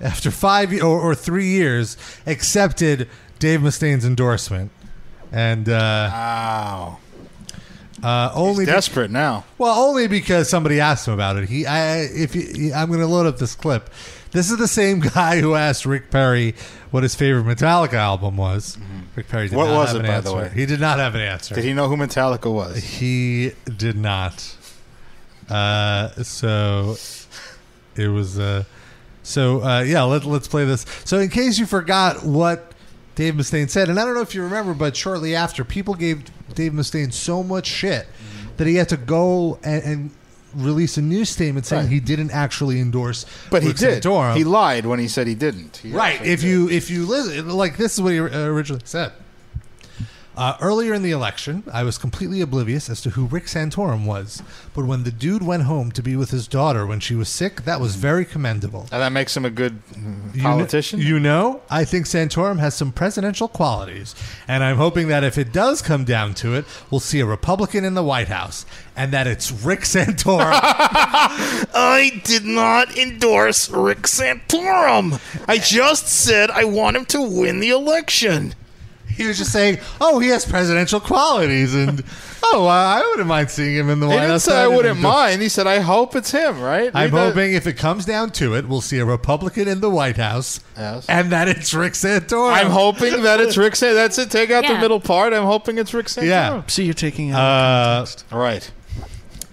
S1: after five ye- or, or three years, accepted Dave Mustaine's endorsement, and uh,
S6: Wow.
S1: uh, only be-
S6: Desperate now.
S1: well, only because somebody asked him about it. He, I, if you, I'm going to load up this clip. This is the same guy who asked Rick Perry what his favorite Metallica album was. Rick Perry did
S6: Mm-hmm. What
S1: not
S6: was
S1: have
S6: it,
S1: an
S6: by
S1: answer.
S6: the way?
S1: He did not have an answer.
S6: Did he know who Metallica was?
S1: He did not. Uh, so it was. Uh, so uh, yeah, let, let's play this. So in case you forgot what Dave Mustaine said, and I don't know if you remember, but shortly after, people gave Dave Mustaine so much shit that he had to go and. and Release a new statement saying
S6: Right.
S1: he didn't actually endorse,
S6: But he
S1: Rick
S6: did.
S1: Santorum.
S6: He lied when he said he didn't. He
S1: Right.
S6: actually
S1: If
S6: did.
S1: you if you listen, like this is what he uh, originally said. Uh, earlier in the election, I was completely oblivious as to who Rick Santorum was, but when the dude went home to be with his daughter when she was sick, that was very commendable.
S6: And that makes him a good mm,
S1: You kn-
S6: politician.
S1: you know, I think Santorum has some presidential qualities, and I'm hoping that if it does come down to it, we'll see a Republican in the White House, and that it's Rick Santorum.
S6: I did not endorse Rick Santorum. I just said I want him to win the election.
S1: He was just saying, "Oh, he has presidential qualities," and oh, I I wouldn't mind seeing him in the
S6: He
S1: White
S6: didn't
S1: House.
S6: say I
S1: didn't
S6: wouldn't
S1: go-
S6: mind. He said I hope it's him, right?
S1: I'm
S6: Read that-
S1: hoping if it comes down to it, we'll see a Republican in the White House,
S6: Yes.
S1: and that it's Rick Santorum.
S6: I'm hoping that it's Rick Santorum. That's it. Take out the
S3: Yeah.
S6: middle part. I'm hoping it's Rick Santorum.
S1: Yeah.
S4: So you're taking out.
S1: Uh,
S6: All right.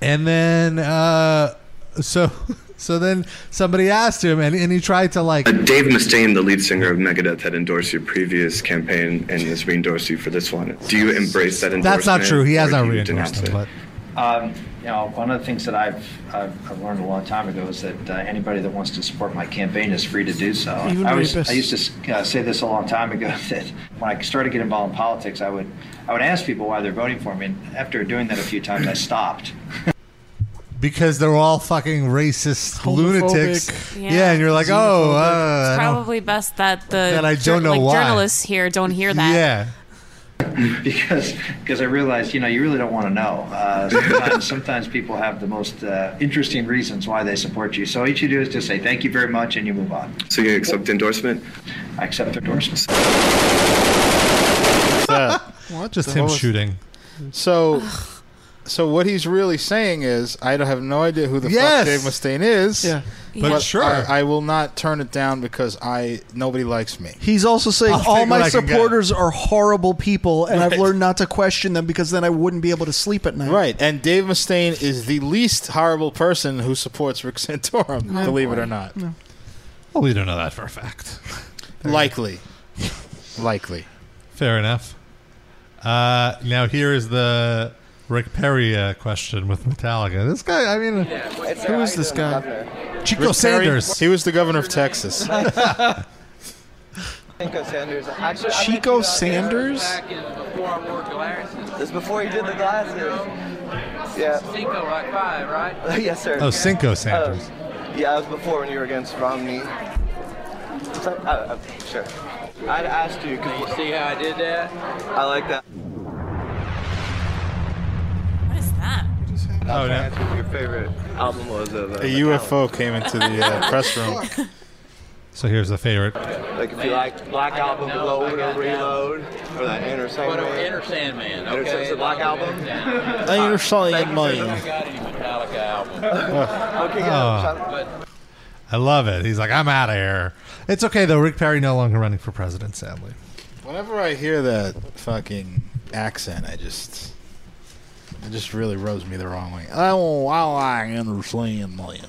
S1: and then, uh, so So then somebody asked him, and, and he tried to like.
S13: Uh, Dave Mustaine, the lead singer of Megadeth, had endorsed your previous campaign and has re-endorsed you for this one. Do you embrace that endorsement?
S1: That's not true. He has
S13: or
S1: not
S13: do you
S1: re-endorsed
S13: denounce
S1: him,
S13: it?
S1: but
S14: Um, you know, one of the things that I've, I've, I've learned a long time ago is that uh, anybody that wants to support my campaign is free to do so.
S15: Even
S14: I, was,
S15: rapists.
S14: I used to uh, say this a long time ago that when I started getting involved in politics, I would, I would ask people why they're voting for me. And after doing that a few times, I stopped.
S1: because they're all fucking racist lunatics.
S3: Yeah.
S1: Yeah. and you're like, oh, uh, I
S3: it's
S1: don't-
S3: probably best that the
S1: That I don't know
S3: like,
S1: why.
S3: journalists here don't hear that.
S1: yeah.
S14: because because I realized you know you really don't want to know. Uh, sometimes, sometimes people have the most uh, interesting reasons why they support you. So all you do is just say thank you very much and you move on.
S13: So you accept endorsement?
S14: I accept endorsements.
S1: What? Just him shooting.
S6: So, so what he's really saying is, I don't- have no idea who the
S1: Yes.
S6: fuck Dave Mustaine is.
S1: Yeah. But sure.
S6: I, I will not turn it down because I nobody likes me.
S4: He's also saying
S6: I'll take
S4: all
S6: what
S4: my
S6: I can get."
S4: supporters are horrible people, and I've
S6: Right.
S4: learned not to question them because then I wouldn't be able to sleep at night.
S6: Right, and Dave Mustaine is the least horrible person who supports Rick Santorum,
S4: Oh,
S6: believe
S4: boy.
S6: it or not.
S4: No.
S1: Well, Oh, we don't know that Uh, for a fact.
S6: Likely. Likely.
S1: Fair enough. Uh, now here is the Rick Perry uh, question with Metallica. This guy, I mean,
S6: Who is this guy?
S1: Chico Sanders.
S6: He was the governor of Texas.
S15: Chico Sanders. Actually, I met
S6: Chico
S15: you out there
S6: Sanders?
S15: Back in before I wore glasses. This before you did the glasses. Yeah. Cinco Rock Five, right? yes, sir.
S1: Oh, Cinco Sanders.
S15: Oh, yeah, it was before when you were against Romney. So, uh, uh, sure. I'd asked you. Cause you see how I did that? I like that.
S3: What is that?
S15: Oh, yeah. What your favorite album was of uh,
S6: A UFO came into the uh, press room.
S1: so here's the favorite.
S15: Like if you like Black Album, Load or Reload, or that Inner Sandman. What Inner Sandman? Okay. Inner, it's the Black Album.
S6: Inner Sandman.
S15: Metallica album.
S6: Oh.
S15: okay, good.
S1: Oh. I love it. He's like, I'm out of here. It's okay though. Rick Perry no longer running for president, sadly.
S6: Whenever I hear that fucking accent, I just it just really rubs me the wrong way. Oh, I understand. my,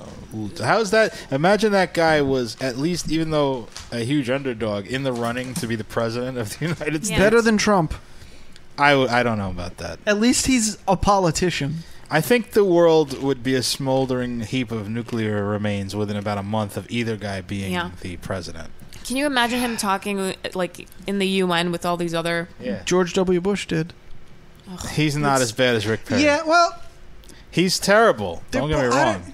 S6: uh, How's that? Imagine that guy was at least, even though a huge underdog, in the running to be the president of the United
S4: It's
S6: States.
S4: better than Trump.
S6: I, w- I don't know about that.
S4: At least he's a politician.
S6: I think the world would be a smoldering heap of nuclear remains within about a month of either guy being
S3: Yeah.
S6: the president.
S3: Can you imagine him talking like in the UN with all these other?
S4: George W. Bush did.
S6: He's not as bad as Rick Perry.
S4: Yeah, well,
S6: He's terrible. Don't get me
S4: I-
S6: wrong.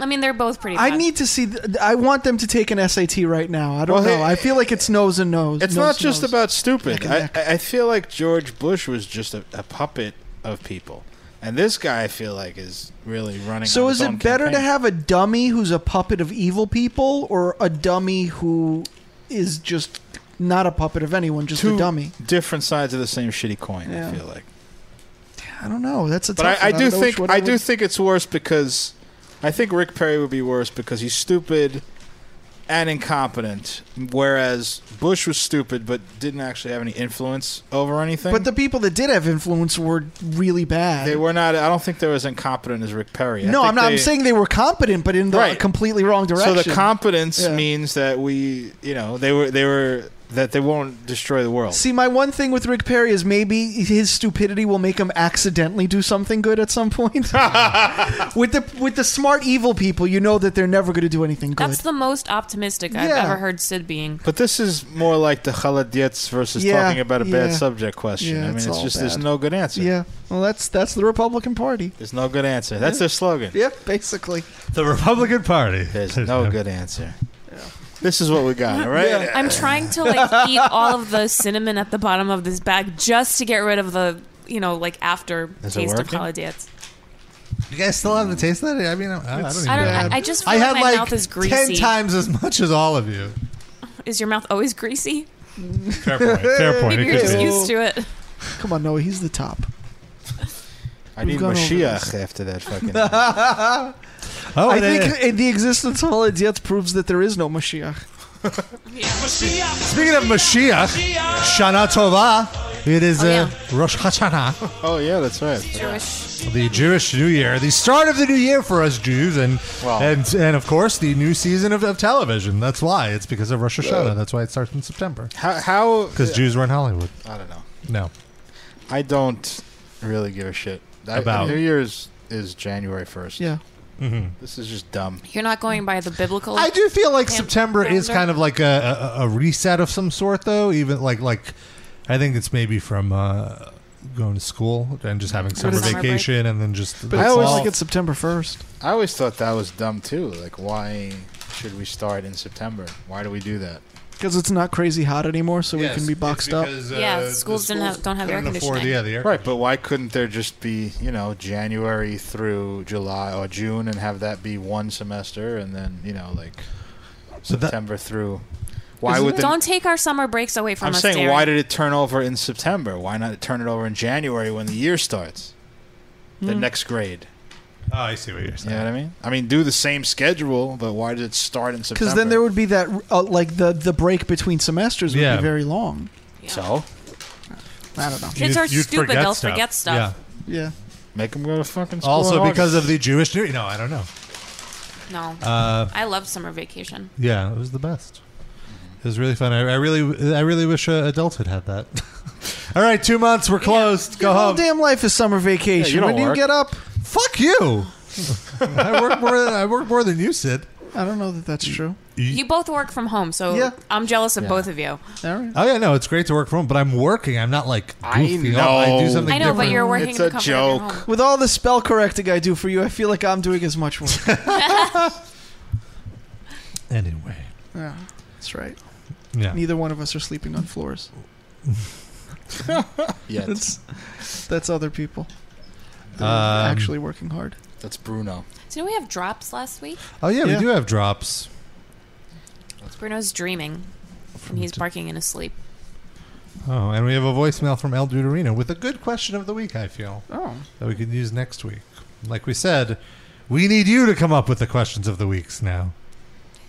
S3: I mean, they're both pretty.
S4: I
S3: bad.
S4: need to see. Th- I want them to take an SAT right now. I don't
S6: Well,
S4: know.
S6: hey-
S4: I feel like it's nose and nose.
S6: It's
S4: nose
S6: not
S4: to
S6: just
S4: nose.
S6: about
S4: Neck
S6: stupid.
S4: and
S6: I,
S4: neck.
S6: I I feel like George Bush was just a, a puppet of people, and this guy I feel like is really running.
S4: So
S6: on
S4: is
S6: his own
S4: it better to
S6: campaign.
S4: have a dummy who's a puppet of evil people or a dummy who is just not a puppet of anyone, just
S6: Two
S4: a dummy?
S6: different sides of the same shitty coin?
S4: Yeah.
S6: I feel like,
S4: I don't know. That's a
S6: but
S4: tough
S6: I, I
S4: one.
S6: do
S4: don't know
S6: think
S4: which one
S6: I do
S4: would-
S6: think it's worse because I think Rick Perry would be worse because he's stupid and incompetent, whereas Bush was stupid but didn't actually have any influence over anything.
S4: But the people that did have influence were really bad.
S6: they were not. I don't think they were as incompetent as Rick Perry. I
S4: no,
S6: think
S4: I'm not. I'm
S6: they-
S4: saying they were competent, but in the
S6: Right.
S4: completely wrong direction.
S6: So the competence
S4: Yeah.
S6: means that we, you know, they were they were that they won't destroy the world.
S4: See, my one thing with Rick Perry is maybe his stupidity will make him accidentally do something good at some point. with the with the smart evil people, you know that they're never going to do anything good.
S3: That's the most optimistic I've
S4: Yeah.
S3: ever heard Sid being.
S6: but this is more like the Khaladiets versus
S4: Yeah,
S6: talking about a bad
S4: yeah.
S6: subject question.
S4: Yeah,
S6: I mean,
S4: it's
S6: it's,
S4: all
S6: just there's
S4: bad.
S6: no good answer.
S4: yeah. Well, that's that's the Republican Party.
S6: There's no good answer. That's
S4: Yeah.
S6: their slogan.
S4: Yep, basically.
S1: The Republican Party.
S6: There's no good answer. This is what we got, all right?
S3: I'm trying to like eat all of the cinnamon at the bottom of this bag just to get rid of the you know like after
S1: Is it
S3: taste of
S1: working?
S3: holidays.
S1: You guys still have the taste of that? I mean, I, I don't
S3: It's
S1: even
S3: I don't-
S1: know.
S3: I- I just feel
S1: I
S3: like
S1: had
S3: my
S1: like
S3: mouth is
S1: ten
S3: greasy.
S1: times as much as all of you.
S3: Is your mouth always greasy?
S1: Fair point. Fair point.
S3: Maybe
S1: It
S3: you're
S1: could
S3: just
S1: be.
S3: used to it.
S4: Come on, Noah, he's the top.
S6: I
S4: We've
S6: need
S4: gone over
S6: Mashiach
S4: this.
S6: after that fucking.
S4: oh, I
S6: it
S4: think uh, the existence of all idiots proves that there is no Mashiach.
S1: Speaking of Mashiach, Shana Tova. It is
S9: Oh,
S1: uh, Rosh Hashanah.
S6: Oh yeah, that's right.
S1: The Jewish New Year, the start of the new year for us Jews, and
S6: Wow.
S1: and and of course the new season of, of television. That's why it's because of Rosh Hashanah.
S6: Yeah.
S1: That's why it starts in September.
S6: Uh, How? How?
S1: Because Jews were in Hollywood.
S6: I don't know.
S1: No,
S6: I don't really give a shit I-
S1: About-
S6: New Year's is January first.
S1: Yeah. Mhm.
S6: This is just dumb.
S3: You're not going by the biblical.
S1: I do feel like September is
S3: calendar?
S1: kind of like a, a, a reset of some sort, though. Even like like I think it's maybe from uh, going to school and just having summer,
S4: is summer break?
S1: vacation, and then just
S4: But
S1: the
S4: I always
S1: fall.
S4: think it's September first.
S6: I always thought that was dumb too. Like, why should we start in September? Why do we do that?
S4: Because it's not crazy hot anymore, so we can be boxed up.
S1: uh,
S3: Yeah, the schools don't have- don't have air conditioning.
S6: right, but why couldn't there just be you know January through July or June and have that be one semester and then you know like September through? Why would the,
S3: don't take our summer breaks away from
S6: I'm
S3: us?
S6: saying
S3: Darren.
S6: why did it turn over in September? Why not turn it over in January when the year starts? The
S1: Hmm.
S6: next grade.
S1: Oh, I see what you're saying.
S6: You know what I mean? I mean, do the same schedule, but why did it start in September?
S4: Because then there would be that uh, like the the break between semesters would
S6: Yeah.
S4: be very long.
S6: So?
S4: I don't know.
S3: Kids are stupid. They'll forget stuff.
S4: Yeah.
S6: Make them go to fucking school.
S1: Also
S6: in
S1: because
S6: August.
S1: of the Jewish New Year. No, I don't know.
S3: No,
S1: Uh,
S3: I love summer vacation.
S1: Yeah, it was the best. It was really fun. I, I really, I really wish uh, adulthood had that. All right, two months. We're closed. Go
S4: Your whole
S1: home.
S4: damn life is summer vacation.
S1: Yeah, you
S4: when
S1: don't
S4: do you
S1: work.
S4: get up?
S1: Fuck you. I work more. Than, I work more than you, Sid.
S4: I don't know that that's true.
S3: You both work from home, so I'm jealous of
S1: Yeah.
S3: both of you.
S1: Oh yeah, no, it's great to work from home, but I'm working. I'm not like
S3: I
S1: goofy. I do
S3: know.
S1: something.
S3: I know, but
S1: different.
S3: you're working It's the a comfort of your joke.
S4: With all the spell correcting I do for you, I feel like I'm doing as much work.
S1: anyway,
S4: yeah, that's right.
S1: Yeah.
S4: Neither one of us are sleeping on floors.
S6: Yet.
S4: That's, that's other people. They're
S1: Um,
S4: actually working hard.
S6: That's Bruno.
S3: Didn't we have drops last week?
S1: Oh yeah,
S4: Yeah.
S1: we do have drops.
S3: Bruno's dreaming. And he's barking in his sleep.
S1: Oh, and we have a voicemail from El Duderino with a good question of the week. I feel.
S4: Oh.
S1: that we can use next week. Like we said, we need you to come up with the questions of the weeks now.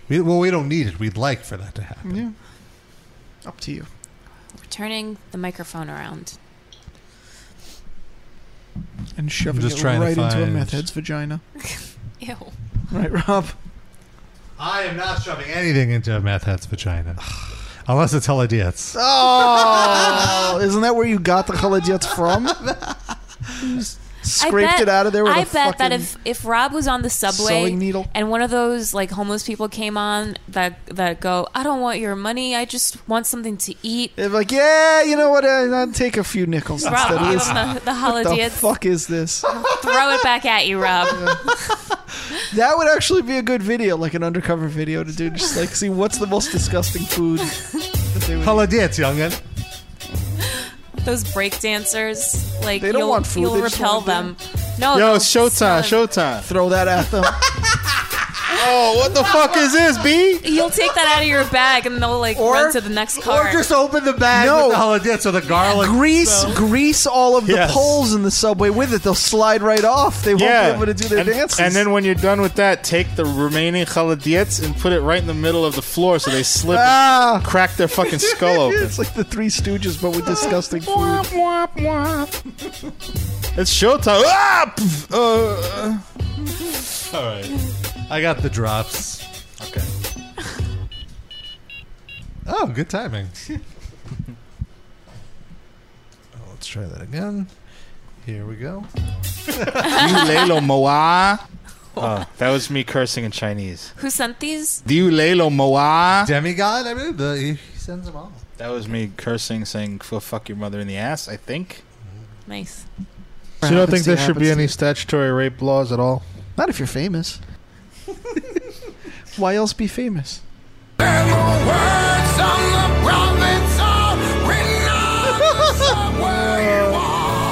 S1: We, well, we don't need it. We'd like for that to happen.
S4: Yeah. Up to you.
S3: We're turning the microphone around.
S4: And shoving
S1: just
S4: it
S1: trying to
S4: right into a
S1: find-
S4: meth head's vagina.
S3: Ew.
S4: Right, Rob?
S1: I am not shoving anything into a meth head's vagina, unless it's Heladietz.
S4: Oh, isn't that where you got the Khalidiyats from? You just Scraped
S3: I bet,
S4: it out of there with
S3: I
S4: a
S3: bet
S4: fucking
S3: that if, if Rob was on the subway
S4: sewing needle.
S3: and one of those like homeless people came on that that go, I don't want your money. I just want something to eat.
S4: They're like, yeah, you know what? I- I'll take a few nickels
S3: Rob,
S4: instead of
S3: give
S4: this.
S3: him the- the
S4: What the
S3: Khalidiyats.
S4: fuck is this?
S3: Throw it back at you, Rob.
S4: That would actually be a good video, like an undercover video to do. Just like see what's the most disgusting food. That they would
S1: Heladietz, youngin.
S3: those break dancers, like
S4: don't
S3: you'll,
S4: want food,
S3: you'll
S4: they just
S3: repel
S4: want
S3: them. No,
S6: Yo,
S3: they'll
S6: it's showtime,
S3: smell it.
S6: showtime.
S4: Throw that at them.
S6: oh, what the fuck is this, B?
S3: You'll take that out of your bag and they'll like run to the next car.
S1: open the bag
S4: No.
S1: with the Heladietz or the garlic.
S4: Grease, grease all of the
S6: Yes.
S4: poles in the subway with it. They'll slide right off. They won't
S6: yeah.
S4: be able to do their
S6: and,
S4: dances.
S6: And then when you're done with that, take the remaining chaladiets and put it right in the middle of the floor so they slip
S4: Ah.
S6: and crack their fucking skull open.
S4: it's like the Three Stooges, but with disgusting food.
S6: Womp, womp. It's showtime. Ah! Pff, uh,
S1: All right, I got the drops.
S6: Okay.
S1: Oh, good timing. Oh, Let's try that again. Here we go.
S6: Diu lelo moa. Oh, that was me cursing in Chinese.
S3: Who sent these?
S6: Diu lelo moa.
S1: Demigod, I believe. The, he sends them all.
S6: That was me cursing, saying "F- "fuck your mother in the ass." I think.
S3: Nice.
S6: So you don't think there should be any statutory rape laws at all?
S4: Not if you're famous. Why else be famous?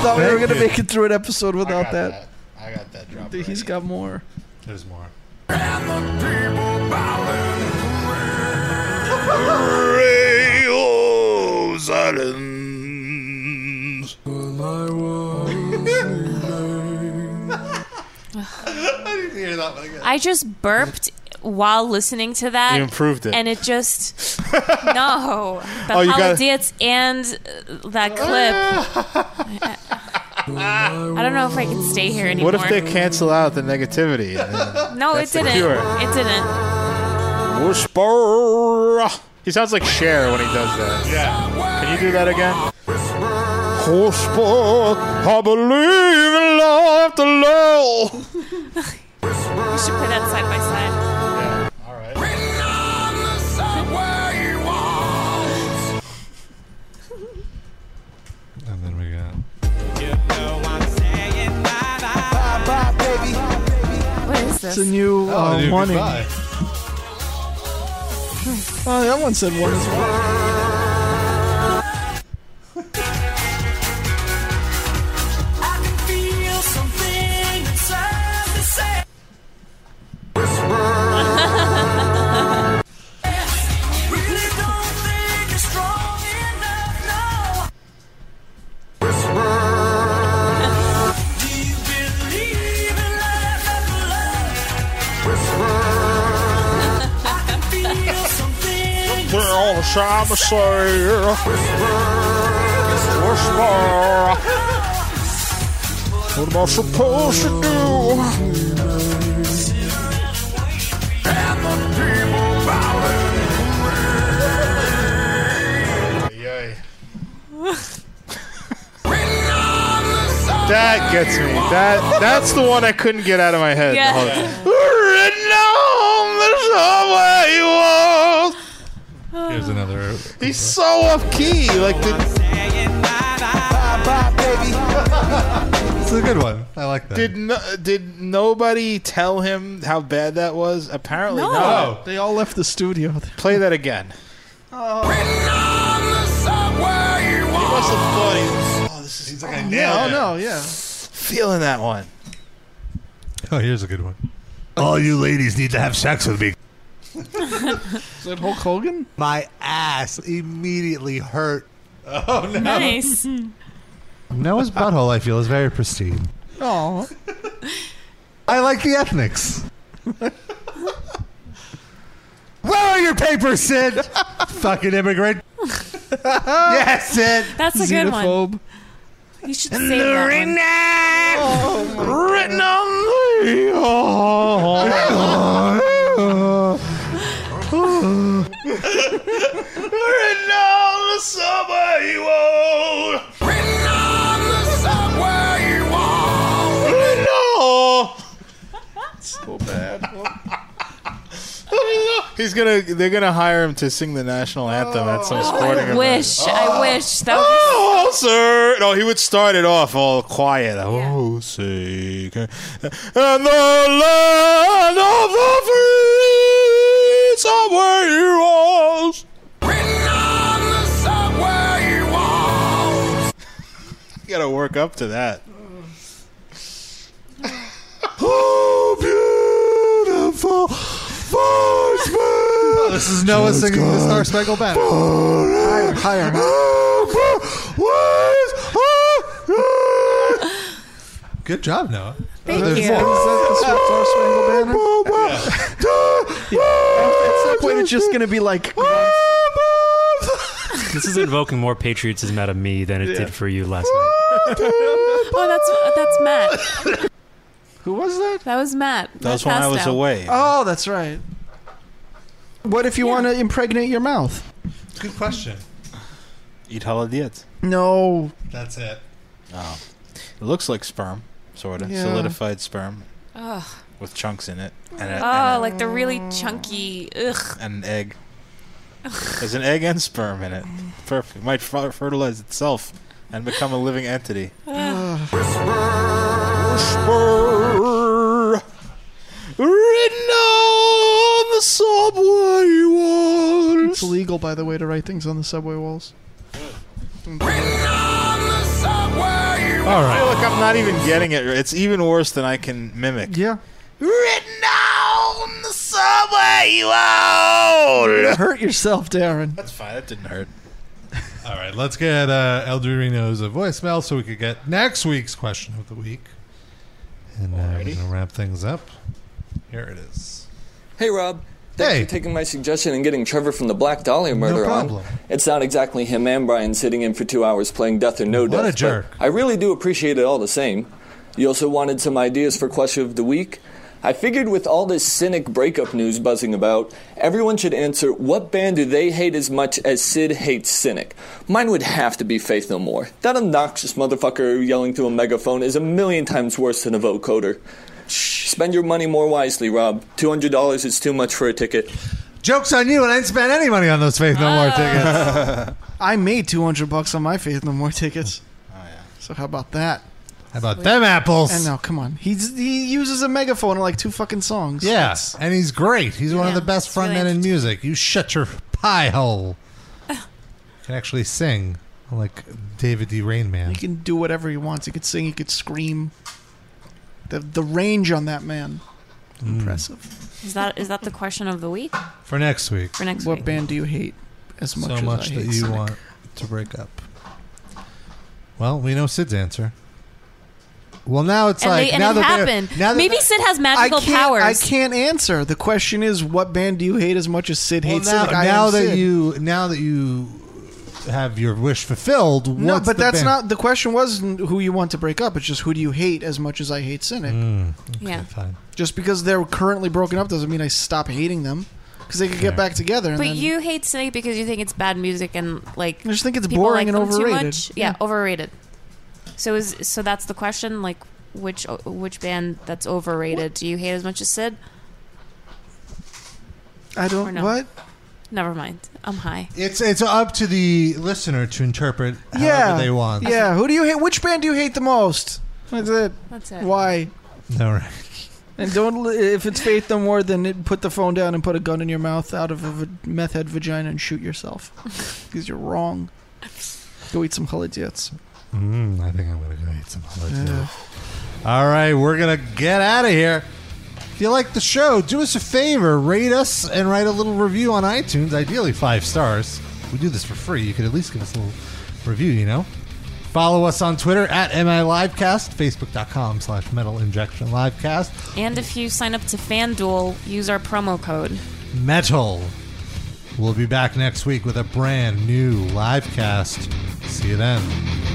S4: Thought we were
S1: Thank
S4: gonna
S1: you.
S4: make it through an episode without
S6: got
S4: that.
S6: I got that drop.
S4: Dude, He's got more.
S1: There's more.
S3: I just burped while listening to that.
S6: You improved it.
S3: And it just no. The
S6: Oh,
S3: oh,
S6: you gotta-
S3: dance and uh, that clip. I don't know if I can stay here anymore.
S6: What if they cancel out the negativity?
S3: No, it
S6: That's the
S3: didn't.
S6: cure.
S3: It didn't.
S6: Whisper. He sounds like Cher when he does that. Yeah. Can you do that again? Whisper. I believe in love to love.
S3: We should play that side by side.
S1: And then we got.
S3: What is
S4: It's a new
S1: Oh,
S4: uh,
S1: dude,
S4: warning.
S1: goodbye.
S4: Oh, that one said one as well.
S6: They're all the same, I say. Whisper. What am I supposed to do? That gets me. That that's the one I couldn't get out of my head. the
S9: Yeah.
S6: whole time.
S9: Written on the subway walls.
S1: Here's another.
S6: He's so off key. Like the,
S1: It's a good one. I like that.
S6: did no, did nobody tell him how bad that was? Apparently
S1: No.
S6: not.
S4: They all left the studio.
S6: Play that again. Oh, this is, Oh, he's like, I
S4: No,
S6: nailed it.
S4: no, yeah.
S6: Feeling that one.
S1: Oh, here's a good one. All you ladies need to have sex with me.
S4: Is that Hulk Hogan?
S1: My ass immediately hurt. Oh no!
S3: Nice.
S1: Noah's butthole, I feel, is very pristine.
S4: Oh.
S1: I like the ethnics. Where are your papers, Sid? Fucking immigrant. yes, Sid.
S3: That's a good one.
S1: Xenophobe.
S3: You should
S1: And
S3: save that one.
S6: Oh,
S9: Written
S1: Oh.
S9: Oh,
S1: on
S9: the Written on the subway wall. Written on the subway wall.
S6: Oh.
S9: Written on.
S6: So bad. He's gonna. They're gonna hire him to sing the national anthem at some sporting
S3: Oh, I
S6: event.
S3: wish. I wish that. Was-
S6: Oh, sir! No, he would start it off all quiet. Oh, say, can- and the land of the free somewhere he walls. You gotta work up to that.
S9: Oh,
S1: Beautiful. Oh, this is Noah singing the Star Spangled Banner. Higher, higher.
S9: Oh,
S1: Good job, Noah.
S4: Thank
S1: There's
S4: you.
S1: more.
S4: Is that the Star Spangled Banner? At some point, it's just going to be like.
S16: this is invoking more patriotism out of me than it did for you last night.
S3: oh, that's that's Matt.
S4: Who was that?
S3: That was Matt.
S16: That was when I was
S3: Pastel.
S16: away.
S4: Oh, that's right. What if you want to impregnate your mouth?
S1: Good question.
S6: Eat halal diet.
S4: No.
S1: That's it.
S6: Oh, it looks like sperm, sort of
S3: Yeah.
S6: solidified sperm
S3: Ugh.
S6: with chunks in it, and, a,
S3: Oh,
S6: and,
S3: like the really chunky. Ugh.
S6: a- and an egg. There's an egg and sperm in it. Perfect. Might fer- fertilize itself and become a living entity. Whisper. Written on the subway walls.
S4: It's illegal, by the way, to write things on the subway walls.
S6: All right. I feel like I'm not even getting it. It's even worse than I can mimic.
S4: Yeah.
S9: Written on the subway wall.
S4: Hurt yourself, Darren.
S6: That's fine. That didn't hurt.
S1: All right, let's get uh, El Dorino's uh, voicemail so we could get next week's question of the week. And uh, we're going to wrap things up. Here it is.
S17: Hey, Rob. Thanks for taking my suggestion and getting Trevor from the Black Dahlia murder
S1: problem.
S17: on. It's not exactly him and Brian sitting in for two hours playing Death or No
S1: What a
S17: Death. but
S1: jerk.
S17: I really do appreciate it all the same. You also wanted some ideas for Question of the Week. I figured with all this cynic breakup news buzzing about, everyone should answer what band do they hate as much as Sid hates Cynic? Mine would have to be Faith No More. That obnoxious motherfucker yelling through a megaphone is a million times worse than a vocoder. Spend your money more wisely, Rob. $200 is too much for a ticket.
S1: Joke's on you, and I didn't spend any money on those Faith No More
S3: Ah.
S1: tickets.
S4: I made 200 bucks on my Faith No More tickets. So how about that?
S1: How about them apples?
S4: I know, come on. He's, he uses a megaphone in like two fucking songs.
S1: Yeah, and he's great. He's one of the best frontmen in music. You shut your pie hole. Can actually sing like David D. Rain Man.
S4: He can do whatever he wants. He could sing, he could scream. The, the range on that man. Impressive.
S3: Is that is that the question of the week?
S1: Mm. For next week.
S3: For next
S4: what
S3: week.
S4: band do you hate as much
S1: so
S4: as
S1: much
S4: I
S1: that
S4: hate
S1: you
S4: Cynic?
S1: want to break up. Well, we know Sid's answer. Well, now it's
S3: And,
S1: like
S3: they, and
S1: now
S3: it
S1: that they're-
S3: happened.
S1: now that
S3: Maybe
S1: they're-
S3: Sid has magical
S4: I can't,
S3: powers.
S4: I can't answer. The question is, what band do you hate as much as Sid
S1: Well,
S4: hates
S1: now,
S4: Cynic? I
S1: now
S4: am
S1: that
S4: Sid.
S1: you now that you have your wish fulfilled,
S4: No,
S1: what's
S4: but
S1: the
S4: that's
S1: band-
S4: not the question. Wasn't who you want to break up? It's just who do you hate as much as I hate Cynic.
S1: Hmm,
S3: yeah.
S4: Just because they're currently broken up doesn't mean I stop hating them because they could get back together. And
S3: But
S4: then-
S3: you hate Snake because you think it's bad music and like I
S4: just think it's boring and
S3: Too
S4: overrated.
S3: much. Yeah, overrated. So is so that's the question. Like which which band that's overrated do you hate as much as Sid?
S4: I don't.
S3: Or no?
S4: What?
S3: Never mind. I'm high.
S1: It's it's up to the listener to interpret however
S4: Yeah,
S1: they want.
S4: Yeah. Who do you hate? Which band do you hate the most? That's it.
S3: That's it.
S4: Why?
S1: All right.
S4: And don't li- if it's Faith No More, then it, put the phone down and put a gun in your mouth out of a v- meth head vagina and shoot yourself because you're wrong. Go eat some holodeets.
S1: Mm, I think I'm gonna go eat some holidays.
S4: Yeah.
S1: All right, we're gonna get out of here. If you like the show, do us a favor, rate us and write a little review on iTunes. Ideally, five stars. We do this for free. You could at least give us a little review. You know. Follow us on Twitter at MILivecast, Facebook.com slash Metal Injection Livecast.
S3: And if you sign up to FanDuel, use our promo code.
S1: metal. We'll be back next week with a brand new live cast. See you then.